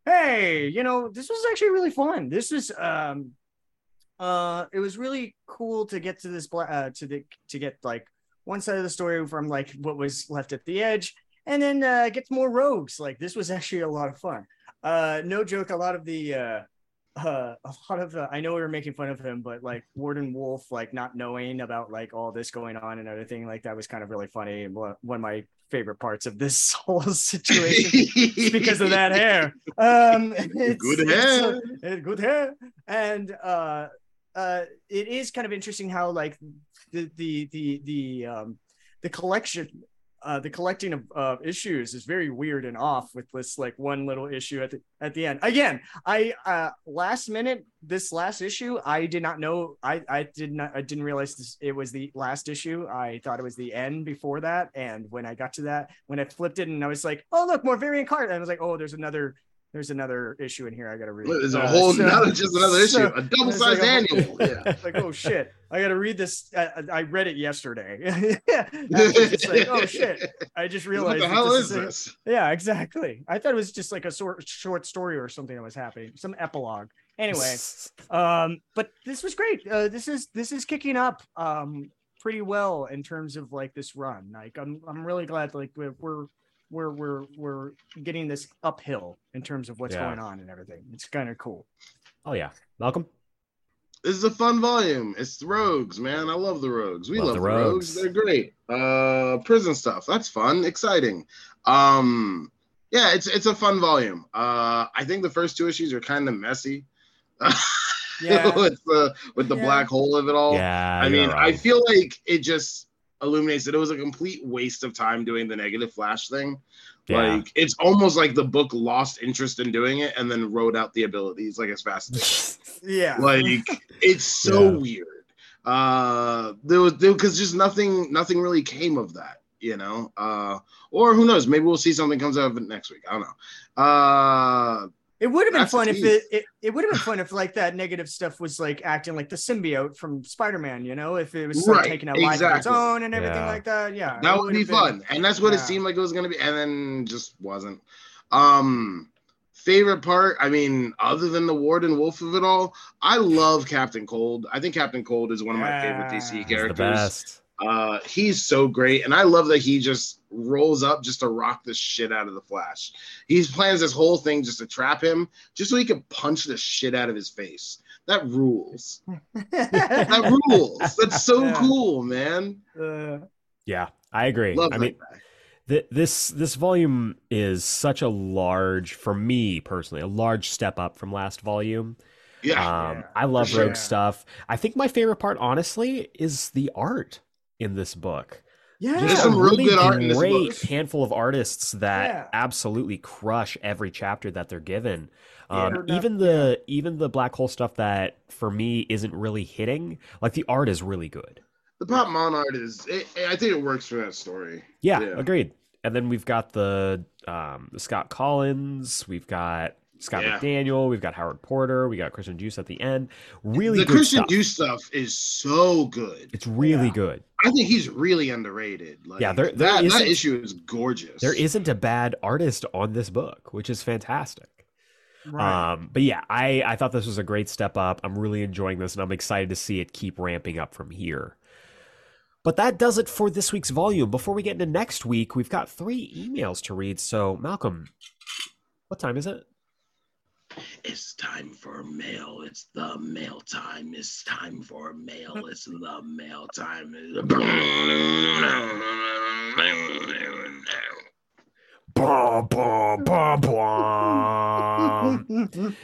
hey you know this was actually really fun this is um uh it was really cool to get to this bla- uh, to the to get like one side of the story from like what was left at the edge and then uh get some more rogues like this was actually a lot of fun uh no joke a lot of the uh uh, a lot of uh, I know we were making fun of him, but like Warden Wolf, like not knowing about like all this going on and everything, like that was kind of really funny and one one of my favorite parts of this whole situation because of that hair. Um, it's- Good it's, hair. uh, good hair. And uh, uh, it is kind of interesting how like the the the the um, the collection. Uh, the collecting of, of issues is very weird and off with this like one little issue at the at the end. Again, I uh, last minute this last issue I did not know I I did not I didn't realize this, it was the last issue. I thought it was the end before that. And when I got to that, when I flipped it and I was like, oh look, more variant card. And I was like, oh, there's another there's another issue in here I got to read. There's a Uh, whole so- not just another issue, so- a double like sized a whole- annual. Yeah. it's like oh shit i gotta read this uh, i, I read it yesterday it's just like oh shit i just What realized the that hell is this a- this? yeah exactly i thought it was just like a sort short story or something that was happening some epilogue anyway um but this was great uh, this is this is kicking up um pretty well in terms of like this run like i'm i'm really glad like we're we're we're we're, we're getting this uphill in terms of what's Yeah. going on and everything it's kind of cool Oh yeah, Malcolm. This is a fun volume. It's the Rogues, man. I love the Rogues. We Love love, the the Rogues. Rogues. They're great. Uh, prison stuff. That's fun, exciting. Um, yeah, it's it's a fun volume. Uh, I think the first two issues are kind of messy. yeah with the with the Yeah. black hole of it all. Yeah, I you're mean, I wrong. feel like it just illuminates that it was a complete waste of time doing the negative flash thing. Yeah. Like it's almost like the book lost interest in doing it and then wrote out the abilities like as fast as it yeah like it's so Yeah. weird uh there was because just nothing nothing really came of that you know uh or who knows maybe we'll see something comes out of it next week i don't know uh It would have been That's fun if deep. it, it, it would have been fun if like that negative stuff was like acting like the symbiote from Spider-Man, you know, if it was like Right, taking a life of its exactly. own and everything Yeah. like that. Yeah. that it would be have been- fun and that's what it yeah. seemed like it was gonna be and then just wasn't um favorite part i mean other than the warden wolf of it all i love captain cold i think captain cold is one of my favorite Yeah. He's dc the characters best. Uh, he's so great, and I love that he just rolls up just to rock the shit out of the Flash. He plans this whole thing just to trap him, just so he could punch the shit out of his face. That rules. That rules. That's so Yeah. cool, man. Uh, Yeah, I agree. Love I that mean, guy. th- this this volume is such a large, for me personally, a large step up from last volume. Yeah, Um, Yeah, I love for Rogue sure. stuff. I think my favorite part, honestly, is the art in this book. yeah. There's There's some a real really good art in this great book. handful of artists that Yeah. absolutely crush every chapter that they're given. Yeah, Um, heard that. even the even the black hole stuff that for me isn't really hitting. Like the art is really good. the Pop Mon art is. It, it- I think it works for that story. Yeah, Yeah. agreed. And then we've got the um, the Scott Collins, we've got Scott Yeah. McDaniel, we've got Howard Porter, we got Christian Juice at the end. Really the good Christian stuff. Deuce stuff is so good. It's really Yeah. good. I think he's really underrated. Like, Yeah, there- there that, that isn't- issue is gorgeous. There isn't a bad artist on this book, which is fantastic. Right. Um, but yeah, I, I thought this was a great step up. I'm really enjoying this, and I'm excited to see it keep ramping up from here. But that does it for this week's volume. Before we get into next week, we've got three emails to read. So, Malcolm, what time is it? It's time for mail. It's the mail time. It's time for mail. It's the mail time. Bum, bum, bum, bum.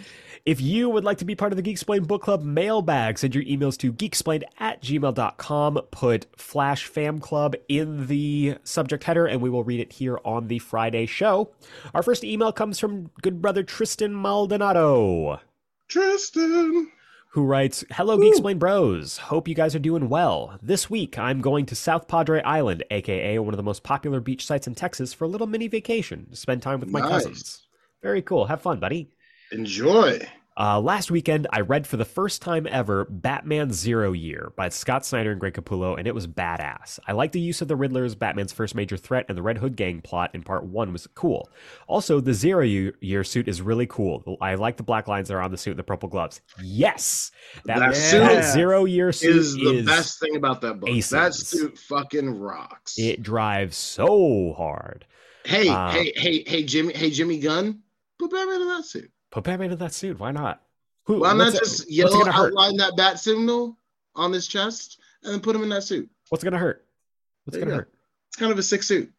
If you would like to be part of the Geeksplained Book Club mailbag, send your emails to geeksplained at gmail.com. Put Flash Fam Club in the subject header, and we will read it here on the Friday show. Our first email comes from good brother Tristan Maldonado, Tristan. who writes Hello, Geeksplained Bros. Hope you guys are doing well. This week, I'm going to South Padre Island, aka one of the most popular beach sites in Texas, for a little mini vacation to spend time with my Nice. cousins. Very cool. Have fun, buddy. Enjoy. Uh, last weekend, I read for the first time ever Batman Zero Year by Scott Snyder and Greg Capullo, and it was badass. I liked the use of the Riddler's Batman's first major threat, and the Red Hood gang plot in part one was cool. Also, the Zero Year Year suit is really cool. I like the black lines that are on the suit and the purple gloves. Yes! That, That that suit Zero Year suit Is the best thing about that book. That aces. suit fucking rocks. It drives so hard. hey, uh, hey, hey, hey, Jimmy, hey, Jimmy Gunn. Put Batman in that suit. Put Batman in that suit. Why not? Who? Why not what's, just yellow gonna hurt? outline that bat signal on his chest and then put him in that suit? what's gonna hurt? What's There gonna you hurt? It's kind of a sick suit.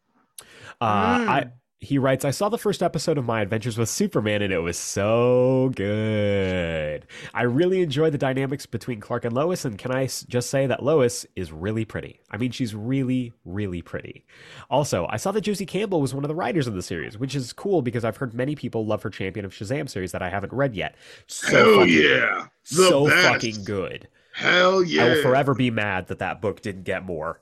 Uh, Mm. I, he writes, I saw the first episode of My Adventures with Superman and it was so good. I really enjoyed the dynamics between Clark and Lois, and can I s- just say that Lois is really pretty? I mean, she's really, really pretty. Also, I saw that Josie Campbell was one of the writers of the series, which is cool because I've heard many people love her Champion of Shazam series that I haven't read yet. So Hell fucking, yeah. The So best. fucking good. Hell I yeah. will forever be mad that that book didn't get more.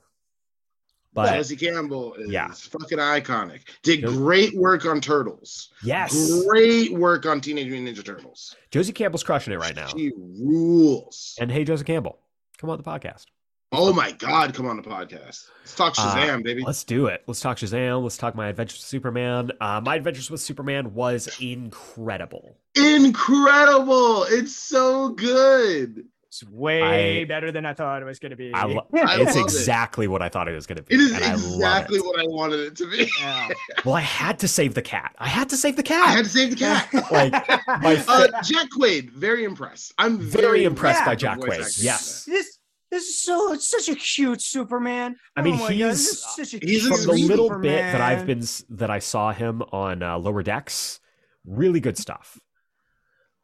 But Jesse Campbell is Yeah. fucking iconic. Did Yep. great work on Turtles. yes, Great work on Teenage Mutant Ninja Turtles. Josie Campbell's crushing it right now. She rules. And hey, Joseph Campbell, come on the podcast. oh my God, come on the podcast. Let's talk Uh, Shazam, baby. Let's do it. Let's talk Shazam. Let's talk My Adventures with Superman. Uh, my Adventures with Superman was incredible. Incredible. It's so good. It's way I- better than I thought it was going to be. I lo- I it's love it. exactly what I thought it was going to be. It is and I exactly love what I wanted it to be. Yeah. it. Well, I had to save the cat. I had to save the I had cat. to save the cat. like, my Uh, fa- Jack Quaid, very impressed. I'm very, very impressed yeah, by with Jack voice Quaid. acting. Yes. this this is so it's such a cute Superman. I mean, oh my God, this he's- is such a he's cute From the Sweet little Superman. bit that I've been, s- that I saw him on uh, Lower Decks, really good stuff.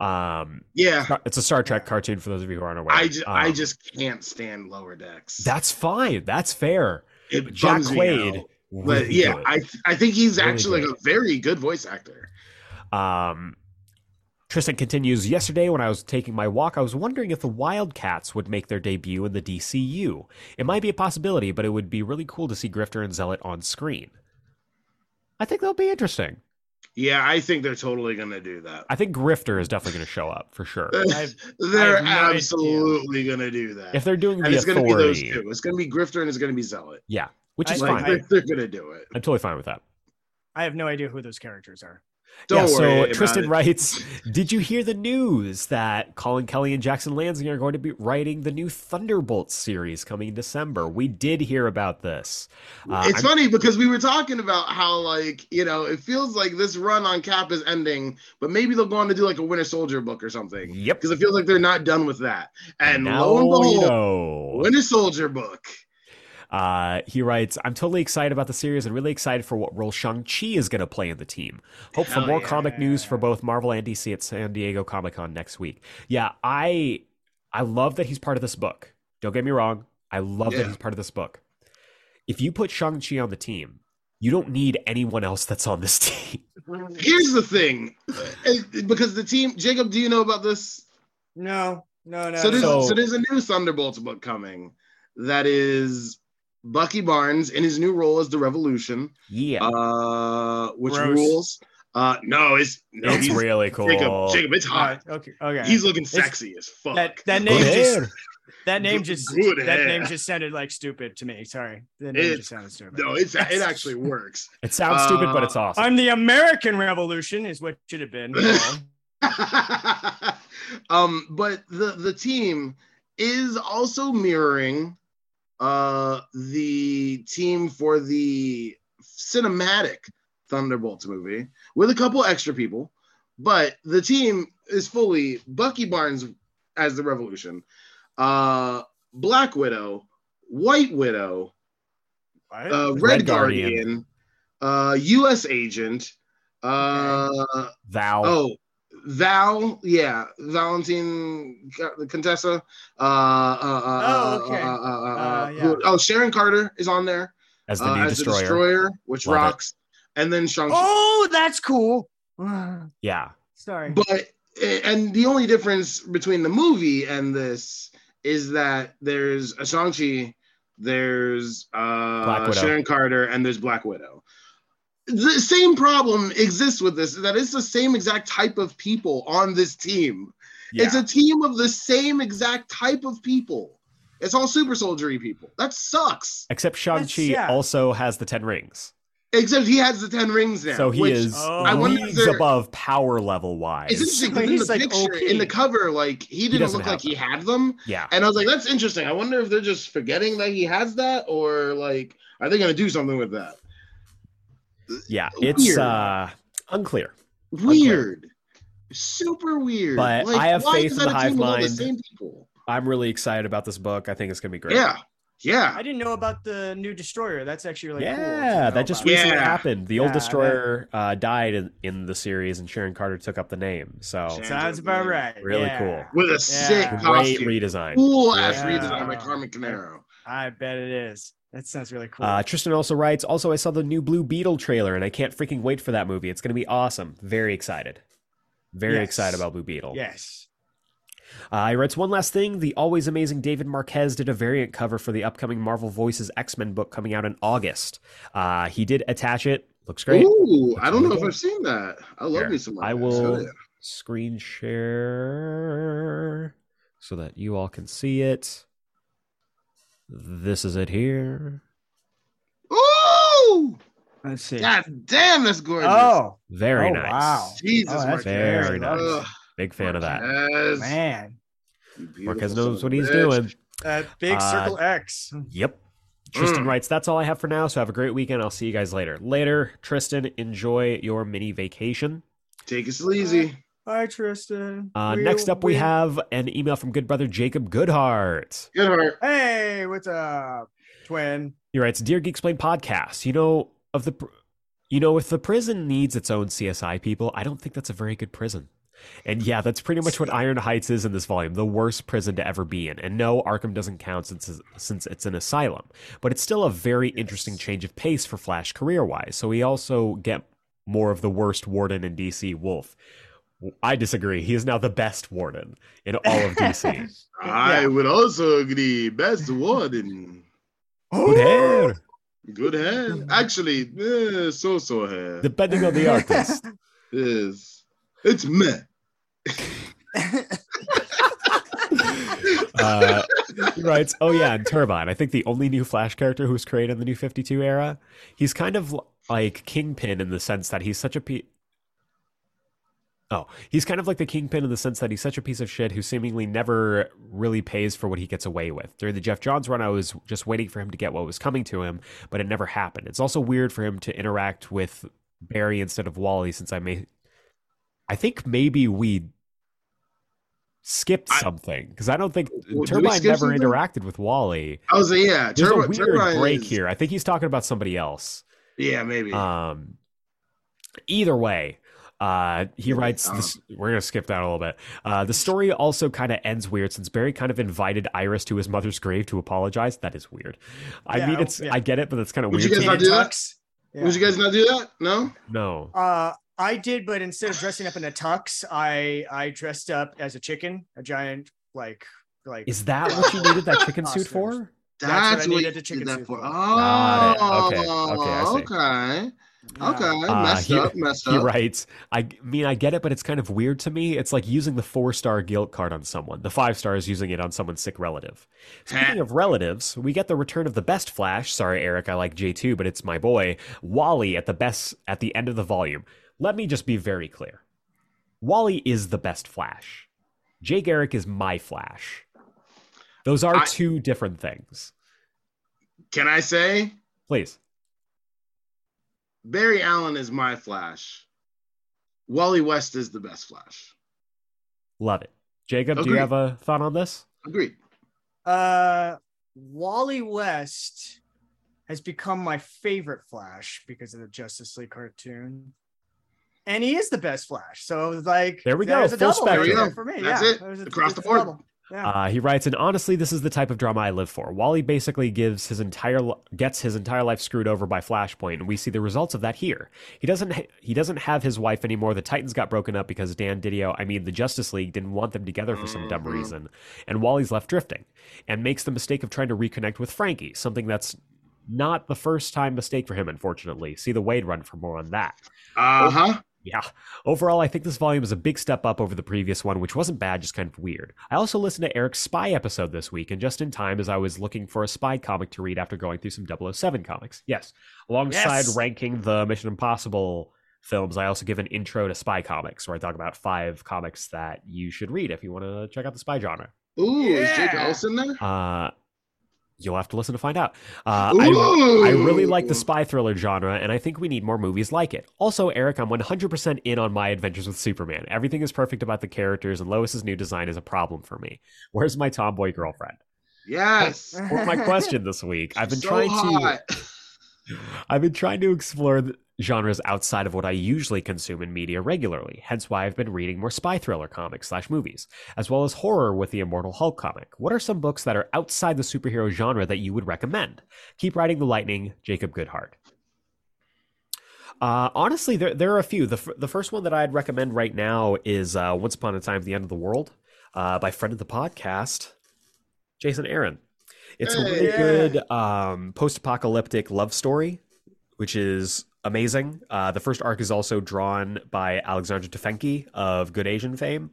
Um, Yeah. it's a Star Trek cartoon for those of you who aren't aware. I just, I Um, just can't stand lower decks. That's fine. That's fair. it Jack bums me Quaid. out. But really yeah, good. I I think he's Really actually like a very good voice actor. Um, Tristan continues Yesterday, when I was taking my walk, I was wondering if the Wildcats would make their debut in the DCU. It might be a possibility, but it would be really cool to see Grifter and Zealot on screen. I think that'll be interesting. Yeah, I think they're totally gonna do that. I think Grifter is definitely going to show up for sure. Uh, I've- they're no idea. absolutely gonna do that. If they're doing and the it's gonna be those authority, two. It's gonna be Grifter and it's gonna be Zealot. which is I- fine. Like I, they're, they're gonna do it. am totally fine with that. I have no idea who those characters are. Don't yeah, worry. so about Tristan it. writes, "Did you hear the news that Colin Kelly and Jackson Lansing are going to be writing the new Thunderbolts series coming in December? We did hear about this. Uh, it's I'm- funny because we were talking about how like you know it feels like this run on Cap is ending, but maybe they'll go on to do like a Winter Soldier book or something Yep. because it feels like they're not done with that. And now lo and you behold, know. Winter Soldier book. Uh, he writes, I'm totally excited about the series and really excited for what role Shang-Chi is going to play in the team. Hope for Hell more yeah. comic news for both Marvel and DC at San Diego Comic-Con next week. Yeah, I I love that he's part of this book. Don't get me wrong. I love Yeah. that he's part of this book. If you put Shang-Chi on the team, you don't need anyone else that's on this team. Here's the thing, It- because the team Jacob, do you know about this? No, no, no. so there's no. so there's a new Thunderbolts book coming that is Bucky Barnes in his new role as the Revolution, yeah. uh, which Gross. rules. Uh, no, it's no, it's he's- really cool. Jacob, Jacob, it's All right, hot. okay, okay. He's looking sexy as fuck. that that Go name just ahead. that name Good- just good that hair. name just sounded like stupid to me. Sorry, the name It- just sounded stupid. no, it's it actually works. It sounds stupid, but it's Uh, awesome. I'm the American Revolution is what should have been. called. um, but the the team is also mirroring uh the team for the cinematic Thunderbolts movie with a couple extra people, but the team is fully Bucky Barnes as the Revolution, uh, Black Widow, White Widow, What? uh, Red, Red Guardian, Guardian. uh, U.S. Agent, uh, Val. oh, Val, yeah, Valentine Ca- Contessa. Uh, uh, uh, Oh, okay. uh, uh, uh, uh, Uh, yeah. who- Oh, Sharon Carter is on there as the uh, new as destroyer. the destroyer, which Love it. rocks, and then Shang. oh, that's cool. Yeah. Sorry. But and the only difference between the movie and this is that there's a Shang-Chi, there's Black uh, Widow. Sharon Carter, and there's Black Widow. The same problem exists with this that it's the same exact type of people on this team. Yeah. It's a team of the same exact type of people. It's all super soldiery people. That sucks. Except Shang-Chi yeah. also has the Ten Rings. Except he has the ten rings now. So he which- is Oh. I wonder if leagues they're- above power level wise. It's interesting So because in he's, the like, picture, OP. in the cover, like he didn't doesn't look have like he had them. yeah. And I was like, that's interesting. I wonder if they're just forgetting that he has that, or like, are they gonna do something with that? Yeah. It's Weird. uh unclear. Weird. super weird. But I have why faith is in the that a hive team with all the mind. same people? I'm really excited about this book. I think it's gonna be great. Yeah, yeah. I didn't know about the new destroyer. That's actually really cool. to yeah, know that just about. Yeah. recently happened. The Yeah, old that- destroyer uh, died in, in the series, and Sharon Carter took up the name. So Sharon- sounds about right. Really Yeah. cool. With a sick Yeah. great costume, redesign. cool ass Yeah. redesign by Carmen Canaro. I bet it is. That sounds really cool. Uh, Tristan also writes, also, I saw the new Blue Beetle trailer and I can't freaking wait for that movie. It's going to be awesome. Very excited. Very Yes. excited about Blue Beetle. yes. Uh, he writes, one last thing. The always amazing David Marquez did a variant cover for the upcoming Marvel Voices X Men book coming out in August. Uh, he did attach it. Looks great. Ooh, I don't know really if cool. I've seen that. I love Here, me some. I Lopez. will- Hell yeah. Screen share so that you all can see it. This is it here. Ooh, Let's see. god damn, that's gorgeous. oh, Very Oh, nice. wow. Jesus, Oh, that's Marquez. very nice. Ugh, Big fan of that. Marquez. man. You beautiful Marquez son knows of what a he's bitch. doing. That big Uh, circle X. Yep. Tristan Mm. writes, that's all I have for now. So have a great weekend. I'll see you guys later. Later, Tristan, enjoy your mini vacation. Take it sleazy. Hi, Tristan. Uh, We- next up, we have an email from good brother Jacob Goodhart. Good heart. Hey, what's up, twin? He writes, Dear Geek Explain Podcast, you know, of the. Pr- you know, if the prison needs its own CSI people, I don't think that's a very good prison. And yeah, that's pretty much what Iron Heights is in this volume, the worst prison to ever be in. And no, Arkham doesn't count since since it's an asylum, but it's still a very interesting change of pace for Flash career-wise. So we also get more of the worst warden in DC Wolf. I disagree. He is now the best warden in all of DC. I would also agree. Best warden. Good hair. Good head. Actually, eh, so so hair. Depending on the artist. Yes. It's meh. Uh, he writes, "Oh yeah, and Turbine. I think the only new Flash character who was created in the New Fifty Two era. He's kind of l- like Kingpin in the sense that he's such a pe- oh, he's kind of like the Kingpin in the sense that he's such a piece of shit who seemingly never really pays for what he gets away with. During the Jeff Johns run, I was just waiting for him to get what was coming to him, but it never happened. It's also weird for him to interact with Barry instead of Wally, since I may, I think maybe we." Skipped I- something because I don't think Well, we Turbine skip never something? interacted with Wally. I was like, yeah, There's Turbo- a weird Turbine break is- here. I think he's talking about somebody else. Yeah, maybe. Um, either way, uh, he Yeah, writes. This, we're gonna skip that a little bit. Uh, the story also kind of ends weird since Barry kind of invited Iris to his mother's grave to apologize. That is weird. I Yeah, mean, it's yeah. I get it, but that's kind of Would you weird. guys to me. not do that? Tux. Yeah. Would you guys not do that? No? No. Uh, I did, but instead of dressing up in a tux, I I dressed up as a chicken, a giant like like. Is that what you needed that chicken suit for? That's what I needed you the chicken did that soup for. for. Got it. Oh, Okay, okay, I see. okay. Yeah. Okay, Uh, messed he- up, messed He up. writes, I mean, I get it, but it's kind of weird to me. It's like using the four star guilt card on someone. The five star is using it on someone's sick relative. Speaking of relatives, we get the return of the best Flash. Sorry, Eric, I like J2, but it's my boy, Wally at the best at the end of the volume. Let me just be very clear. Wally is the best Flash. Jay Garrick is my Flash. Those are I- two different things. Can I say Please. Barry Allen is my Flash? Wally West is the best Flash. Love it. Jacob, do you Agreed. have a thought on this? Agreed. Uh, Wally West has become my favorite Flash because of the Justice League cartoon, and he is the best Flash. So like, There we go, there's A full double right spectrum. there for me. That's yeah, it. there's a- Across the it's a board. double. Yeah. Uh, he writes, and honestly, this is the type of drama I live for. Wally basically gives his entire li- gets his entire life screwed over by Flashpoint, and we see the results of that here. He doesn't ha- he doesn't have his wife anymore. The Titans got broken up because Dan Didio, I mean the Justice League, didn't want them together for some dumb Mhm. reason, and Wally's left drifting, and makes the mistake of trying to reconnect with Frankie, something that's not the first time mistake for him, unfortunately. See the Wade run for more on that. Uh huh. Yeah. Overall, I think this volume is a big step up over the previous one, which wasn't bad, just kind of weird. I also listened to Eric's Spy episode this week, and just in time as I was looking for a spy comic to read after going through some 007 comics. Yes. Alongside Yes. ranking the Mission Impossible films, I also give an intro to spy comics where I talk about five comics that you should read if you want to check out the spy genre. Ooh, is Jake Yeah. Olsen there? Uh, You'll have to listen to find out. Uh, I, Ooh. I really like the spy thriller genre, and I think we need more movies like it. Also, Eric, I'm 100% in on my adventures with Superman. Everything is perfect about the characters, and Lois's new design is a problem for me. Where's my tomboy girlfriend? Yes. Or my question this week. I've been So trying to. hot. I've been trying to explore the genres outside of what I usually consume in media regularly, hence why I've been reading more spy thriller comics slash movies, as well as horror with the Immortal Hulk comic. What are some books that are outside the superhero genre that you would recommend? Keep Riding the Lightning, Jacob Goodhart. Uh, honestly, there, there are a few. The, f- the first one that I'd recommend right now is uh, Once Upon a Time, The End of the World uh, by friend of the podcast, Jason Aaron. It's a really Hey. good um, post apocalyptic love story, which is amazing. Uh, the first arc is also drawn by Alexandra Tefenki of Good Asian fame.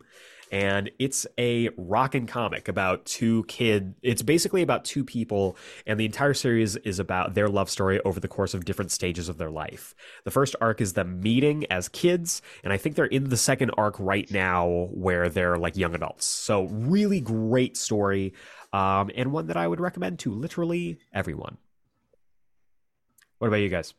And it's a rockin' comic about two kid. It's basically about two people, and the entire series is about their love story over the course of different stages of their life. The first arc is them meeting as kids, and I think they're in the second arc right now where they're like young adults. So, really great story, um, and one that I would recommend to literally everyone. What about you guys?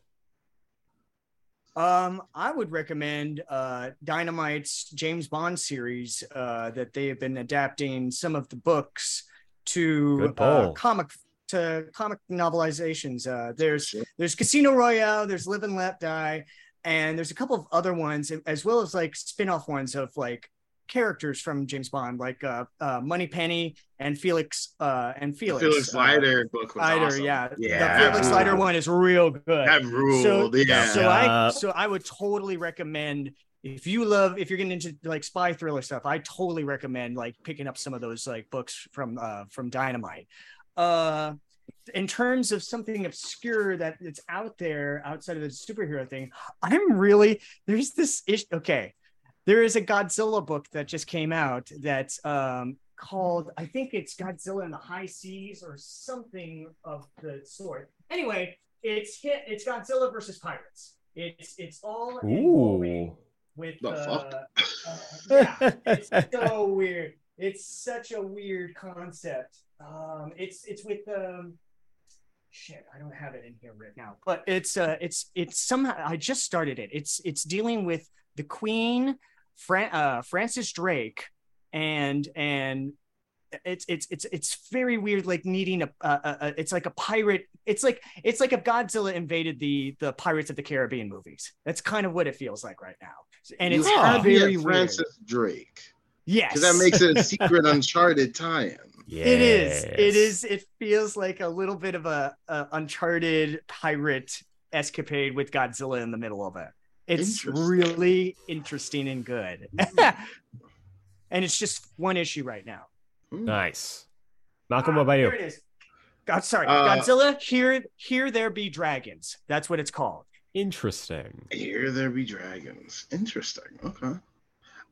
Um, I would recommend uh, Dynamite's James Bond series uh, that they have been adapting some of the books to Good uh, poll. comic to comic novelizations. Uh, there's Sure. there's Casino Royale, there's Live and Let Die, and there's a couple of other ones as well as like spin-off ones of like characters from James Bond, like uh, uh, Money Penny and Felix uh, and Felix. Felix uh, Leiter book was Leiter, awesome. yeah. Yeah. The Felix Leiter one is real good. That ruled. yeah. So Yeah. I so I would totally recommend if you love if you're getting into like spy thriller stuff, I totally recommend like picking up some of those like books from uh from Dynamite. Uh in terms of something obscure that it's out there outside of the superhero thing, I'm really there's this issue. Okay, there is a Godzilla book that just came out that's um, called I think it's Godzilla in the High Seas or something of the sort. Anyway, it's hit. It's Godzilla versus pirates. It's it's all involving with The uh, uh, yeah. It's so weird. It's such a weird concept. Um, it's it's with um, shit. I don't have it in here right now, but it's uh, it's it's somehow I just started it. It's it's dealing with the Queen, Fran- uh, Francis Drake, and and it's it's it's it's very weird. Like needing a, a, a, a it's like a pirate. It's like it's like if Godzilla invaded the the Pirates of the Caribbean movies. That's kind of what it feels like right now. And it's You have to very get weird. Francis Drake. Yes, Because that makes it a secret uncharted tie-in. Yeah, It is. It is. It feels like a little bit of a, a uncharted pirate escapade with Godzilla in the middle of it. It's Interesting. really interesting and good. and it's just one issue right now. nice. Malcolm, Ah, what about you? Here it is. God, sorry, Uh, Godzilla. Here, here, there be dragons. That's what it's called. Interesting. Here there be dragons. Interesting. Okay.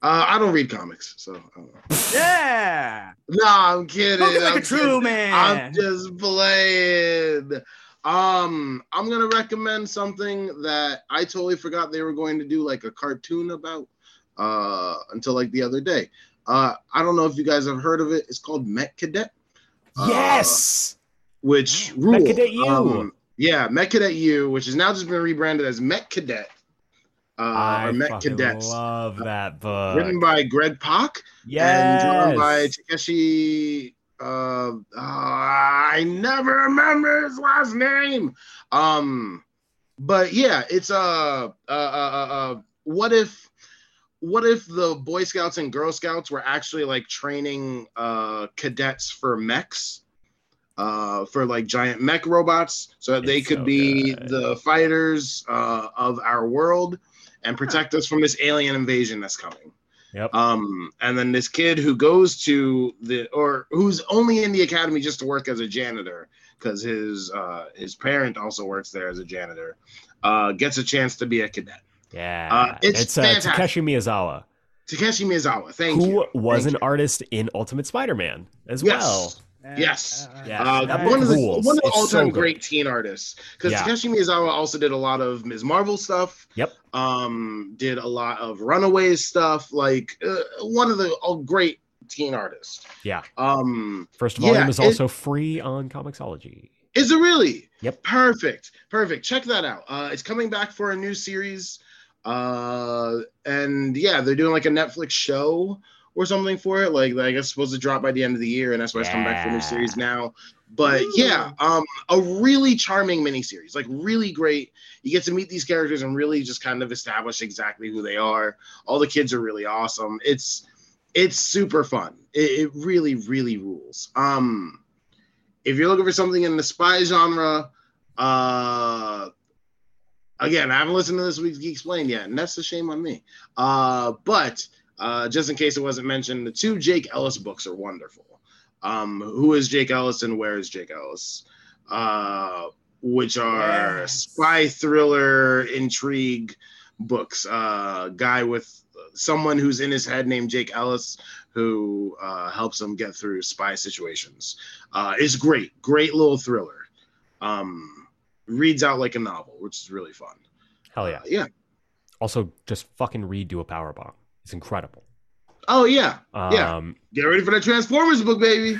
Uh, I don't read comics, so I don't know. Yeah, No, I'm kidding. Spoken like I'm a true kidding. I'm man. just playing. Um, I'm gonna recommend something that I totally forgot they were going to do like a cartoon about uh until like the other day. Uh I don't know if you guys have heard of it. It's called Met Cadet. Uh, yes. which Oh, Met ruled. Cadet U. Um, yeah, Met Cadet U, which has now just been rebranded as Met Cadet. Uh, I or Met fucking Cadets. love that book. written by Greg Pak yes. and drawn by Takeshi. Uh, uh, I never remember his last name. Um, but yeah, it's uh, uh, uh, uh, uh, what if, what if the Boy Scouts and Girl Scouts were actually like training uh cadets for mechs, uh, for like giant mech robots, so that they It's could so be good. the fighters uh, of our world and protect us from this alien invasion that's coming. Yep. Um, and then this kid who goes to the or who's only in the academy just to work as a janitor because his uh, his parent also works there as a janitor uh, gets a chance to be a cadet. yeah. uh, it's it's uh, fantastic. Takeshi Miyazawa. Takeshi Miyazawa, thank who you. was Thank an artist in Ultimate Spider-Man as Yes. well. Yes. Yeah. Uh, That one of the rules. one of the It's so all time good. great teen artists because Yeah. Takeshi Miyazawa also did a lot of Ms. Marvel stuff. Yep. Um, did a lot of Runaways stuff. Like uh, one of the all great teen artist. Yeah. Um, First Yeah, volume is it- also free on Comixology. is it really? Yep. Perfect. Perfect. Check that out. Uh, it's coming back for a new series. Uh, and yeah, they're doing like a Netflix show or something for it. Like, I guess it's supposed to drop by the end of the year, and that's why it's coming back for a new Yeah. series now. But yeah, um, a really charming miniseries, like really great. You get to meet these characters and really just kind of establish exactly who they are. All the kids are really awesome. It's it's super fun. It, it really, really rules. Um, if you're looking for something in the spy genre, uh, again, I haven't listened to this week's Geek Explained yet, and that's a shame on me. Uh, but uh, just in case it wasn't mentioned, the two Jake Ellis books are wonderful. Um, who is Jake Ellis and where is Jake Ellis? Uh, which are Yes. spy thriller intrigue books. Uh, guy with someone who's in his head named Jake Ellis who uh, helps him get through spy situations. Uh, it's great, great little thriller. Um, reads out like a novel, which is really fun. Oh, Uh, Hell yeah. Yeah. Also, just fucking read Do a Power Bomb. It's incredible. Oh yeah, Um, Yeah. get ready for the Transformers book, baby.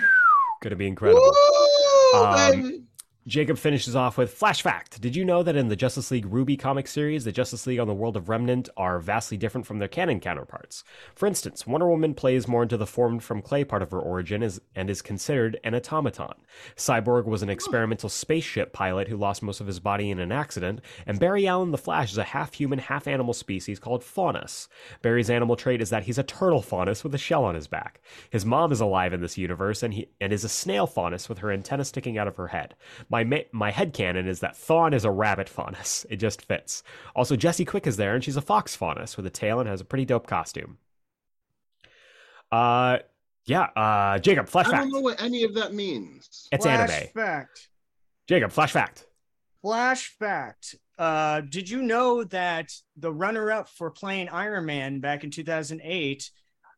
Gonna be incredible. Woo, Um, baby. Jacob finishes off with Flash Fact. Did you know that in the Justice League Ruby comic series, the Justice League on the world of Remnant are vastly different from their canon counterparts? For instance, Wonder Woman plays more into the formed from clay part of her origin is, and is considered an automaton. Cyborg was an experimental spaceship pilot who lost most of his body in an accident, and Barry Allen the Flash is a half human, half animal species called Faunus. Barry's animal trait is that he's a turtle faunus with a shell on his back. His mom is alive in this universe and he and is a snail faunus with her antenna sticking out of her head. My ma- my headcanon is that Thawne is a rabbit faunus. It just fits. Also, Jessie Quick is there and she's a fox faunus with a tail and has a pretty dope costume. Uh yeah, uh Jacob, flash I fact. don't know what any of that means. It's Flash anime. Fact. Jacob, flash fact. Flash fact. Uh, did you know that the runner-up for playing Iron Man back in 2008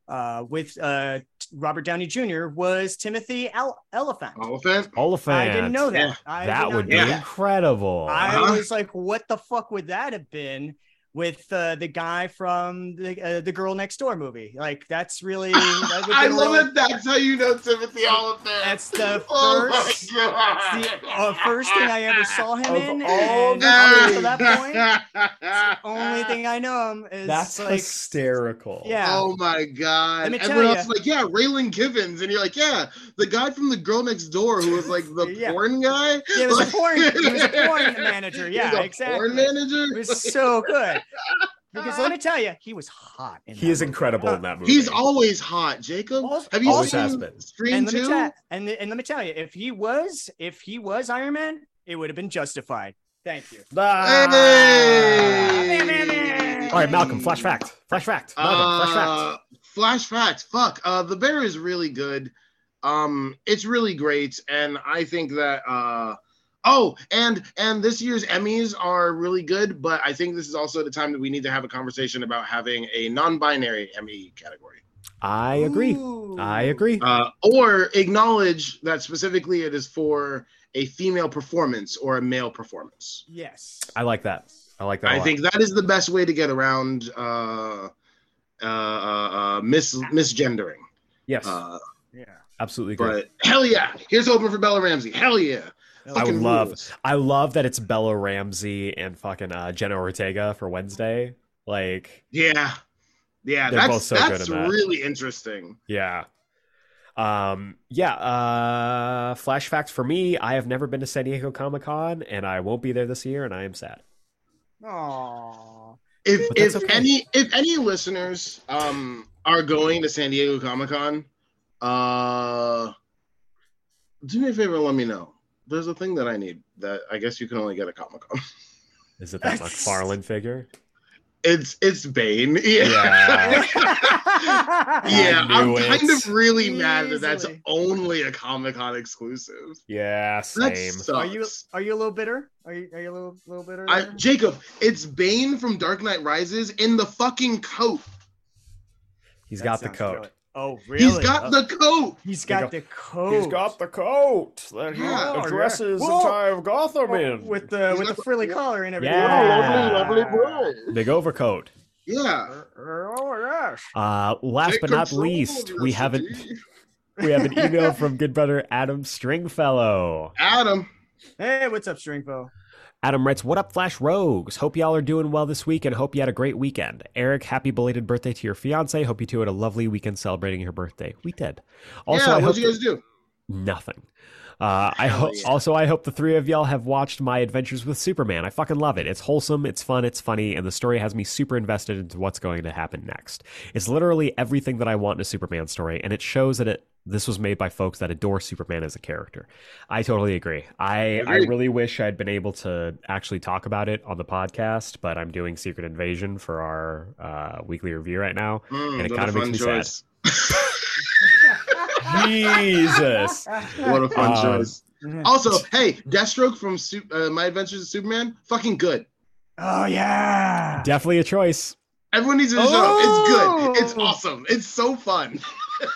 uh, with uh, Robert Downey Jr. was Timothy Ele- Elephant? Elephant. Oliphant. I didn't know that. Oh, Yeah. I that did would not be know that. incredible. I Uh-huh. was like, what the fuck would that have been with uh, the guy from the uh, the Girl Next Door movie? Like, that's really. That I love it. That's how you know Timothy Oliphant. That's the Oh my first. God. It's the uh, first thing I ever saw him Of in, all and the up things. until that point, it's that the only thing I know him is That's like, hysterical. yeah, Oh my god. Let me tell Everyone else ya. is like, yeah, Raylan Givens. And you're like, yeah, the guy from the girl next door who was like the Yeah. porn guy. he was a Like- porn, he was a porn manager, He was a yeah, exactly, Porn it manager. was so good. Because let me tell you, he was hot. In He that is movie. incredible in that movie. He's always hot, Jacob. Also- Have you Always has seen been. Scream and let me tell 2? and, and let me tell you, if he was if he was Iron Man, it would have been justified. Thank you. Ah, Hey! Ah. All right, Malcolm, flash fact. Flash fact. Malcolm, flash fact. Uh, flash facts. Fuck. Uh, the bear is really good. Um, it's really great, and I think that. Uh, oh, and and this year's Emmys are really good, but I think this is also the time that we need to have a conversation about having a non-binary Emmy category, I agree. I agree. uh, or acknowledge that specifically it is for a female performance or a male performance. Yes. I like that. I like that. a I lot. think that is the best way to get around uh, uh, uh, uh, mis- misgendering. yes, Uh, Yeah. absolutely agree. But hell yeah, here's hoping for Bella Ramsey. Hell yeah, I would Fucking love. rules. I love that it's Bella Ramsey and fucking uh, Jenna Ortega for Wednesday. Like, Yeah, yeah, They're that's both so good that's in that. really interesting. yeah, um, yeah. Uh, flash fact for me: I have never been to San Diego Comic Con, and I won't be there this year, and I am sad. Aww. If But if that's okay. any if any listeners um are going to San Diego Comic Con, uh, do me a favor, and let me know. There's a thing that I need that I guess you can only get at Comic Con. Is it that McFarlane figure? It's it's Bane. Yeah. Yeah, I I'm knew kind it. of really mad that that's Easily. only a Comic Con exclusive. Yeah, That same. sucks. Are you are you a little bitter? Are you are you a little little bitter? I, there? Jacob, it's Bane from Dark Knight Rises in the fucking coat. He's That got the sounds coat. really- Oh really? He's got the coat. He's got the code. the coat that he Yeah. addresses the Whoa. entire of Gotham Oh, with the He's got with the the- frilly yeah. collar and everything. Yeah. Lovely, lovely boy. Big overcoat. Yeah. Oh yes. Uh, last Take but not control, least, we Mr. have an G. we have an email from good brother Adam Stringfellow. Adam. Hey, what's up, Stringfellow? Adam writes, "What up, Flash Rogues? Hope y'all are doing well this week, and hope you had a great weekend. Eric, happy belated birthday to your fiance. Hope you two had a lovely weekend celebrating her birthday. We did. Also, yeah, I hope what'd you guys do? nothing. Uh, I Hell hope. yeah. Also, I hope the three of y'all have watched my adventures with Superman. I fucking love it. It's wholesome, it's fun, it's funny, and the story has me super invested into what's going to happen next. It's literally everything that I want in a Superman story, and it shows that it this was made by folks that adore Superman as a character. I totally agree. I I Agreed. really wish I'd been able to actually talk about it on the podcast, but I'm doing Secret Invasion for our uh, weekly review right now. Mm, And it what kinda a fun makes me choice. Jesus. what a fun Uh, choice. Also, hey, Deathstroke from Su- uh, My Adventures with Superman, fucking good. Oh yeah. Definitely a choice. Everyone needs to show Oh! up. It's good. It's awesome. It's so fun.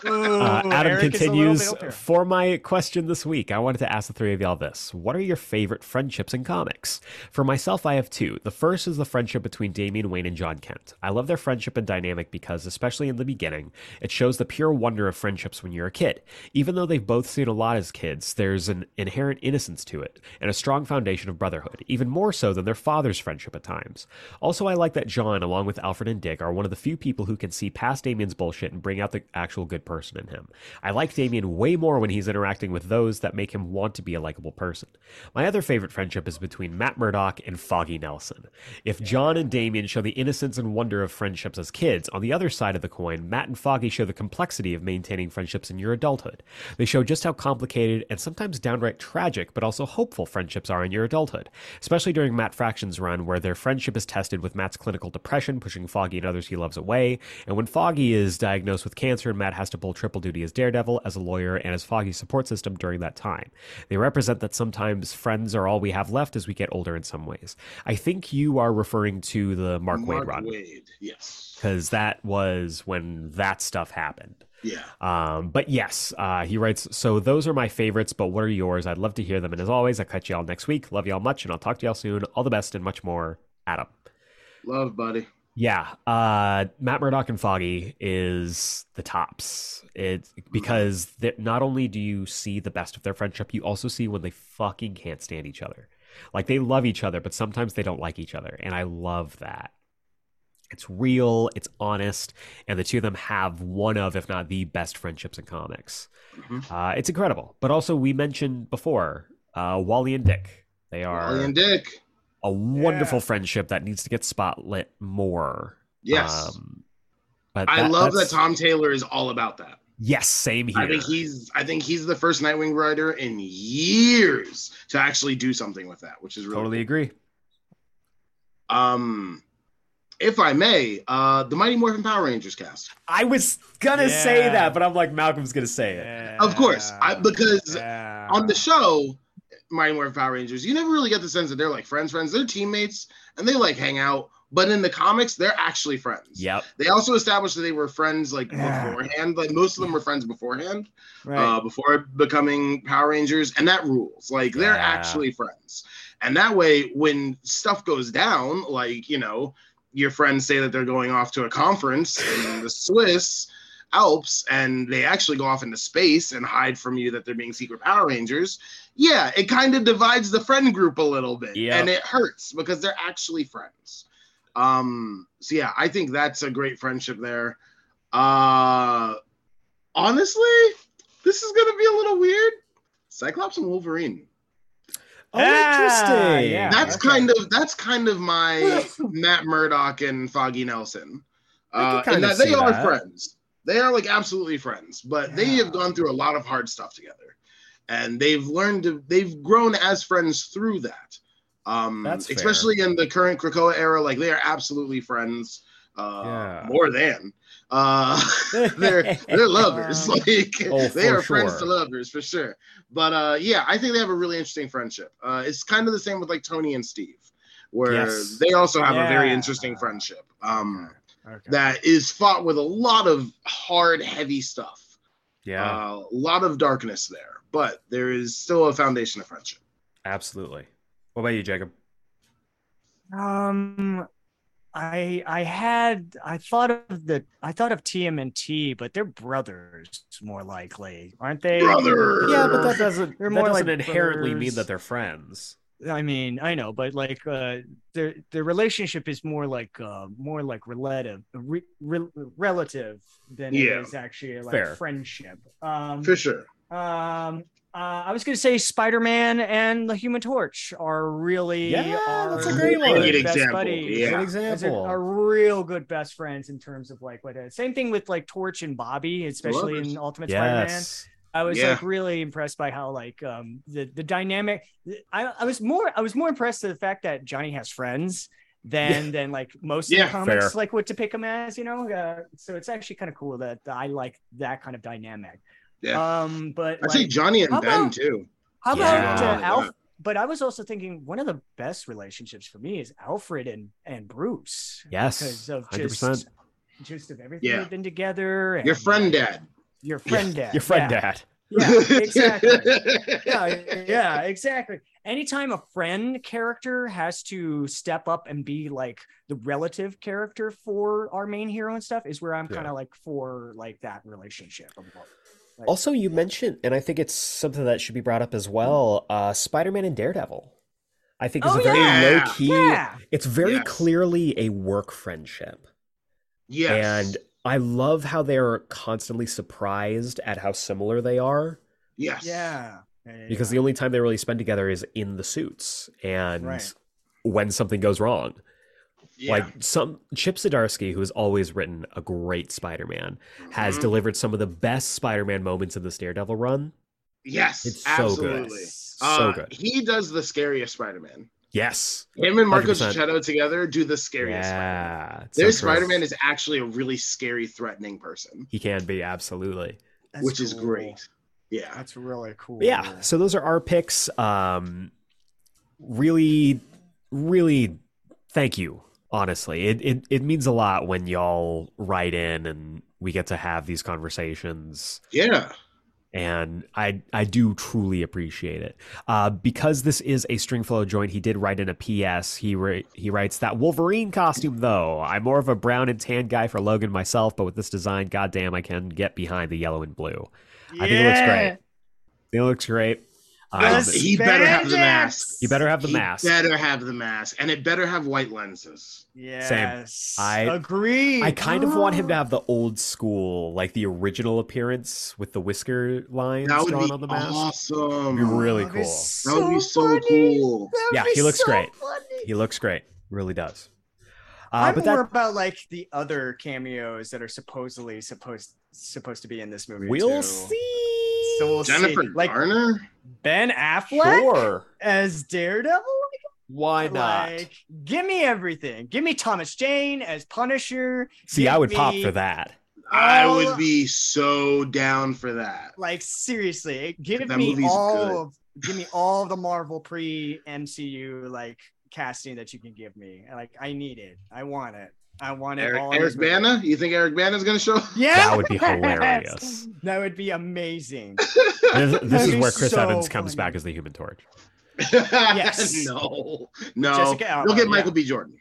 Uh, Ooh, Adam Eric is a little continues bit up here. for my question this week. I wanted to ask the three of y'all this: What are your favorite friendships in comics? For myself, I have two. The first is the friendship between Damian Wayne and John Kent. I love their friendship and dynamic because, especially in the beginning, it shows the pure wonder of friendships when you're a kid. Even though they've both seen a lot as kids, there's an inherent innocence to it and a strong foundation of brotherhood, even more so than their father's friendship at times. Also, I like that John, along with Alfred and Dick, are one of the few people who can see past Damien's bullshit and bring out the actual good person in him. I like Damien way more when he's interacting with those that make him want to be a likable person. My other favorite friendship is between Matt Murdock and Foggy Nelson. If John and Damien show the innocence and wonder of friendships as kids, on the other side of the coin, Matt and Foggy show the complexity of maintaining friendships in your adulthood. They show just how complicated and sometimes downright tragic, but also hopeful friendships are in your adulthood, especially during Matt Fraction's run, where their friendship is tested with Matt's clinical depression, pushing Foggy and others he loves away, and when Foggy is diagnosed with cancer and Matt has to pull triple duty as Daredevil, as a lawyer, and as Foggy's support system during that time. They represent that sometimes friends are all we have left as we get older in some ways. I think you are referring to the Mark, Wade run, Wade. Yes. because that was when that stuff happened. Yeah. Um, but yes, uh, he writes, so those are my favorites, but what are yours? I'd love to hear them. And as always, I catch y'all next week. Love y'all much, and I'll talk to y'all soon. All the best and much more. Adam. Love, buddy. Yeah, uh, Matt Murdock and Foggy is the tops. It because that not only do you see the best of their friendship, you also see when they fucking can't stand each other. Like they love each other, but sometimes they don't like each other, and I love that. It's real, it's honest, and the two of them have one of, if not the best friendships in comics. Mhm. Uh, it's incredible. But also, we mentioned before uh, Wally and Dick. They are Wally and Dick. a wonderful friendship that needs to get spotlit more. Yes. Um, but I love that that's- Tom Taylor is all about that. Yes, same here. I think he's I think he's the first Nightwing writer in years to actually do something with that, which is really totally agree. um if I may, uh the Mighty Morphin Power Rangers cast. I was gonna say Yeah. that, but I'm like, Malcolm's gonna say Of course. I because Yeah. on the show, Mighty Morphin Power Rangers, you never really get the sense that they're like friends, friends. They're teammates and they like hang out. But in the comics, they're actually friends. Yep. They also established that they were friends like Yeah. beforehand. Like most of them were friends beforehand, Right. uh, before becoming Power Rangers, and that rules. Like they're Yeah. actually friends, and that way, when stuff goes down, like you know, your friends say that they're going off to a conference in the Swiss Alps, and they actually go off into space and hide from you that they're being secret Power Rangers. Yeah, it kind of divides the friend group a little bit, Yeah. and it hurts because they're actually friends. Um, so yeah, I think that's a great friendship there. Uh, honestly, this is gonna be a little weird. Cyclops and Wolverine. Oh, Ah, interesting. yeah. That's okay. kind of that's kind of my Matt Murdock and Foggy Nelson. I Uh, can and kinda that they see are that. friends. They are like absolutely friends, but they Yeah. have gone through a lot of hard stuff together, and they've learned to they've grown as friends through that. Um, That's fair. especially in the current Krakoa era, like they are absolutely friends. Uh, Yeah. more than uh, they're they're lovers. Um, like Oh, they for are friends to sure. lovers for sure. But uh, yeah, I think they have a really interesting friendship. Uh, it's kind of the same with like Tony and Steve, where Yes. they also have a very Yeah. interesting friendship um, Okay. that is fought with a lot of hard, heavy stuff. Yeah, Uh, a lot of darkness there, but there is still a foundation of friendship. absolutely. What about you, Jacob? Um, I I had I thought of the I thought of TMNT, but they're brothers more likely, aren't they? brother. Yeah, but that doesn't They're that more doesn't like inherently mean brothers. that they're friends. I mean, I know, but like uh their their relationship is more like uh more like relative re, re- relative than Yeah. it is actually like Fair. friendship. Um For sure. um uh, I was gonna say Spider-Man and the Human Torch are really Yeah, are that's a great one. really Great best example, buddies. yeah. Good Those are, example. are real good best friends in terms of like what. Same thing with like Torch and Bobby, especially Lovers. in Ultimate Spider-Man. yes. I was Yeah. like really impressed by how like um the the dynamic. I, I was more I was more impressed with the fact that Johnny has friends than than like most Yeah, of the fair. comics like what to pick him as, you know. Uh, so it's actually kind of cool that I like that kind of dynamic. Yeah. Um, but I'd like, say Johnny and how Ben about- too. how about Yeah. uh, Alf? But I was also thinking one of the best relationships for me is Alfred and and Bruce because Yes. of Hundred just percent. just of everything Yeah. they've been together. And Your friend dad. your friend dad, Your friend yeah. dad. yeah, exactly yeah, yeah, exactly. Anytime a friend character has to step up and be like the relative character for our main hero and stuff is where I'm Yeah. kind of like for like that relationship. of what- like- Also, you mentioned, and I think it's something that should be brought up as well. Uh, Spider-Man and Daredevil. I think is Oh, a very yeah. low key. yeah, It's very Yes. clearly a work friendship. Yes. And I love how they are constantly surprised at how similar they are yes. yeah, yeah, because the yeah. only time they really spend together is in the suits and Right. when something goes wrong. Yeah. Like some Chip Zdarsky, who has always written a great Spider-Man, has Mhm. delivered some of the best Spider-Man moments in this Daredevil run. yes. It's so good. absolutely. So Uh, good. He does the scariest Spider-Man. Yes. Him and Marco 100%. Cicetto together do the scariest Spider-Man. Yeah. it's so Their true. Spider-Man is actually a really scary, threatening person, He can be absolutely. That's which is cool. great. Yeah. That's really cool. But yeah. So those are our picks. Um, really, really, thank you. Honestly, it, it it means a lot when y'all write in and we get to have these conversations. Yeah. and I I do truly appreciate it. Uh, because this is a string flow joint, he did write in a PS. He wri- he writes that Wolverine costume though. I'm more of a brown and tan guy for Logan myself, but with this design, goddamn, I can get behind the yellow and blue. I think it looks great. I think it looks great. Um, Yes. he He better have the mask. he better have the He mask. better have the mask, and it better have white lenses. Yes, I- agree. I kind of want him to have the old school, like the original appearance with the whisker lines That would drawn be on the mask. awesome. It'd be really That'd be cool. that would be so funny. cool. That'd Yeah, be he looks so great. funny. He looks great, really does. Uh, I'm but more that about like the other cameos that are supposedly supposed supposed to be in this movie. we'll too. see. So we'll Jennifer see. Like Garner. Ben Affleck Sure. as Daredevil. Why not? Like, give me everything. Give me Thomas Jane as Punisher. See, Give I would pop me- for that. I all- would be so down for that. Like seriously, give That me movie's all good. of give me all the Marvel pre MCU like casting that you can give me. Like I need it. I want it. I want it Eric, all. in this Eric movie. Bana? You think Eric Bana's gonna show? up? Yeah, That would be hilarious. That would be amazing. This, this That'd is be where Chris so Evans comes funny. back as the Human Torch. Yes. no. No. Jessica Alba, You'll get yeah. Michael B. Jordan.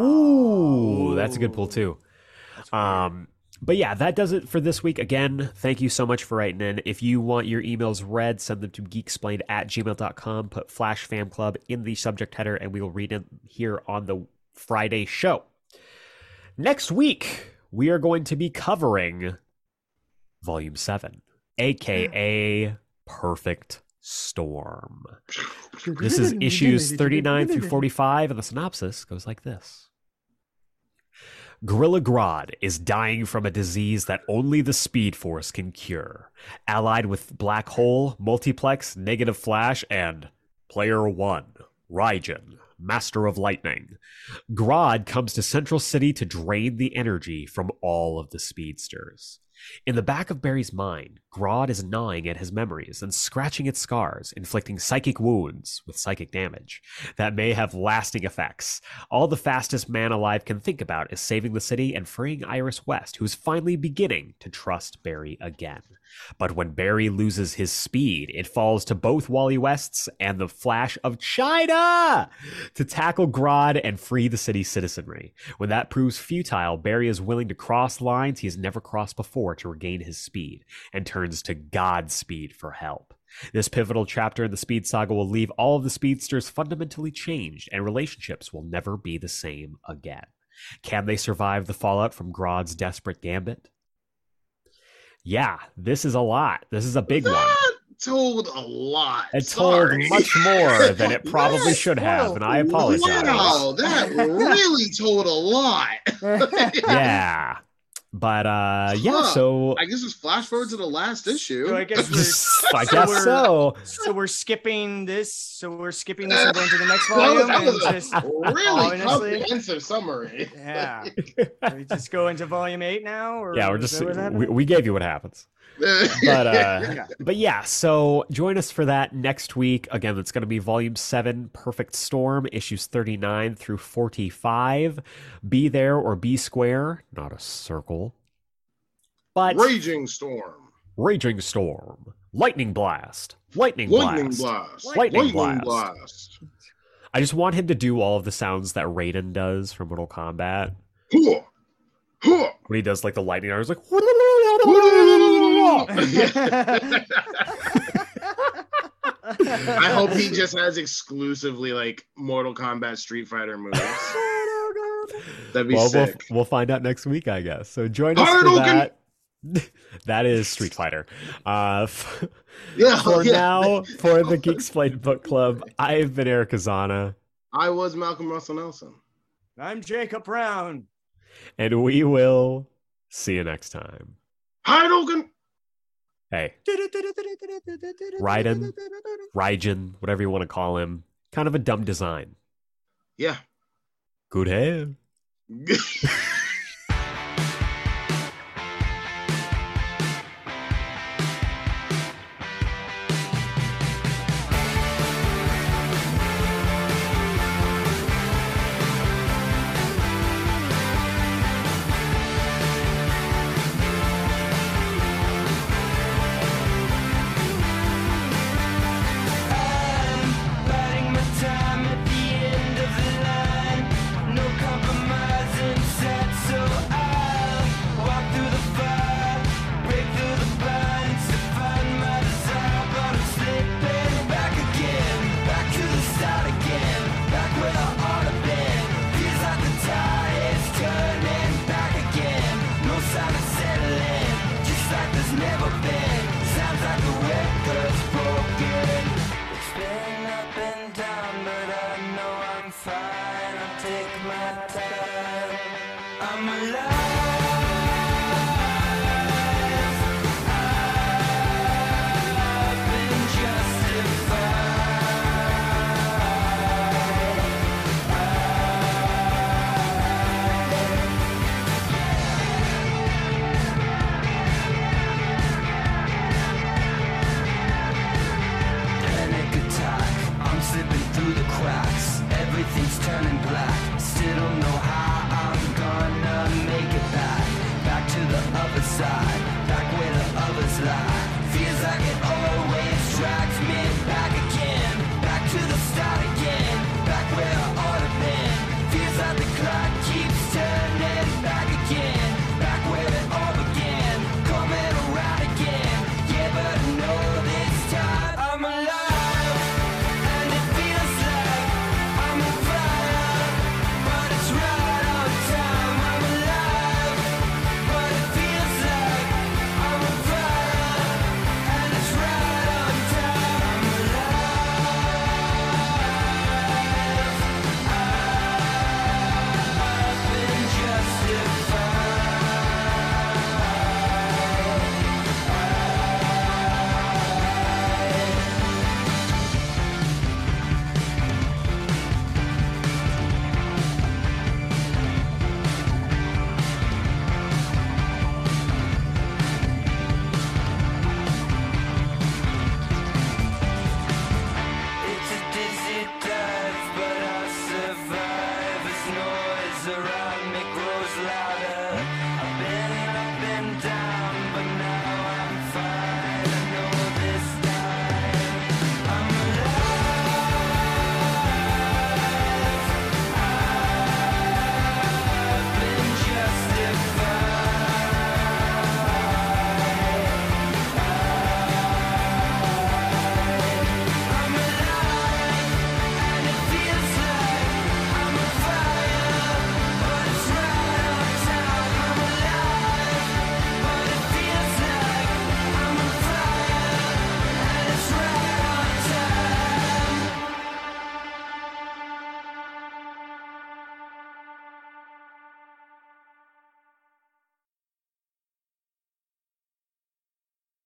Ooh, that's a good pull Ooh. too. That's weird. Um, but yeah, that does it for this week. Again, thank you so much for writing in. If you want your emails read, send them to geeksplained at gmail.com. Put Flash Fam Club in the subject header, and we will read it here on the Friday show. Next week, we are going to be covering Volume 7, aka Perfect Storm. This is issues 39 through 45, and the synopsis goes like this Gorilla Grodd is dying from a disease that only the Speed Force can cure. Allied with Black Hole, Multiplex, Negative Flash, and Player One, Raijin, Master of Lightning, Grodd comes to Central City to drain the energy from all of the speedsters. In the back of Barry's mind, Grodd is gnawing at his memories and scratching at scars, inflicting psychic wounds with psychic damage that may have lasting effects. All the fastest man alive can think about is saving the city and freeing Iris West, who is finally beginning to trust Barry again. But when Barry loses his speed, it falls to both Wally West's and the Flash of China to tackle Grodd and free the city's citizenry. When that proves futile, Barry is willing to cross lines he has never crossed before to regain his speed and turns to Godspeed for help. This pivotal chapter in the Speed Saga will leave all of the speedsters fundamentally changed, and relationships will never be the same again. Can they survive the fallout from Grodd's desperate gambit? Yeah, this is a lot. This is a big one. That told a lot. It told Sorry. much more than it probably That- should have, and I apologize. Wow, that really told a lot. Yeah. But uh yeah, Huh. so I guess it's flash forward to the last issue. So I guess we're I guess so. so we're skipping this. So we're skipping this and going to the next Well, volume. that was and a- just, really Honestly. comprehensive summary. yeah. we just go into volume eight now, or Yeah, we're is just that what happened? we, we gave you what happens. but uh but yeah so join us for that next week again that's going to be volume 7 perfect storm issues 39 through 45 be there or be square not a circle but Raging Storm. raging storm lightning blast lightning, Lightning blast. Blast. Lightning Blast. Blast. i just want him to do all of the sounds that raiden does from mortal kombat Hoo! Hoo! when he does like the lightning arrows like I hope he just has exclusively like Mortal Kombat Street Fighter moves. That'd be well, we'll, sick. we'll find out next week, I guess. So join us for Hadouken! that. that is Street Fighter. Uh, f- yeah, for Oh, yeah. now, for the Geeks Played Book Club, I've been Eric Azana, I was Malcolm Russell Nelson. I'm Jacob Brown. and we will see you next time. Hadouken! Hey, Raiden, Raijin, whatever you want to call him, kind of a dumb design. Yeah. Good hair. I'm alive.